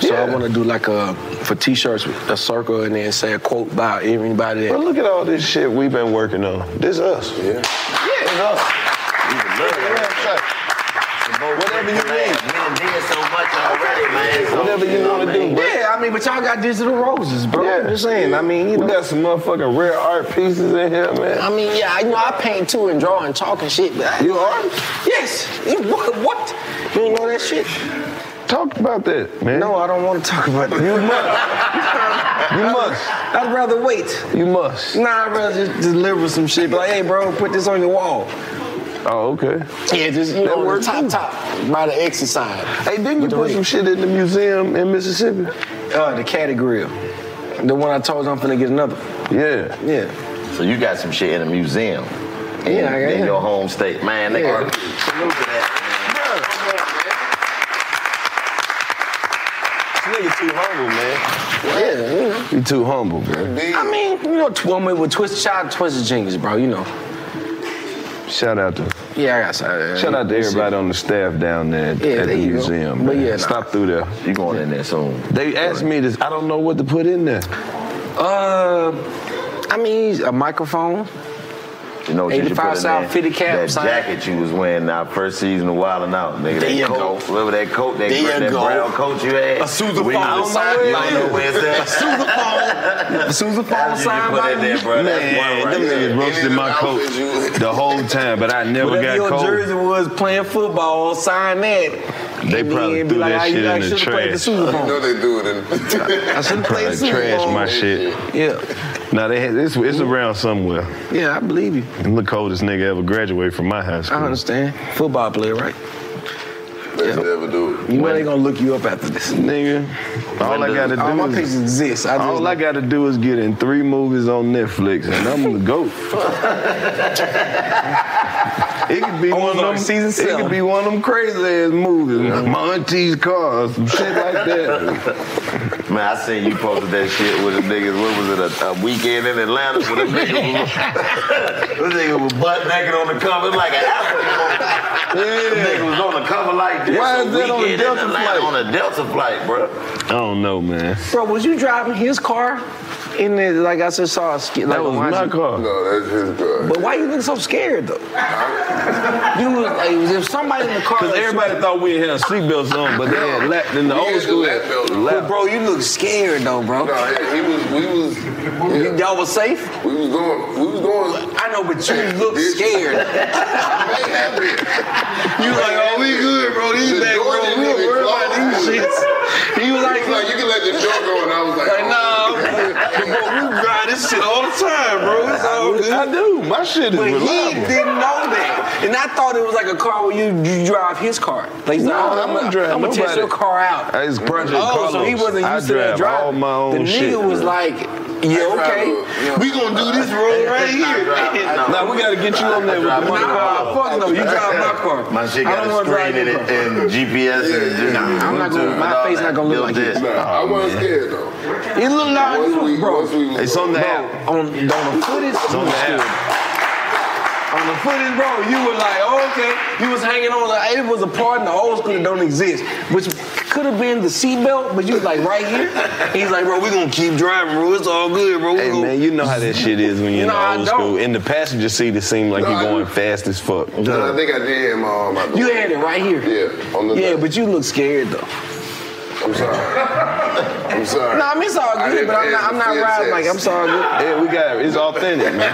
Speaker 4: So I want to do like a for t-shirts a circle and then say a quote by everybody.
Speaker 1: But
Speaker 4: That,
Speaker 1: look at all this shit we've been working on. This us. Yeah. Yeah, it's us.
Speaker 5: Whatever you need. Men did so much already, man. So,
Speaker 1: Whatever you
Speaker 5: know
Speaker 1: want to
Speaker 5: what I
Speaker 1: do,
Speaker 5: mean?
Speaker 1: bro.
Speaker 4: yeah, I mean, but y'all got Digital Roses, bro. I'm just saying. I mean, you
Speaker 1: We
Speaker 4: know.
Speaker 1: got some motherfucking rare art pieces in here, man.
Speaker 4: I mean, yeah, I know I paint too and draw and talk and shit, but I,
Speaker 1: You are?
Speaker 4: Yes. You, what, what? You ain't know that shit?
Speaker 1: Talk about that, man.
Speaker 4: No, I don't want to talk about that.
Speaker 1: You must. You must.
Speaker 4: I'd rather wait.
Speaker 1: You must.
Speaker 4: Nah, I'd rather just deliver some shit. Be like, hey, bro, put this on your wall.
Speaker 1: Oh, okay.
Speaker 4: Yeah, just you
Speaker 1: That
Speaker 4: know,
Speaker 1: works,
Speaker 4: the top
Speaker 1: too.
Speaker 4: top by the exit sign.
Speaker 1: Hey, didn't you
Speaker 4: With the
Speaker 1: put
Speaker 4: ring.
Speaker 1: some shit in the museum in Mississippi?
Speaker 4: Uh, the Caddy Grill. The one I told you I'm finna get another.
Speaker 1: Yeah.
Speaker 4: Yeah.
Speaker 5: So you got some shit in a museum. In,
Speaker 4: Yeah, I got
Speaker 5: in
Speaker 4: it.
Speaker 5: your home state, man. Nigga, salute
Speaker 4: Yeah.
Speaker 5: to that.
Speaker 1: This nigga
Speaker 5: too humble, man.
Speaker 4: Yeah, you know.
Speaker 1: You too humble, bro.
Speaker 4: I mean, you know, tw- woman with twist, shout out to Twisted Genius, bro. You know.
Speaker 1: Shout out to
Speaker 4: Yeah, I got shout,
Speaker 1: Shout out to everybody on the staff down there at,
Speaker 4: Yeah,
Speaker 1: at
Speaker 4: there
Speaker 1: the
Speaker 4: you go.
Speaker 1: museum.
Speaker 4: But
Speaker 1: man.
Speaker 4: yeah, nah.
Speaker 1: Stop through there. You going in there soon. They asked me this. I don't know what to put in there.
Speaker 4: Uh, I mean, a microphone.
Speaker 1: You know what you should
Speaker 4: 85
Speaker 1: put in
Speaker 4: South
Speaker 1: there?
Speaker 4: 50 cap,
Speaker 1: That
Speaker 4: son.
Speaker 1: jacket you was wearing our first season of Wild and Out, nigga.
Speaker 4: There
Speaker 1: that
Speaker 4: you
Speaker 1: coat, go. Remember that coat, that,
Speaker 4: There
Speaker 1: gr-
Speaker 4: you
Speaker 1: that
Speaker 4: go.
Speaker 1: brown coat you had?
Speaker 4: A Sousa
Speaker 1: We-
Speaker 4: phone
Speaker 1: I don't know
Speaker 4: sign.
Speaker 1: where it is.
Speaker 4: I know where it's at.
Speaker 1: A Sousa
Speaker 4: Sousa phone sign
Speaker 1: put
Speaker 4: by
Speaker 1: in there,
Speaker 4: me.
Speaker 1: bro. That's
Speaker 4: Man,
Speaker 1: one right
Speaker 4: them
Speaker 1: there.
Speaker 4: niggas roasted
Speaker 1: Any of
Speaker 4: my
Speaker 1: them
Speaker 4: coat
Speaker 1: outfits you- the whole time, but I never
Speaker 4: Whatever
Speaker 1: got
Speaker 4: your
Speaker 1: cold.
Speaker 4: jersey was playing football, sign that.
Speaker 1: They
Speaker 4: And
Speaker 1: probably
Speaker 4: then
Speaker 1: threw that
Speaker 4: "Ah, you
Speaker 1: shit
Speaker 4: guys
Speaker 1: in the
Speaker 4: should've played the
Speaker 1: trash."
Speaker 4: Super Bowl."
Speaker 1: I know
Speaker 5: They do it in
Speaker 4: I should have played the
Speaker 1: Probably
Speaker 4: Super
Speaker 1: trash
Speaker 4: Bowl.
Speaker 1: my shit.
Speaker 4: Yeah.
Speaker 1: Now they had, it's, it's around somewhere.
Speaker 4: Yeah, I believe you.
Speaker 1: I'm the coldest nigga ever graduated from my high school.
Speaker 4: I understand. Football player, right?
Speaker 5: They never do.
Speaker 4: You know they gonna look you up after this,
Speaker 1: nigga. All I gotta do.
Speaker 4: All my
Speaker 1: is-
Speaker 4: pictures exist. I
Speaker 1: all I gotta do is get in three movies on Netflix, and I'm the goat. It could
Speaker 4: Oh,
Speaker 1: be one of them. it could be one of them crazy ass movies. My auntie's car, or some shit like that.
Speaker 5: Man, I seen you posted that shit with the niggas. What was it? A, a weekend in Atlanta with a nigga. Was, this nigga was butt naked on the cover like an African. Yeah. nigga was on the cover like this.
Speaker 1: Why
Speaker 5: A
Speaker 1: is that on a
Speaker 5: Weekend in
Speaker 1: Delta
Speaker 5: Atlanta
Speaker 1: flight?
Speaker 5: On a Delta flight, bro.
Speaker 1: I don't know, man.
Speaker 4: Bro, was you driving his car? In the, like I just saw, a sk- like
Speaker 1: was
Speaker 4: why'd
Speaker 1: my
Speaker 4: you-
Speaker 1: car.
Speaker 5: No, that's his car.
Speaker 4: But why you look so scared though? you was like, was there somebody in the car?
Speaker 1: Because everybody thought we had seatbelts on, but they had lap in the old school.
Speaker 4: But bro, you look scared though, bro.
Speaker 5: No, he, he was. We was.
Speaker 4: Y- Y'all was safe.
Speaker 5: We was going. We was going.
Speaker 4: I know, but you look scared.
Speaker 5: You like, oh, we good, bro. These back, bro. We don't worry about these shits. He was like, you can let the door go, and I was like, "Oh, nah.
Speaker 4: bro, we drive this shit all the time, bro. It's all good.
Speaker 1: I do. My shit is
Speaker 4: But
Speaker 1: reliable.
Speaker 4: he didn't know that, and I thought it was like a car where you, you drive his car. Like, no,
Speaker 1: Nah,
Speaker 4: I'm,
Speaker 1: I
Speaker 4: gonna
Speaker 1: don't drive
Speaker 4: I'm gonna test
Speaker 1: nobody.
Speaker 4: your car out.
Speaker 1: It's Project
Speaker 4: oh,
Speaker 1: Carlos.
Speaker 4: so he wasn't
Speaker 1: I
Speaker 4: used to
Speaker 1: drive
Speaker 4: that driving.
Speaker 1: all my own
Speaker 4: the nigga
Speaker 1: shit,
Speaker 4: was
Speaker 1: bro.
Speaker 4: like, yeah, okay.
Speaker 5: We gonna do this road right here.
Speaker 1: Now we gotta get you on there with the money.
Speaker 4: Nah, fuck no, you drive my car.
Speaker 5: My shit
Speaker 4: I
Speaker 5: got
Speaker 4: don't
Speaker 5: a
Speaker 4: wanna drive
Speaker 5: screen in
Speaker 4: your
Speaker 5: it
Speaker 4: car.
Speaker 5: and GPS and just
Speaker 4: Nah, I'm not gonna- my face not gonna look like
Speaker 5: this.
Speaker 4: his.
Speaker 5: I
Speaker 1: Oh,
Speaker 5: wasn't scared though.
Speaker 4: It looked like you, bro.
Speaker 1: It's on the
Speaker 4: Bro,
Speaker 1: app.
Speaker 4: on, on the footage,
Speaker 1: It's on
Speaker 4: you
Speaker 1: the
Speaker 4: stood.
Speaker 1: app.
Speaker 4: On the footage, bro, you were like, oh, okay. You was hanging on. Like, it was a part in the old school that don't exist, which could have been the seatbelt, but you was like right here. He's like, bro, we gonna keep driving, bro. It's all good, bro. We
Speaker 1: Hey
Speaker 4: gonna-
Speaker 1: man, you know how that shit is when you're
Speaker 4: No, I
Speaker 1: in the old
Speaker 4: don't.
Speaker 1: school. In the passenger seat, it seemed like
Speaker 5: No,
Speaker 1: you're
Speaker 5: I
Speaker 1: going fast as fuck.
Speaker 5: No, I think I did have my arm out. the
Speaker 4: You
Speaker 5: way.
Speaker 4: had it right here.
Speaker 5: Yeah, on the.
Speaker 4: Yeah,
Speaker 5: left.
Speaker 4: but you look scared though.
Speaker 5: I'm sorry. I'm sorry.
Speaker 4: Nah, I mean, it's all
Speaker 5: I
Speaker 4: good,
Speaker 5: didn't
Speaker 4: but I'm
Speaker 5: pass
Speaker 4: not,
Speaker 5: the
Speaker 4: I'm not
Speaker 5: fit
Speaker 4: riding like
Speaker 5: test.
Speaker 4: I'm sorry.
Speaker 1: Yeah, we got it. It's authentic, man.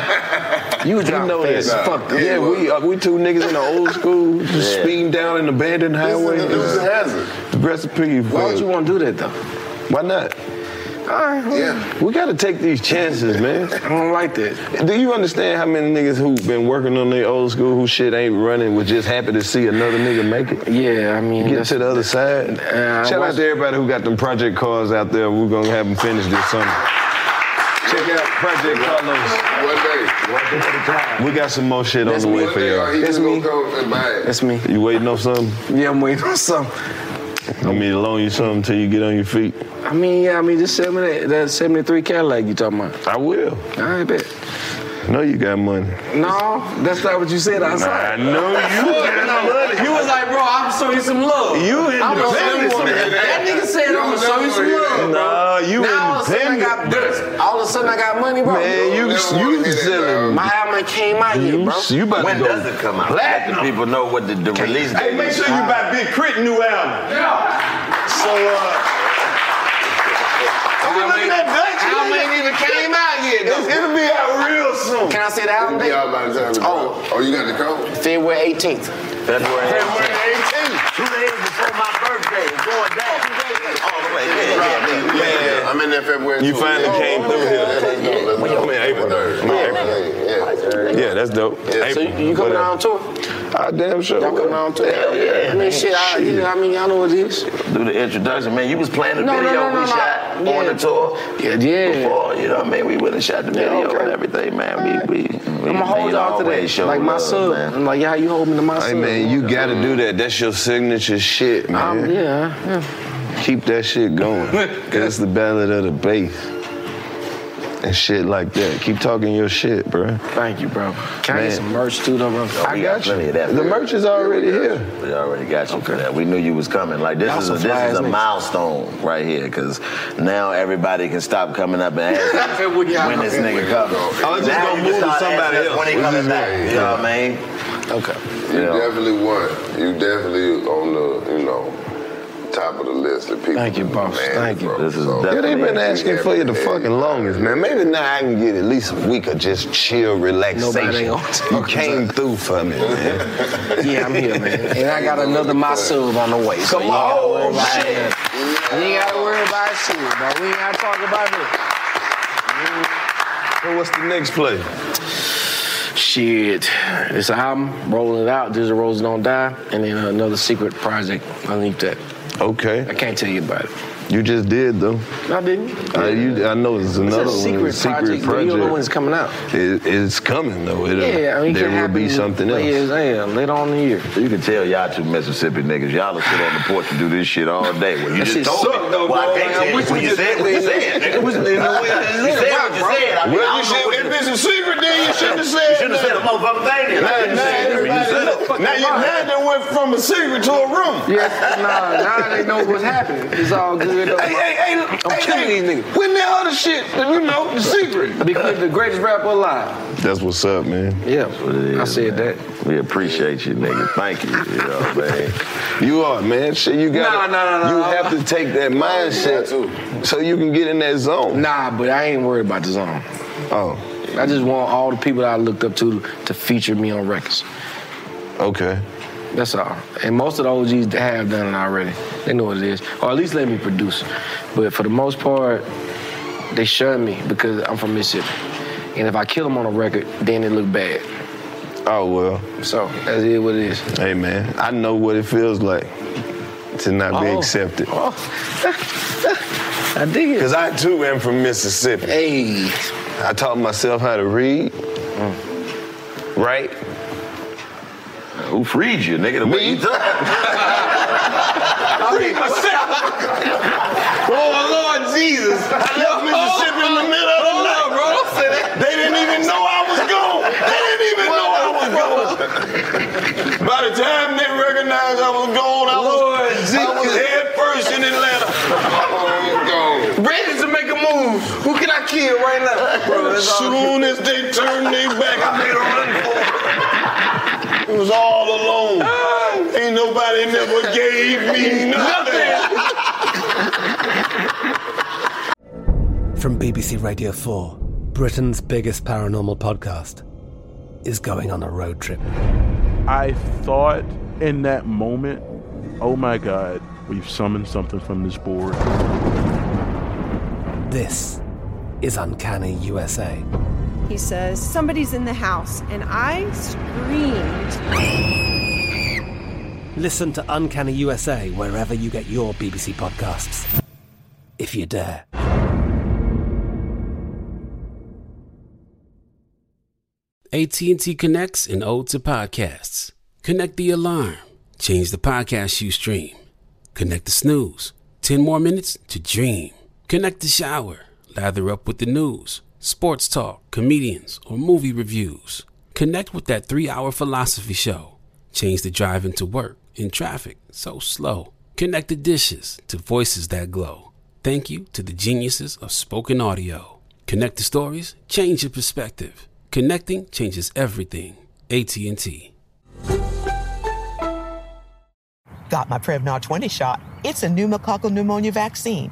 Speaker 4: You was driving
Speaker 1: know
Speaker 4: fast
Speaker 1: this.
Speaker 4: as fuck. though.
Speaker 1: Yeah, we uh, we two niggas in the old school, just
Speaker 5: Yeah.
Speaker 1: speeding down an abandoned highway.
Speaker 5: This is a hazard.
Speaker 1: The recipe for
Speaker 4: Why would you want to do that though?
Speaker 1: why not?
Speaker 4: All right, well,
Speaker 5: Yeah.
Speaker 1: We gotta take these chances, man.
Speaker 4: I don't like that.
Speaker 1: Do you understand how many niggas who've been working on their old school who shit ain't running was just happy to see another nigga make it?
Speaker 4: Yeah, I mean,
Speaker 1: Get to the other side.
Speaker 4: Uh,
Speaker 1: Shout out
Speaker 4: what's-
Speaker 1: to everybody who got them project cars out there. We're gonna have them finished this summer. Check out Project Carlos.
Speaker 5: One day.
Speaker 1: We got some more shit on
Speaker 4: That's
Speaker 1: the way
Speaker 5: One
Speaker 1: for
Speaker 5: day, y'all, he
Speaker 1: y'all.
Speaker 5: just
Speaker 4: me.
Speaker 5: gonna come and buy it.
Speaker 4: that's me.
Speaker 1: You waiting on something?
Speaker 4: Yeah, I'm waiting on something.
Speaker 1: I mean, to loan you something till you get on your feet.
Speaker 4: I mean, yeah, I mean, just 70, that 73 Cadillac you talking about.
Speaker 1: I will.
Speaker 4: I bet.
Speaker 1: I know you got money.
Speaker 4: No, that's not what you said. I
Speaker 1: I
Speaker 4: saw it.
Speaker 1: know you got money.
Speaker 4: You was like, bro, I'm gonna show you some love.
Speaker 1: You
Speaker 4: I'm gonna show you
Speaker 1: independent.
Speaker 4: some That nigga said, I'm gonna show you some love.
Speaker 1: Nah, you
Speaker 4: now all of a sudden I got
Speaker 1: independent.
Speaker 4: bills. All of a sudden I got money, bro.
Speaker 1: Man, you you selling.
Speaker 4: My album came out here,
Speaker 1: You,
Speaker 4: bro.
Speaker 1: you about
Speaker 5: When
Speaker 1: to go
Speaker 5: does it come out? Let the people know what the, the release date is.
Speaker 1: buy Big Crit new album. So, uh,
Speaker 4: How many- How many even came out yet, though?
Speaker 1: it'll be out real soon.
Speaker 4: Can I say the album
Speaker 5: It'll be
Speaker 4: date?
Speaker 5: out by the time.
Speaker 4: Oh.
Speaker 5: Oh, oh, you got the code.
Speaker 4: February 18th.
Speaker 5: February.
Speaker 4: February 18th.
Speaker 5: Two days before my birthday. Going down.
Speaker 4: Oh,
Speaker 5: All the way. Oh, Yeah,
Speaker 1: Yeah.
Speaker 5: I'm in there February.
Speaker 1: You
Speaker 5: too. Oh,
Speaker 1: finally
Speaker 5: Yeah.
Speaker 1: came through here.
Speaker 5: Yeah, let's go.
Speaker 1: I'm in April.
Speaker 5: Third.
Speaker 1: I'm in April.
Speaker 5: Yeah.
Speaker 1: Yeah, that's dope.
Speaker 5: Yeah,
Speaker 4: So you, you coming out on tour?
Speaker 1: I damn sure.
Speaker 4: Y'all coming out on tour?
Speaker 1: Hell yeah.
Speaker 4: I mean, shit, I, you know, I mean, y'all know what it is.
Speaker 1: Do the introduction, man. You was playing
Speaker 5: the
Speaker 4: No, no,
Speaker 5: video
Speaker 4: no, no,
Speaker 5: we
Speaker 4: no.
Speaker 5: shot
Speaker 4: Yeah.
Speaker 5: on the tour.
Speaker 4: Yeah, yeah.
Speaker 5: Before, you know what I mean? We went and shot the video
Speaker 4: okay.
Speaker 5: and everything, man. We, we, we
Speaker 4: I'm gonna hold y'all to that. Like my sub. I'm like, yeah, you hold me to my sub.
Speaker 1: Hey man, you gotta do that. That's your signature shit, man.
Speaker 4: Um, yeah, yeah.
Speaker 1: Keep that shit going. That's the ballad of the bass. And shit like that. Keep talking your shit, bro.
Speaker 4: Thank you, bro. Can I get some merch too, though, bro?
Speaker 1: I got, you.
Speaker 5: plenty of that.
Speaker 1: the merch is already here.
Speaker 5: We already got you for that. We knew you was coming. Like this
Speaker 1: Y'all
Speaker 5: is a,
Speaker 1: some
Speaker 5: this
Speaker 1: fly
Speaker 5: is
Speaker 1: ass
Speaker 5: a
Speaker 1: niggas.
Speaker 5: milestone right here because now everybody can stop coming up and asking when this nigga comes.
Speaker 1: Oh, it's just
Speaker 5: Now
Speaker 1: gonna
Speaker 5: you can
Speaker 1: move to
Speaker 5: start
Speaker 1: somebody
Speaker 5: asking
Speaker 1: else.
Speaker 5: When he
Speaker 1: This
Speaker 5: coming
Speaker 1: is
Speaker 5: back,
Speaker 1: it.
Speaker 5: you know what I mean? Okay.
Speaker 1: You
Speaker 6: definitely won. You definitely on the, you know, top of the list of people. Thank you, boss. Thank you. This is
Speaker 1: Yeah, they've been asking for you the fucking longest, man. Maybe now I can get at least a week of just chill
Speaker 4: Nobody
Speaker 1: relaxation.
Speaker 4: on
Speaker 1: You came through for me, man.
Speaker 4: Yeah, I'm here, man. And I got another Masood on the way.
Speaker 1: Come
Speaker 4: you ain't gotta worry
Speaker 1: on,
Speaker 4: about
Speaker 1: shit.
Speaker 4: it. You ain't gotta worry about shit, bro. We ain't gotta talk about it.
Speaker 1: So what's the next play?
Speaker 4: Shit. This album, rolling it out, This Roses Don't Die, and then another secret project underneath that.
Speaker 1: Okay.
Speaker 4: I can't tell you about it.
Speaker 1: You just did though.
Speaker 4: I didn't.
Speaker 1: I, you, I know it's another
Speaker 4: it's a secret
Speaker 1: one.
Speaker 4: project. but You don't know when it's coming out.
Speaker 1: It, it's coming though. It, uh,
Speaker 4: yeah, I mean, it
Speaker 1: there
Speaker 4: can
Speaker 1: will be
Speaker 4: happen
Speaker 1: something else.
Speaker 4: later- yeah, later on in the year.
Speaker 5: You can tell y'all two Mississippi niggas, y'all will sit on the porch and do this shit all day. Well, you
Speaker 6: That
Speaker 5: just
Speaker 6: shit
Speaker 5: told
Speaker 6: suck,
Speaker 5: me.
Speaker 6: though,
Speaker 5: well,
Speaker 6: dog. Like,
Speaker 5: I can't
Speaker 6: I
Speaker 5: tell you.
Speaker 6: wish
Speaker 5: Well,
Speaker 6: we
Speaker 5: you
Speaker 6: just-
Speaker 5: said what you said, nigga.
Speaker 6: Wish-
Speaker 5: You said what you said.
Speaker 6: Well, you
Speaker 5: I mean, I don't know
Speaker 6: should-
Speaker 5: what
Speaker 6: if it's a secret, then you shouldn't have
Speaker 5: You
Speaker 6: said
Speaker 5: shouldn't have said a
Speaker 6: nothing.
Speaker 5: motherfucking thing. then.
Speaker 6: Now,
Speaker 5: I didn't
Speaker 6: now
Speaker 5: say nothing.
Speaker 6: everybody-
Speaker 5: You said it.
Speaker 6: now you now they went from a secret to a room.
Speaker 4: Yeah, nah, nah, they know what's happening. It's all good. Though.
Speaker 6: Hey, hey, hey, look,
Speaker 4: I'm
Speaker 6: hey,
Speaker 4: killing
Speaker 6: hey,
Speaker 4: these niggas.
Speaker 6: When that other shit, you know, the secret.
Speaker 4: Because the greatest rapper alive.
Speaker 1: That's what's up, man.
Speaker 4: Yeah,
Speaker 5: What it is,
Speaker 4: I said
Speaker 5: man.
Speaker 4: that.
Speaker 5: We appreciate you, nigga. Thank you. You know, man.
Speaker 1: You are, man. Shit, you got.
Speaker 4: Nah, nah, nah,
Speaker 1: You
Speaker 4: nah.
Speaker 1: have to take that mindset so you can get in that zone.
Speaker 4: Nah, but I ain't worried about the zone.
Speaker 1: Oh,
Speaker 4: I just want all the people that I looked up to to feature me on records.
Speaker 1: okay.
Speaker 4: That's all. And most of the OGs that have done it already. They know what it is. Or at least let me produce. But for the most part, they shun me because I'm from Mississippi. And if I kill them on a record, then it look bad.
Speaker 1: Oh well.
Speaker 4: So that's it what it is.
Speaker 1: Hey, man. I know what it feels like to not be
Speaker 4: Oh.
Speaker 1: accepted.
Speaker 4: I dig it.
Speaker 1: Cause I too am from Mississippi.
Speaker 4: Hey.
Speaker 1: I taught myself how to read, write.
Speaker 5: Who freed you, nigga? The way you talk.
Speaker 6: Free myself. oh, Lord Jesus. I left Mississippi in the middle of the night. bro. Don't say that. They didn't even know I was gone. They didn't even know I was gone. By the time they recognized I was gone, I
Speaker 4: Lord
Speaker 6: was, I was head first in Atlanta.
Speaker 4: Ready to make a move. Who can I kill right now? Bro, that's all.
Speaker 6: Soon as they turned their back, I made a run for it. It was all alone.
Speaker 4: Ah.
Speaker 6: Ain't nobody never gave me nothing.
Speaker 12: From BBC Radio 4, Britain's biggest paranormal podcast is going on a road trip.
Speaker 13: I thought in that moment, oh my God, we've summoned something from this board.
Speaker 12: This is Uncanny USA.
Speaker 14: He says, Somebody's in the house. And I screamed.
Speaker 12: Listen to Uncanny USA wherever you get your BBC podcasts, if you dare.
Speaker 15: AT&T connects an ode to podcasts. Connect the alarm. Change the podcast you stream. Connect the snooze. 10 more minutes to dream. Connect the shower. Lather up with the news, sports talk, comedians, or movie reviews. Connect with that three hour philosophy show. Change the drive into work in traffic so slow. Connect the dishes to voices that glow. Thank you to the geniuses of spoken audio. Connect the stories, change your perspective. Connecting changes everything. AT&T.
Speaker 16: got my Prevnar 20 shot. It's a pneumococcal pneumonia vaccine.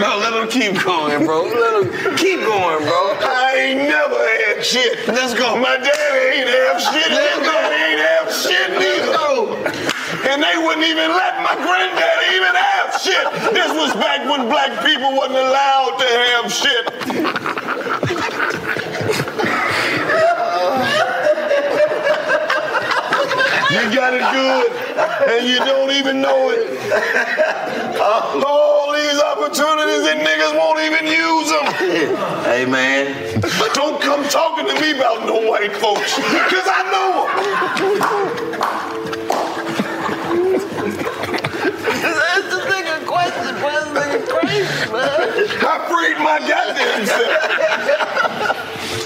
Speaker 4: No, let him keep going, bro. Let him keep going, bro.
Speaker 1: I ain't never had shit. Let's go. My daddy ain't have shit. Let's go. He ain't have shit neither. And they wouldn't even let my granddaddy even have shit. This was back when black people wasn't allowed to have shit. You got it good, and you don't even know it. All these opportunities and niggas won't even use them.
Speaker 4: Hey, man.
Speaker 1: But don't come talking to me about no white folks, because I know them.
Speaker 17: That's the thing a question, man. That's the crazy, man.
Speaker 1: I freed my goddamn self.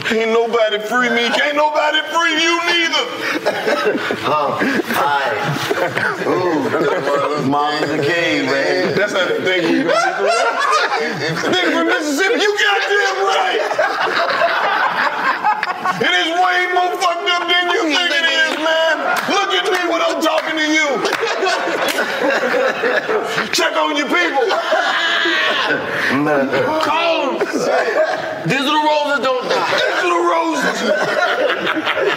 Speaker 1: Ain't nobody free me. Can't nobody free you neither.
Speaker 5: Ooh, mom's a cave, man.
Speaker 1: That's how they think we Nigga from Mississippi, you goddamn right. It is way more fucked up than you think it is, man. Look at me when I'm talking to you. Check on your people.
Speaker 4: Combs! Digital roses don't die.
Speaker 1: Digital roses!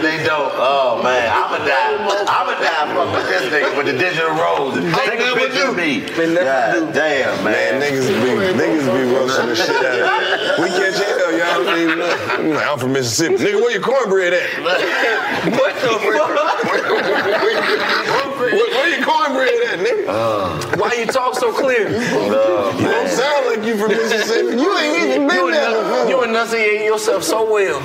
Speaker 5: They don't. Oh man, I'ma die. I'ma die from this nigga with the digital rolls. Take a picture of me. God damn, man.
Speaker 17: Man, niggas be niggas be roasting the shit out. of me. We can't tell y'all don't even know.
Speaker 1: I'm like, I'm from Mississippi. Nigga, where your cornbread at?
Speaker 17: What the fuck?
Speaker 1: Where, where your cornbread at, nigga?
Speaker 4: Why you talk so clear?
Speaker 1: you don't sound like you from Mississippi. You ain't even been
Speaker 4: you
Speaker 1: there.
Speaker 4: enu- You enunciate yourself so well.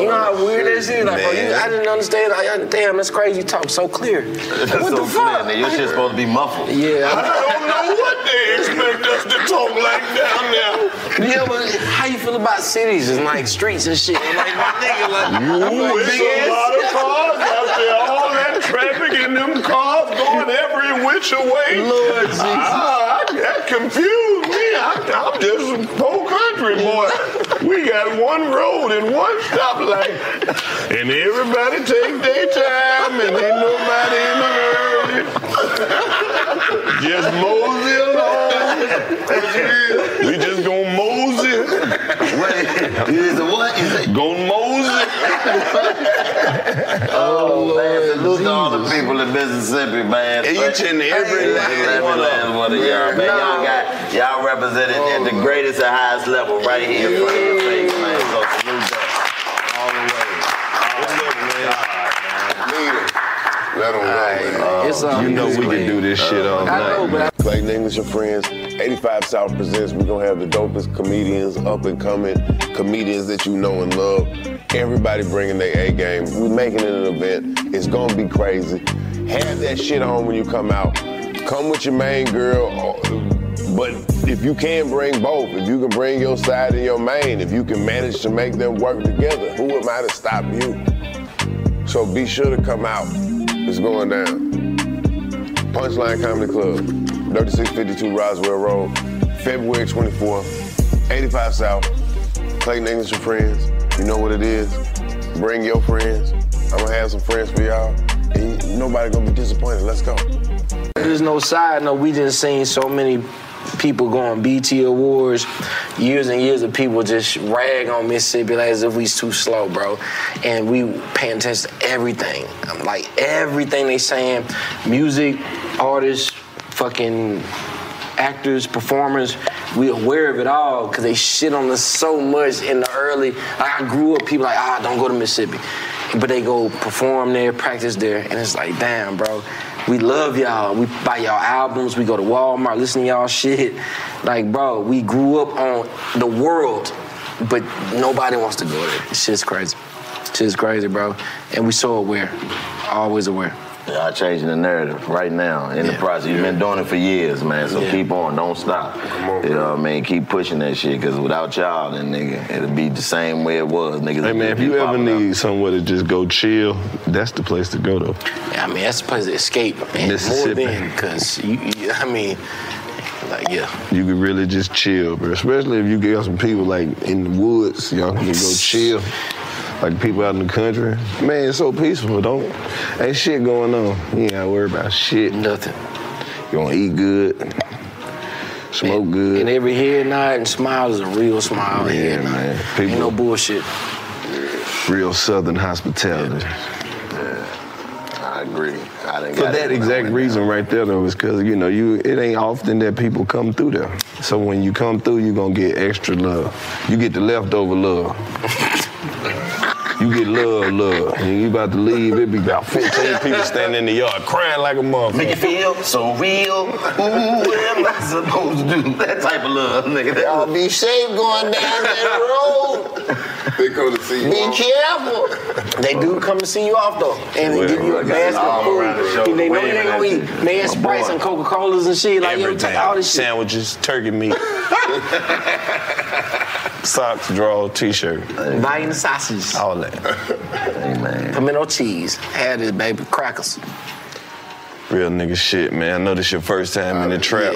Speaker 4: You know how weird that shit is? Like, bro, you, I didn't understand. Like, I- damn, that's crazy. You talk so clear.
Speaker 5: That's so clear, nigga. Your shit's supposed to be muffled.
Speaker 4: Yeah.
Speaker 1: I don't know what they expect us to talk like down there.
Speaker 4: Yeah, but how you feel about cities and like streets and shit? And, like my nigga, like I'm
Speaker 1: Ooh,
Speaker 4: like,
Speaker 1: it's
Speaker 4: big
Speaker 1: a
Speaker 4: ass-
Speaker 1: lot of cars out there. All that traffic in them cars going every which way.
Speaker 4: Lord Jesus.
Speaker 1: Ah, that confused me. I, I'm just a poor country boy. We got one road and one stoplight. And everybody take their time and ain't nobody in a hurry. Just mosey along. We just gonna mosey.
Speaker 5: Wait, is it what? Is it?
Speaker 1: Gonna mosey.
Speaker 5: Oh, man, salute to all the people in Mississippi, man.
Speaker 1: Each and every last
Speaker 5: Every
Speaker 1: one of
Speaker 5: last
Speaker 1: them.
Speaker 5: one of y'all, man. Y'all got y'all represented at the greatest and highest level right here in front of the face, man. So salute to all the way.
Speaker 17: Let them go.
Speaker 5: Oh,
Speaker 4: It's, um,
Speaker 17: you know we can do this shit all
Speaker 4: I know,
Speaker 17: night.
Speaker 4: but I-
Speaker 17: Clayton English and friends, 85 South presents. We're gonna have the dopest comedians, up and coming comedians that you know and love. Everybody bringing their A game. We're making it an event. It's gonna be crazy. Have that shit on when you come out. Come with your main girl. or- But if you can bring both, if you can bring your side and your main, if you can manage to make them work together, who am I to stop you? So be sure to come out. It's going down. Punchline Comedy Club, 3652 Roswell Road, February 24th, 85 South. Clayton English and friends. You know what it is. Bring your friends. I'm gonna have some friends for y'all. And you- nobody gonna be disappointed. Let's go.
Speaker 4: There's no side note. We just seen so many people going BT awards, years and years of people just rag on Mississippi like as if we too slow, bro. And we paying attention to everything, Um, like everything they saying, music, artists, fucking actors, performers. We aware of it all because they shit on us so much in the early. Like I grew up, people like ah, don't go to Mississippi, but they go perform there, practice there, and it's like damn, bro. We love y'all. We buy y'all albums. We go to Walmart, listen to y'all shit. Like, bro, we grew up on the world, but nobody wants to go there. Shit's crazy. Shit's crazy, bro. And we so aware, always aware.
Speaker 5: Y'all changing the narrative right now in the process. You've been doing it for years, man. So keep on, don't stop. You know what I mean? Keep pushing that shit, cause without y'all, then nigga, it'll be the same way it was, nigga.
Speaker 1: Hey man, if you ever need somewhere to just go chill, that's the place to go though.
Speaker 4: I mean, that's the place to escape. Man. More
Speaker 1: Mississippi.
Speaker 4: than, because, you, you, I mean, like, yeah.
Speaker 1: You can really just chill, bro. Especially if you got some people like in the woods, y'all can go chill. Like people out in the country, man, it's so peaceful. Don't ain't shit going on. You ain't gotta worry about shit.
Speaker 4: Nothing.
Speaker 1: You gonna eat good, smoke good.
Speaker 4: And every head nod and smile is a real smile. Yeah, man. Ain't no bullshit.
Speaker 1: Real Southern hospitality.
Speaker 5: I agree. I didn't
Speaker 1: For that exact reason right there though, is cause you know, you it ain't often that people come through there. So when you come through, you're gonna get extra love. You get the leftover love. You get love, love. And you about to leave, it be about 15 people standing in the yard crying like a
Speaker 5: Make you
Speaker 1: motherfucker.
Speaker 5: feel so real. Ooh, what am I supposed to do? That type of love, nigga. Y'all Oh, be safe going down that road.
Speaker 4: They come to see you. Be careful. They do come to see you off though, and they
Speaker 5: Well,
Speaker 4: give you
Speaker 5: I
Speaker 4: a
Speaker 5: got
Speaker 4: basket
Speaker 5: all
Speaker 4: of
Speaker 5: around the
Speaker 4: food.
Speaker 5: show.
Speaker 4: And they know
Speaker 5: Waving
Speaker 4: they
Speaker 5: at
Speaker 4: gonna
Speaker 5: you.
Speaker 4: eat man sprites
Speaker 1: boy.
Speaker 4: and Coca Colas and shit. Like yo,
Speaker 1: Everything.
Speaker 4: take all this shit.
Speaker 1: Sandwiches, turkey meat, socks, draw, t-shirt.
Speaker 4: Biting sausages.
Speaker 1: All that.
Speaker 4: Pimento cheese. Had this baby crackers.
Speaker 1: Real nigga shit, man. I know this your first time
Speaker 4: Oh,
Speaker 1: in the trap,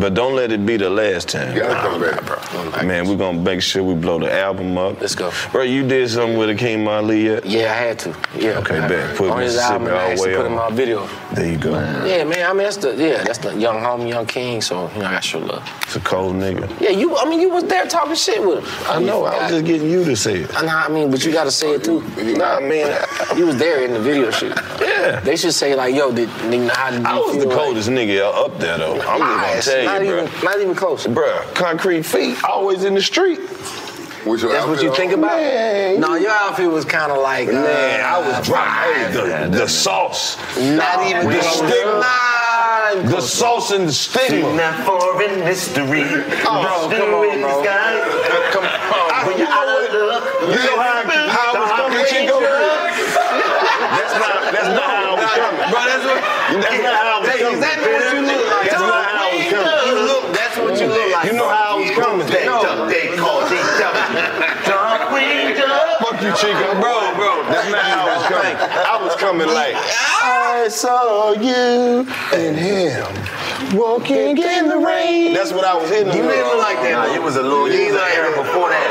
Speaker 1: but don't let it be the last time.
Speaker 4: You gotta
Speaker 1: come back, bro. Man, we're gonna make sure we blow the album up. Let's go, bro. You did something with Akeem Ali yet?
Speaker 4: Yeah, I had to. Yeah.
Speaker 1: Okay, bet. Put
Speaker 4: on his
Speaker 1: Mississippi
Speaker 4: album, I
Speaker 1: all the
Speaker 4: actually
Speaker 1: way
Speaker 4: put him
Speaker 1: on.
Speaker 4: on video.
Speaker 1: There you go.
Speaker 4: Yeah, man. I mean, that's the yeah, that's the young homie, young king. So you know, I got your love.
Speaker 1: It's a cold nigga.
Speaker 4: Yeah, you. I mean, you was there talking shit with him.
Speaker 1: I know. I was just getting you to say it.
Speaker 4: Nah, I mean, but you gotta say it too. Nah, man, you was there in the video shit. Yeah. They should say like, yo, did nigga, how did you
Speaker 1: I was
Speaker 4: feel
Speaker 1: the
Speaker 4: like-
Speaker 1: coldest nigga up there though. I'm
Speaker 4: Lies.
Speaker 1: just gonna tell
Speaker 4: not
Speaker 1: you, bro.
Speaker 4: even, Not even close,
Speaker 1: bro. Concrete feet, always in the street.
Speaker 4: That's what you think about. no, your outfit was kind of like. uh,
Speaker 1: Man, I was
Speaker 4: dry.
Speaker 1: Hey, the, the sauce.
Speaker 4: Not even
Speaker 1: the
Speaker 4: close.
Speaker 1: stigma.
Speaker 4: Not
Speaker 1: The sauce and the stigma.
Speaker 5: Not foreign mystery.
Speaker 1: Oh, come on, bro. Ah,
Speaker 5: Come on. When you're out of luck,
Speaker 1: You know how, how I was coming, Chico? That's not, that's not how I was coming. Bro, that's what. That's not how I was coming. Exactly what you look like. That's not how I was coming. You look, that's what you look like. You know how I was coming. They duck, they call, they duck. Duck, we duck. Fuck you, Chico. Bro, bro, that's not how I was coming. I was coming like, I saw you and him. Walking in the rain. That's what I was hitting.
Speaker 5: You didn't look like that. Nah, you was a little. You was like that before that.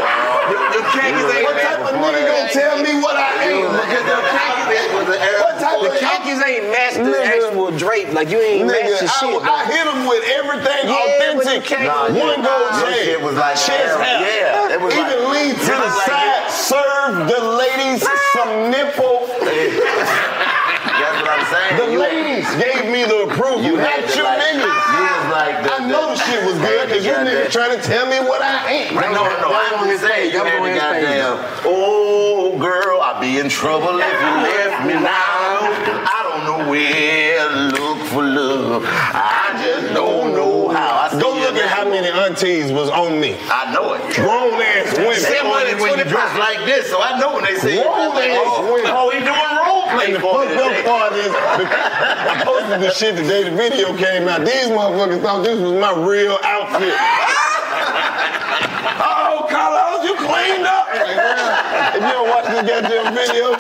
Speaker 5: Your, your khakis ain't
Speaker 10: What type of nigga gonna tell me what I
Speaker 5: You
Speaker 10: ain't?
Speaker 5: was like-
Speaker 10: Because the khakis ain't was an era. What type
Speaker 4: The
Speaker 10: of
Speaker 4: khakis ain't matched the actual drape. Like you ain't
Speaker 10: Nigga,
Speaker 4: matched the
Speaker 10: I,
Speaker 4: shit.
Speaker 10: I hit him with everything
Speaker 4: Yeah, with the
Speaker 10: authentic.
Speaker 4: khakis. Nah,
Speaker 10: One
Speaker 4: yeah.
Speaker 10: gold
Speaker 4: Your
Speaker 10: chain.
Speaker 4: shit was like
Speaker 10: chest
Speaker 4: Arab.
Speaker 10: out.
Speaker 4: Yeah, it was
Speaker 10: Even
Speaker 4: like-
Speaker 10: lean to
Speaker 4: it
Speaker 10: the
Speaker 4: was like
Speaker 10: side. Serve the ladies some nipple.
Speaker 5: That's what I'm saying.
Speaker 10: The
Speaker 5: You-
Speaker 10: ladies gave me the approval.
Speaker 5: You
Speaker 10: not
Speaker 5: had to
Speaker 10: you
Speaker 5: like-
Speaker 10: niggas.
Speaker 5: you was like the-
Speaker 10: I know the shit was good because you
Speaker 5: Yeah,
Speaker 10: niggas
Speaker 5: that-
Speaker 10: trying to tell me what I ain't.
Speaker 5: No, no, no. I'm just saying, you had the goddamn, oh, girl, I'd be in trouble if you left me now. I don't know where to look for love. I just don't know how. I see
Speaker 10: Go look
Speaker 5: you
Speaker 10: at how many aunties was on me.
Speaker 5: I know it.
Speaker 10: Grown ass women.
Speaker 5: Say money when you dress like this, so I know when they say
Speaker 10: Grown ass
Speaker 5: oh,
Speaker 10: women.
Speaker 5: oh, he doing role play
Speaker 10: And the
Speaker 5: for me
Speaker 10: fucked up
Speaker 5: today.
Speaker 10: part is, I posted this shit the day the video came out. These motherfuckers thought this was my real outfit. oh, Carlos, you cleaned up. Like, bruh, if you don't watch this goddamn video,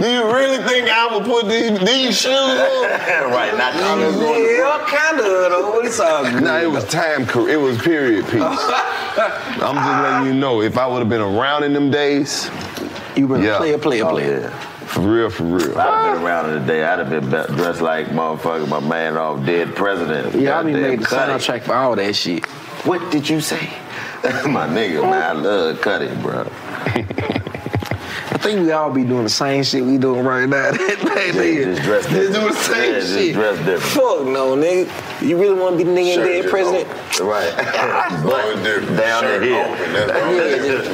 Speaker 10: do you really think I would put these, these shoes on?
Speaker 5: right, not
Speaker 10: Carlos.
Speaker 4: Yeah, kind of. though. It's all good.
Speaker 1: Nah, it was time. cor- It was period piece. I'm just letting you know. If I would have been around in them days,
Speaker 4: you were
Speaker 1: yeah.
Speaker 4: player, player,
Speaker 1: Oh,
Speaker 4: player.
Speaker 1: yeah. For real, for real.
Speaker 5: If I'd have been around in the day, I'd have been be- dressed like motherfucking my man off dead president.
Speaker 4: Yeah, I be
Speaker 5: Goddamn
Speaker 4: made the
Speaker 5: Cudi.
Speaker 4: soundtrack for all that shit.
Speaker 5: What did you say? my nigga, man, I love Cuddy, bro.
Speaker 4: I think we all be doing the same shit we doing right now. That nigga.
Speaker 5: just dress
Speaker 4: Just do the
Speaker 5: different.
Speaker 4: same
Speaker 5: Yeah,
Speaker 4: shit.
Speaker 5: just dress different.
Speaker 4: Fuck no, nigga. You really want to be the nigga
Speaker 5: Shirt
Speaker 4: and dead
Speaker 5: just
Speaker 4: president?
Speaker 5: open. Right. but down the hill.
Speaker 4: Yeah,
Speaker 1: I don't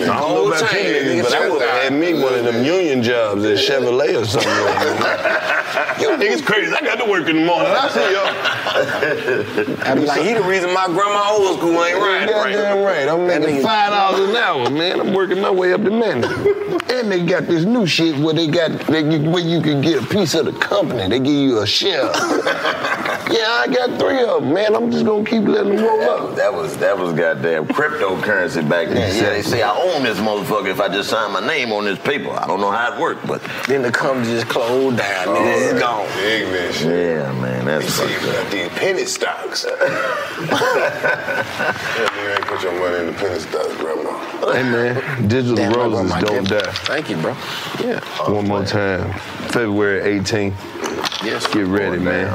Speaker 1: know about you niggas, but I would have had me one of them union jobs at Chevrolet or something. you niggas crazy. I got to work in the morning. I see y'all.
Speaker 4: I'd be like, he the reason my grandma old school ain't right.
Speaker 1: Goddamn right. I'm making five dollars an hour, man. I'm working my way up to management. and they
Speaker 18: got this new shit where they got they, get- where you can get a piece of the company. They give you a share. yeah, I got three of them, man. I'm just gonna keep letting them roll up.
Speaker 5: That was that was goddamn cryptocurrency back then.
Speaker 18: Yeah,
Speaker 5: Yeah,
Speaker 18: yeah.
Speaker 5: they say I own this motherfucker if I just sign my name on this paper. I don't know how it worked, but then the company just closed down.
Speaker 18: nigga. It's gone.
Speaker 5: Ignorant Yeah, man, that's fucked up.
Speaker 19: These penny stocks. yeah, you ain't put your money in the penny stocks, grandma.
Speaker 1: Hey man, digital
Speaker 19: Damn, I brought
Speaker 1: roses
Speaker 19: my
Speaker 1: don't
Speaker 19: gift.
Speaker 1: die.
Speaker 4: Thank you, bro. Yeah.
Speaker 1: One more time, February 18th.
Speaker 4: Yes.
Speaker 1: Get ready, man.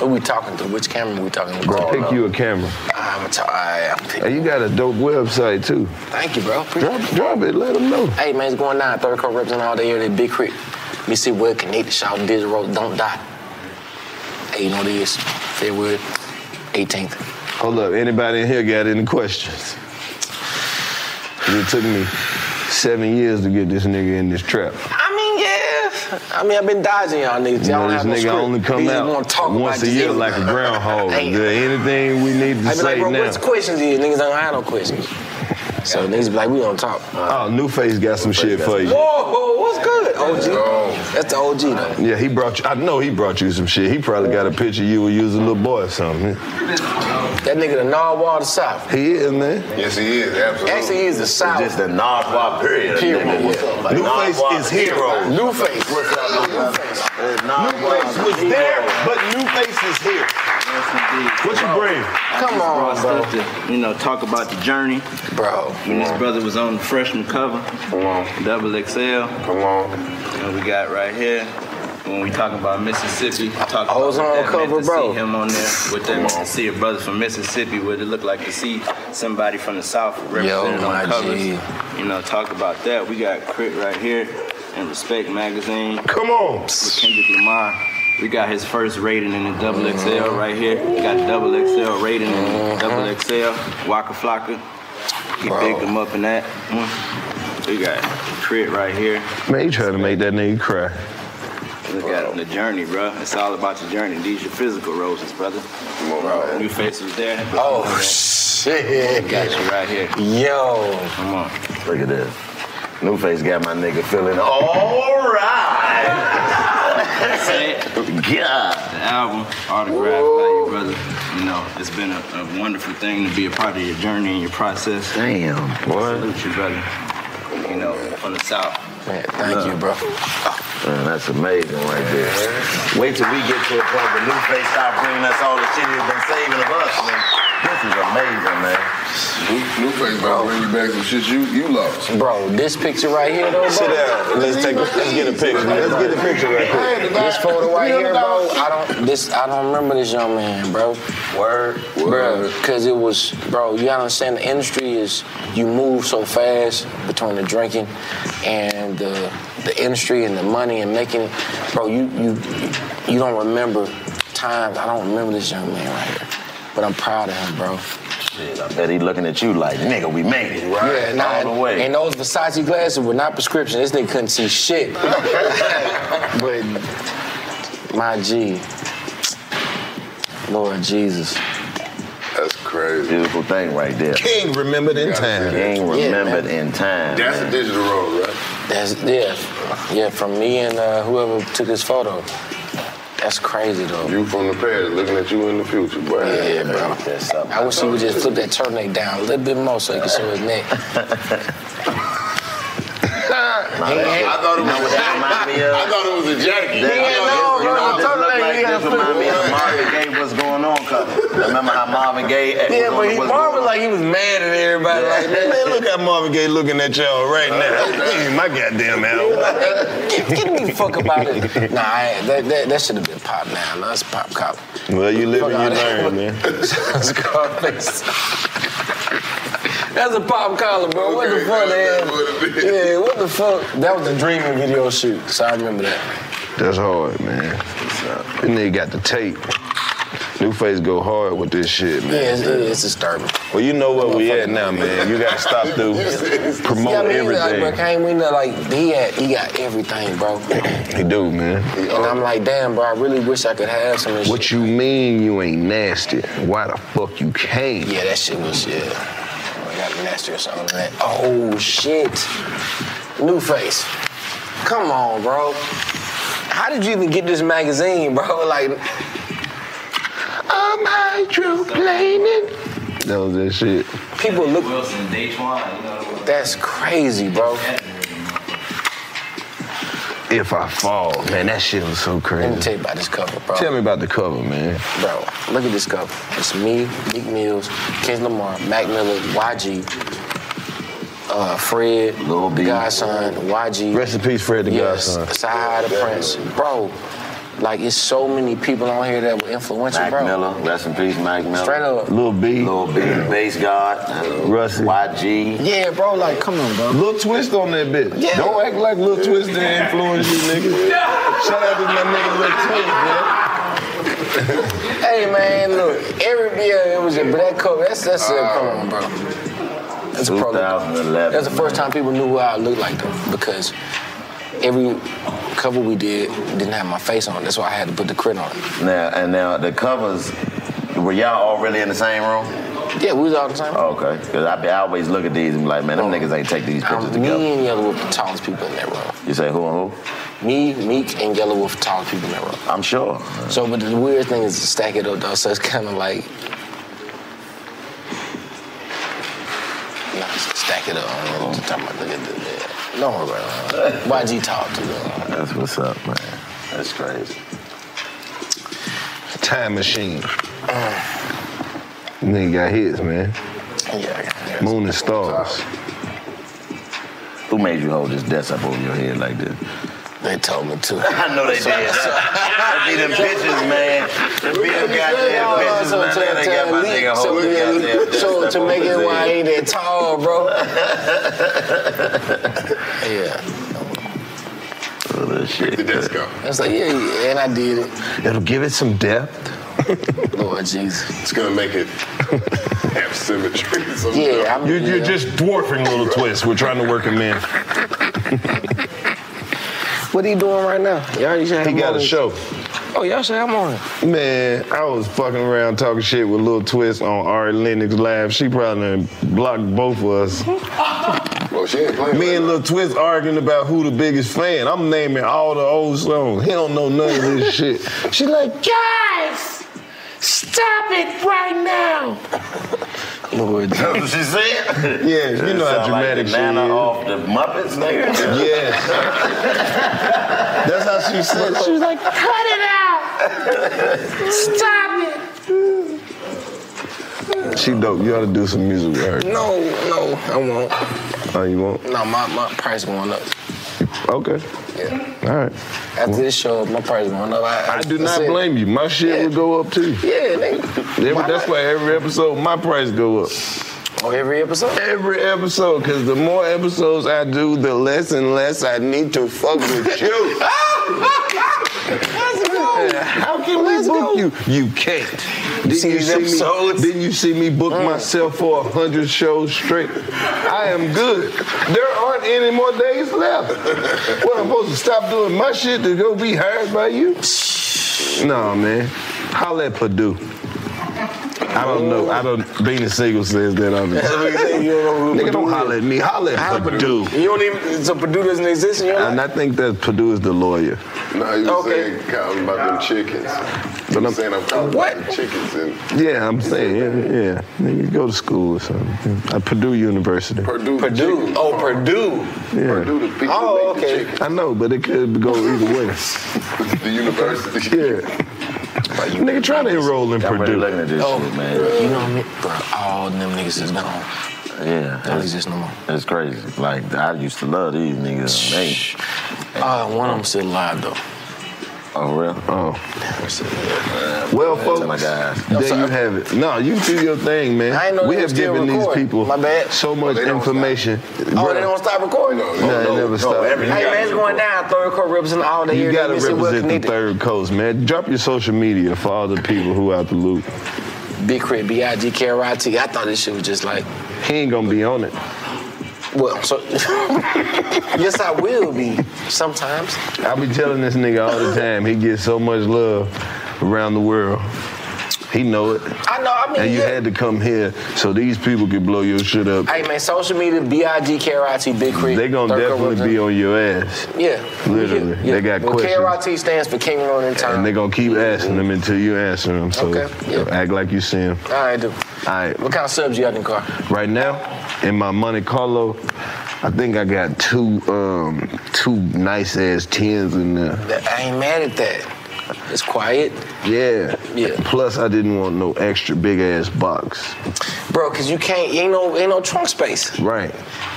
Speaker 4: Who we talking to? Which camera we talking to?
Speaker 1: Bro, pick you a camera.
Speaker 4: I'm t- I, I'm
Speaker 1: And you got a dope website too.
Speaker 4: Thank you, bro. Appreciate
Speaker 1: Drop, drop it. Let them know.
Speaker 4: Hey, man, it's going down. Third Court representing all the area that Big Creek. Me see where connected, shouting Digital Road, don't die. Hey, you know what it is? February 18th.
Speaker 1: Hold up. Anybody in here got any questions? 'Cause It took me seven years to get this nigga in this trap.
Speaker 4: I mean, yeah. I mean, I've been dodging y'all niggas.
Speaker 1: You know,
Speaker 4: Y'all don't
Speaker 1: this
Speaker 4: have no
Speaker 1: nigga
Speaker 4: script.
Speaker 1: only come
Speaker 4: These niggas wanna
Speaker 1: out
Speaker 4: talk about
Speaker 1: once a
Speaker 4: just
Speaker 1: year
Speaker 4: everything.
Speaker 1: like a groundhog. Is there anything we need to
Speaker 4: I be
Speaker 1: say
Speaker 4: like, bro,
Speaker 1: now?
Speaker 4: what's the questions is? Niggas don't have no questions. So niggas be like, we don't talk.
Speaker 1: Oh, New Face got some shit for you.
Speaker 4: Whoa, what's good, OG? That's the OG, though.
Speaker 1: Yeah, he brought you. I know he brought you some shit. He probably got a picture of you when you was a little boy or something.
Speaker 4: That nigga the narwhal of the South.
Speaker 1: He is, man.
Speaker 4: Yes, he is, absolutely. Actually, he is the South.
Speaker 5: Just the non period.
Speaker 4: Period.
Speaker 5: nigga.
Speaker 4: What's up, man?
Speaker 5: Newface
Speaker 4: Nardwuar
Speaker 5: is hero.
Speaker 4: Newface.
Speaker 5: What's up,
Speaker 1: Newface was there, but Newface is here. What you bring?
Speaker 4: Come on, bro.
Speaker 20: To, you know, talk about the journey,
Speaker 4: bro.
Speaker 20: When this brother was on the freshman cover, come on, double XL, come on. And we got right here. When we talking about Mississippi, talk about what
Speaker 4: Ozone
Speaker 20: that meant
Speaker 4: cover,
Speaker 20: to
Speaker 4: bro.
Speaker 20: see him on there, what that meant to see a brother from Mississippi, what it looked like to see somebody from the South represented
Speaker 4: my
Speaker 20: on covers.
Speaker 4: G.
Speaker 20: You know, talk about that. We got Crit right here in Respect Magazine. Come on. With Kendrick Lamar. We got his first rating in the double
Speaker 4: Mm-hmm.
Speaker 20: XL right here. We got double XL rating in the double XL. Waka Flocka. He picked him up in that. Mm. We got Crit right here.
Speaker 1: Man, you trying to make that nigga cry.
Speaker 20: Look at it, the journey, bro. It's all about the journey. These your physical roses, brother. New face was there. Oh shit! Got you right here.
Speaker 4: Yo,
Speaker 20: come on.
Speaker 5: Look at this. Newface got my nigga feeling
Speaker 20: All right. God. The album, autograph by your brother. You know, it's been a, a wonderful thing to be a part of your journey and your process. Damn, boy. Salute you, brother. You know, from the South.
Speaker 4: Man, thank
Speaker 5: you,
Speaker 4: bro.
Speaker 5: Man, Uh, that's amazing right there. Wait till we get to a point where Newface stop bringing us all the shit he's been saving of us. Man. This is amazing, man.
Speaker 19: Newface about to bring you back some shit you, you lost.
Speaker 4: Bro, this picture right here, though, bro.
Speaker 19: Sit down. Let's take a- let's get a picture. Let's get a picture right here.
Speaker 4: This photo right here, bro. I don't. This I don't remember this young man, bro. Word, bro. Because it was, bro. You gotta understand the industry is you move so fast between the drinking and the the industry and the money and making, it. bro. You you you don't remember times. I don't remember this young man right here, but I'm proud of him, bro.
Speaker 5: Shit, I bet he looking at you like, nigga, we made it.
Speaker 4: Yeah, nah,
Speaker 5: all the way.
Speaker 4: And those Versace glasses were not prescription. This nigga couldn't see shit. but my G, Lord Jesus.
Speaker 5: That's crazy. Beautiful thing right there.
Speaker 1: King remembered in time.
Speaker 5: King
Speaker 4: Yeah,
Speaker 5: remembered
Speaker 4: man.
Speaker 5: in time. man.
Speaker 4: road, right? That's yeah, yeah. From me and uh, whoever took this photo. That's crazy though.
Speaker 19: You from the past, looking at you in the future, boy.
Speaker 4: Yeah, bro. I wish he would just flip that turtleneck down a little bit more so he could show his neck.
Speaker 19: I thought it was. I thought it was a jacket.
Speaker 5: This remind me of Marvin Gaye, what's going on cover. Remember how Marvin Gaye was
Speaker 4: Yeah,
Speaker 5: on
Speaker 4: but
Speaker 5: the
Speaker 4: he
Speaker 5: What's
Speaker 4: Marvin like he was mad at everybody. Like, man,
Speaker 1: look at Marvin Gaye looking at y'all right now. Hey, my goddamn album.
Speaker 4: Get, get me the fuck about it. Nah, I, that, that, that should have been pop now. Nah, it's pop cop.
Speaker 1: Well, you live
Speaker 4: Fuck
Speaker 1: and you
Speaker 4: all that.
Speaker 1: learn, man.
Speaker 4: Scarface. That's a pop collar, bro. What the fuck, man? Yeah, what the fuck? That was the Dreaming video shoot, so I remember that.
Speaker 1: That's hard, man. This nigga got the tape. Newface go hard with this shit, man.
Speaker 4: Yeah, it's, it- it's disturbing.
Speaker 1: Well, you know where we at now, man. You gotta stop through, promote
Speaker 4: See, I mean, he's Like, bro,
Speaker 1: everything.
Speaker 4: came in there like he had, he got everything, bro.
Speaker 1: He do, man.
Speaker 4: And I'm like, damn, bro, I really wish I could have some of this
Speaker 1: What you mean you ain't nasty? Why the fuck you came?
Speaker 4: Yeah, that shit was yeah. I got nasty or something like that. Oh shit. New Face. Come on, bro. How did you even get this magazine, bro? Like,
Speaker 15: Am I true blaming?
Speaker 4: that was that shit. People look. That's crazy, bro.
Speaker 1: If I fall, man, that shit was so crazy.
Speaker 4: Let me tell you about this cover, bro.
Speaker 1: Tell me about the cover, man.
Speaker 4: Bro, look at this cover. It's me, Meek Mills, Ken Lamar, Mac Miller, YG, uh, Fred, Lil B. Godson, YG.
Speaker 1: Rest in peace, Fred the
Speaker 4: yes,
Speaker 1: Godson.
Speaker 4: Sahai the Prince. Bro, like, it's so many people on here that were influential,
Speaker 1: Mac
Speaker 4: bro.
Speaker 1: Miller, rest in peace, Mac Miller.
Speaker 4: Straight up.
Speaker 1: Lil B. Lil B, Bass God. Russell. YG.
Speaker 4: Yeah, bro, like, come on, bro.
Speaker 1: Lil Twist on that bitch.
Speaker 4: Yeah.
Speaker 1: Don't act like Lil Twist didn't influence you, nigga. Shout out to my nigga Lil Twist, man.
Speaker 4: Hey man, look, every year it was a black coat. That's that's it. Come on, bro. That's a program. That's the first time people knew who I looked like though, because every cover we did didn't have my face on. it. That's why I had to put the crit on it.
Speaker 1: Now, and now the covers, were y'all already in the same room?
Speaker 4: Yeah, we was all the same
Speaker 1: room. Oh, Okay, because I, be- I always look at these and be like, man, them niggas ain't take these pictures
Speaker 4: Um,
Speaker 1: together.
Speaker 4: me and Yellow Wolf the tallest people in that room.
Speaker 1: You say who and who?
Speaker 4: Me, Meek, and Yellow Wolf the tallest people in that room.
Speaker 1: I'm sure.
Speaker 4: So, but the weird thing is to stack it up though. So it's kind of like, you know, just stack it up. I don't know what you're talking about. Look at the, no, bro. YG talk to them.
Speaker 1: That's what's up, man. That's crazy. Time machine.
Speaker 19: Uh.
Speaker 1: Nigga got hits, man.
Speaker 4: Yeah,
Speaker 1: Moon and stars. Who made you hold this desk up over your head like this?
Speaker 4: They told me to.
Speaker 1: I know they did. That be them bitches, man. That be them goddamn bitches,
Speaker 4: So
Speaker 1: man. They got my nigga holding the goddamn
Speaker 4: to,
Speaker 1: desk
Speaker 4: so
Speaker 1: up
Speaker 4: to
Speaker 1: over
Speaker 4: make
Speaker 1: his
Speaker 4: it why I
Speaker 1: head.
Speaker 4: ain't that tall, bro. yeah,
Speaker 1: Oh, that shit.
Speaker 4: I was like, yeah, yeah, and I did it.
Speaker 1: It'll give it some depth.
Speaker 4: Lord Jesus.
Speaker 5: It's gonna make it have symmetry.
Speaker 4: Yeah, I'm-
Speaker 1: You're, you're
Speaker 4: yeah.
Speaker 1: just dwarfing Little Twist. We're trying to work him in.
Speaker 4: What he doing right now? Y'all already should have
Speaker 1: He
Speaker 4: him
Speaker 1: got
Speaker 4: on
Speaker 1: a
Speaker 4: it.
Speaker 1: show.
Speaker 4: Oh, y'all should have him on. it.
Speaker 1: Man, I was fucking around talking shit with Lil Twist on Ari Lennox Live. She probably done blocked both of us.
Speaker 5: Well, she ain't playing.
Speaker 1: Me and Lil Twist arguing about who the biggest fan. I'm naming all the old songs. He don't know none of this shit. She like,
Speaker 15: Guys, stop it right now.
Speaker 4: Lord.
Speaker 1: That's what she said? Yeah, you know how dramatic she is. off the Muppets, nigga? Yeah. That's how she said
Speaker 15: She was like, cut it out. Stop it.
Speaker 1: She dope. You ought to do some music with her.
Speaker 4: No, no, I won't.
Speaker 1: Oh, you won't?
Speaker 4: No, my, my price going up.
Speaker 1: Okay.
Speaker 4: Yeah.
Speaker 1: All right.
Speaker 4: After this show, my price going up. I,
Speaker 1: I do
Speaker 4: that's
Speaker 1: not
Speaker 4: it.
Speaker 1: blame you. My shit would go up too.
Speaker 4: Yeah, nigga.
Speaker 1: Every- that's why every episode my price go up.
Speaker 4: Oh, every episode?
Speaker 1: Every episode, because the more episodes I do, the less and less I need to fuck with you.
Speaker 15: Let's go.
Speaker 1: How can we book you? You can't. Didn't
Speaker 15: see these
Speaker 1: me, didn't you see me book myself for a hundred shows straight? I am good. There aren't any more days left. what I'm supposed to stop doing my shit to go be hired by you? No, man. Holla at Purdue. I don't know. I don't. Venus Siegel says that on me. Nigga, don't holler at me. Holla at Purdue.
Speaker 4: You don't even, so Purdue doesn't exist in your life?
Speaker 1: And I think that Purdue is the lawyer.
Speaker 5: No, you was saying counting about them chickens. You was saying I'm counting about them chickens and
Speaker 1: Yeah, I'm saying, yeah, yeah. Nigga, go to school or something. At Purdue University.
Speaker 5: Purdue.
Speaker 4: Purdue. Oh, Purdue.
Speaker 1: Yeah.
Speaker 5: Purdue the people
Speaker 4: Oh,
Speaker 5: that make
Speaker 4: okay.
Speaker 5: the
Speaker 1: I know, but it could go either way.
Speaker 5: chickens. The university.
Speaker 1: Yeah. Nigga, try to enroll in Purdue.
Speaker 4: looking
Speaker 1: at this
Speaker 4: oh,
Speaker 1: shit,
Speaker 4: You know what I mean? Bro, all them niggas is gone.
Speaker 1: Yeah.
Speaker 4: Don't exist no more.
Speaker 1: It's crazy. Like, I used to love these niggas. They,
Speaker 4: Uh, one of them still alive, though.
Speaker 1: oh, real?
Speaker 4: Oh.
Speaker 1: Well, folks, there you have it. No, you do your thing, man.
Speaker 4: I didn't know
Speaker 1: we
Speaker 4: they
Speaker 1: have
Speaker 4: were still
Speaker 1: given
Speaker 4: recording.
Speaker 1: these people
Speaker 4: My bad.
Speaker 1: so much information.
Speaker 4: Oh, they don't stop recording? No,
Speaker 1: No, they never stop.
Speaker 4: Hey, man, it's going down. Third court represent all the
Speaker 1: You
Speaker 4: years.
Speaker 1: gotta
Speaker 4: They said, well,
Speaker 1: represent the
Speaker 4: connected.
Speaker 1: third coast, man. Drop your social media for all the people who out the loop.
Speaker 4: Big Crit, B.I.G. K.R.I.T. I thought this shit was just like,
Speaker 1: He ain't gonna be on it.
Speaker 4: well, so. yes, I will be sometimes.
Speaker 1: I be telling this nigga all the time. He gets so much love around the world. He know it.
Speaker 4: I know. I mean,
Speaker 1: and you
Speaker 4: yeah.
Speaker 1: had to come here so these people could blow your shit up.
Speaker 4: Hey man, social media, B I G K R I T, Big Creek.
Speaker 1: They gonna
Speaker 4: Thurko
Speaker 1: definitely be on your ass.
Speaker 4: Yeah.
Speaker 1: Literally,
Speaker 4: Yeah.
Speaker 1: they got
Speaker 4: well,
Speaker 1: questions.
Speaker 4: KRIT stands for King Ronan in Time.
Speaker 1: And they're gonna keep asking them until you answer them. So
Speaker 4: Okay, yeah.
Speaker 1: act like you see them.
Speaker 4: All right, dude.
Speaker 1: All right.
Speaker 4: What kind of subs you got in the car?
Speaker 1: Right now, in my Monte Carlo, I think I got two um, two nice ass tens in there.
Speaker 4: I ain't mad at that. It's quiet.
Speaker 1: Yeah. Yeah. Plus, I didn't want no extra big ass box.
Speaker 4: Bro, cause you can't, you ain't no, ain't no trunk space.
Speaker 1: Right.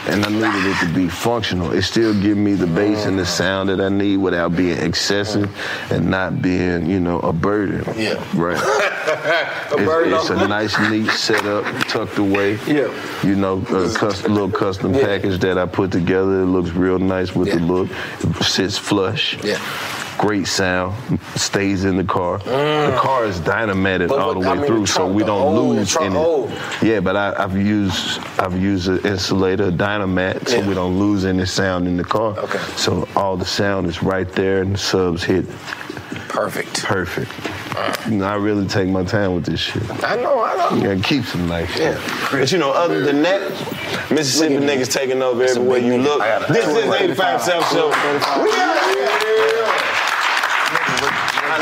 Speaker 1: And I needed it to be functional. It still give me the bass and the
Speaker 4: Mm.
Speaker 1: sound that I need without being excessive and not being, you know, a burden.
Speaker 4: Yeah.
Speaker 1: Right.
Speaker 4: a
Speaker 1: it's,
Speaker 4: bird
Speaker 1: it's
Speaker 4: on-
Speaker 1: a nice, neat setup, tucked away.
Speaker 4: Yeah.
Speaker 1: You know, a custom, little custom package that I put together. It looks real nice with the look. It sits flush.
Speaker 4: Yeah.
Speaker 1: Great sound. Stays in the car. The car is dynamated
Speaker 4: Mm. But
Speaker 1: all
Speaker 4: what-
Speaker 1: the way
Speaker 4: I mean, the
Speaker 1: through, so
Speaker 4: trunk,
Speaker 1: we
Speaker 4: the
Speaker 1: don't
Speaker 4: old
Speaker 1: lose
Speaker 4: trunk,
Speaker 1: any.
Speaker 4: old.
Speaker 1: Yeah, but I, I've used I've used an insulator, a dynamat, so we don't lose any sound in the car. Okay. So all the sound is right there, and the subs hit.
Speaker 4: Perfect.
Speaker 1: Perfect. You know, I really take my time with this shit.
Speaker 4: I know, I know.
Speaker 1: You gotta keep some nice shit.
Speaker 5: But you know, other than that, Mississippi niggas taking over everywhere you look. This is 85 South Show. We out here.
Speaker 4: They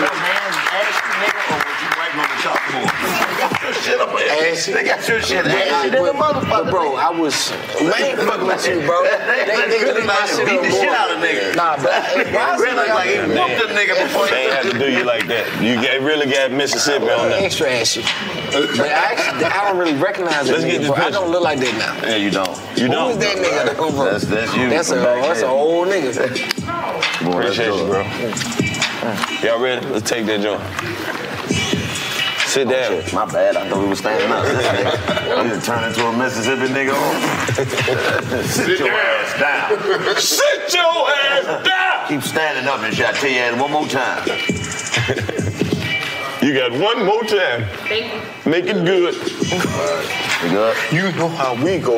Speaker 4: got your
Speaker 5: shit
Speaker 4: But,
Speaker 5: ashy than a motherfucker.
Speaker 4: but bro, I was. They ain't fucking with you, bro. They, they, they
Speaker 5: Good
Speaker 4: leave my
Speaker 5: about
Speaker 4: shit
Speaker 5: beat
Speaker 4: on
Speaker 5: the
Speaker 4: board.
Speaker 5: shit out of niggas.
Speaker 4: Nah, but why is
Speaker 5: Really
Speaker 4: it
Speaker 5: like he
Speaker 4: like-
Speaker 5: whooped a nigga before They ain't had to do you like that. You got- really got Mississippi on that.
Speaker 4: Extra ashy. But I actually, I don't really recognize that
Speaker 5: Let's get this
Speaker 4: nigga, bro. I
Speaker 5: picture.
Speaker 4: don't look like that now.
Speaker 5: Yeah, you don't. You
Speaker 4: Who
Speaker 5: don't.
Speaker 4: is that nigga? though, bro?
Speaker 5: That's, that's you.
Speaker 4: That's a,
Speaker 5: from back
Speaker 4: that's an
Speaker 5: then.
Speaker 4: old nigga.
Speaker 5: Appreciate you, bro. Y'all ready? Let's take that joint. Sit down.
Speaker 1: my bad. I thought we was standing up.
Speaker 5: I'm gonna turn into a Mississippi nigga.
Speaker 1: Sit your ass down.
Speaker 5: Sit your ass down.
Speaker 1: Keep standing up and shit. I tell you that one more time.
Speaker 5: You got one more time. Make it good. You know how we go.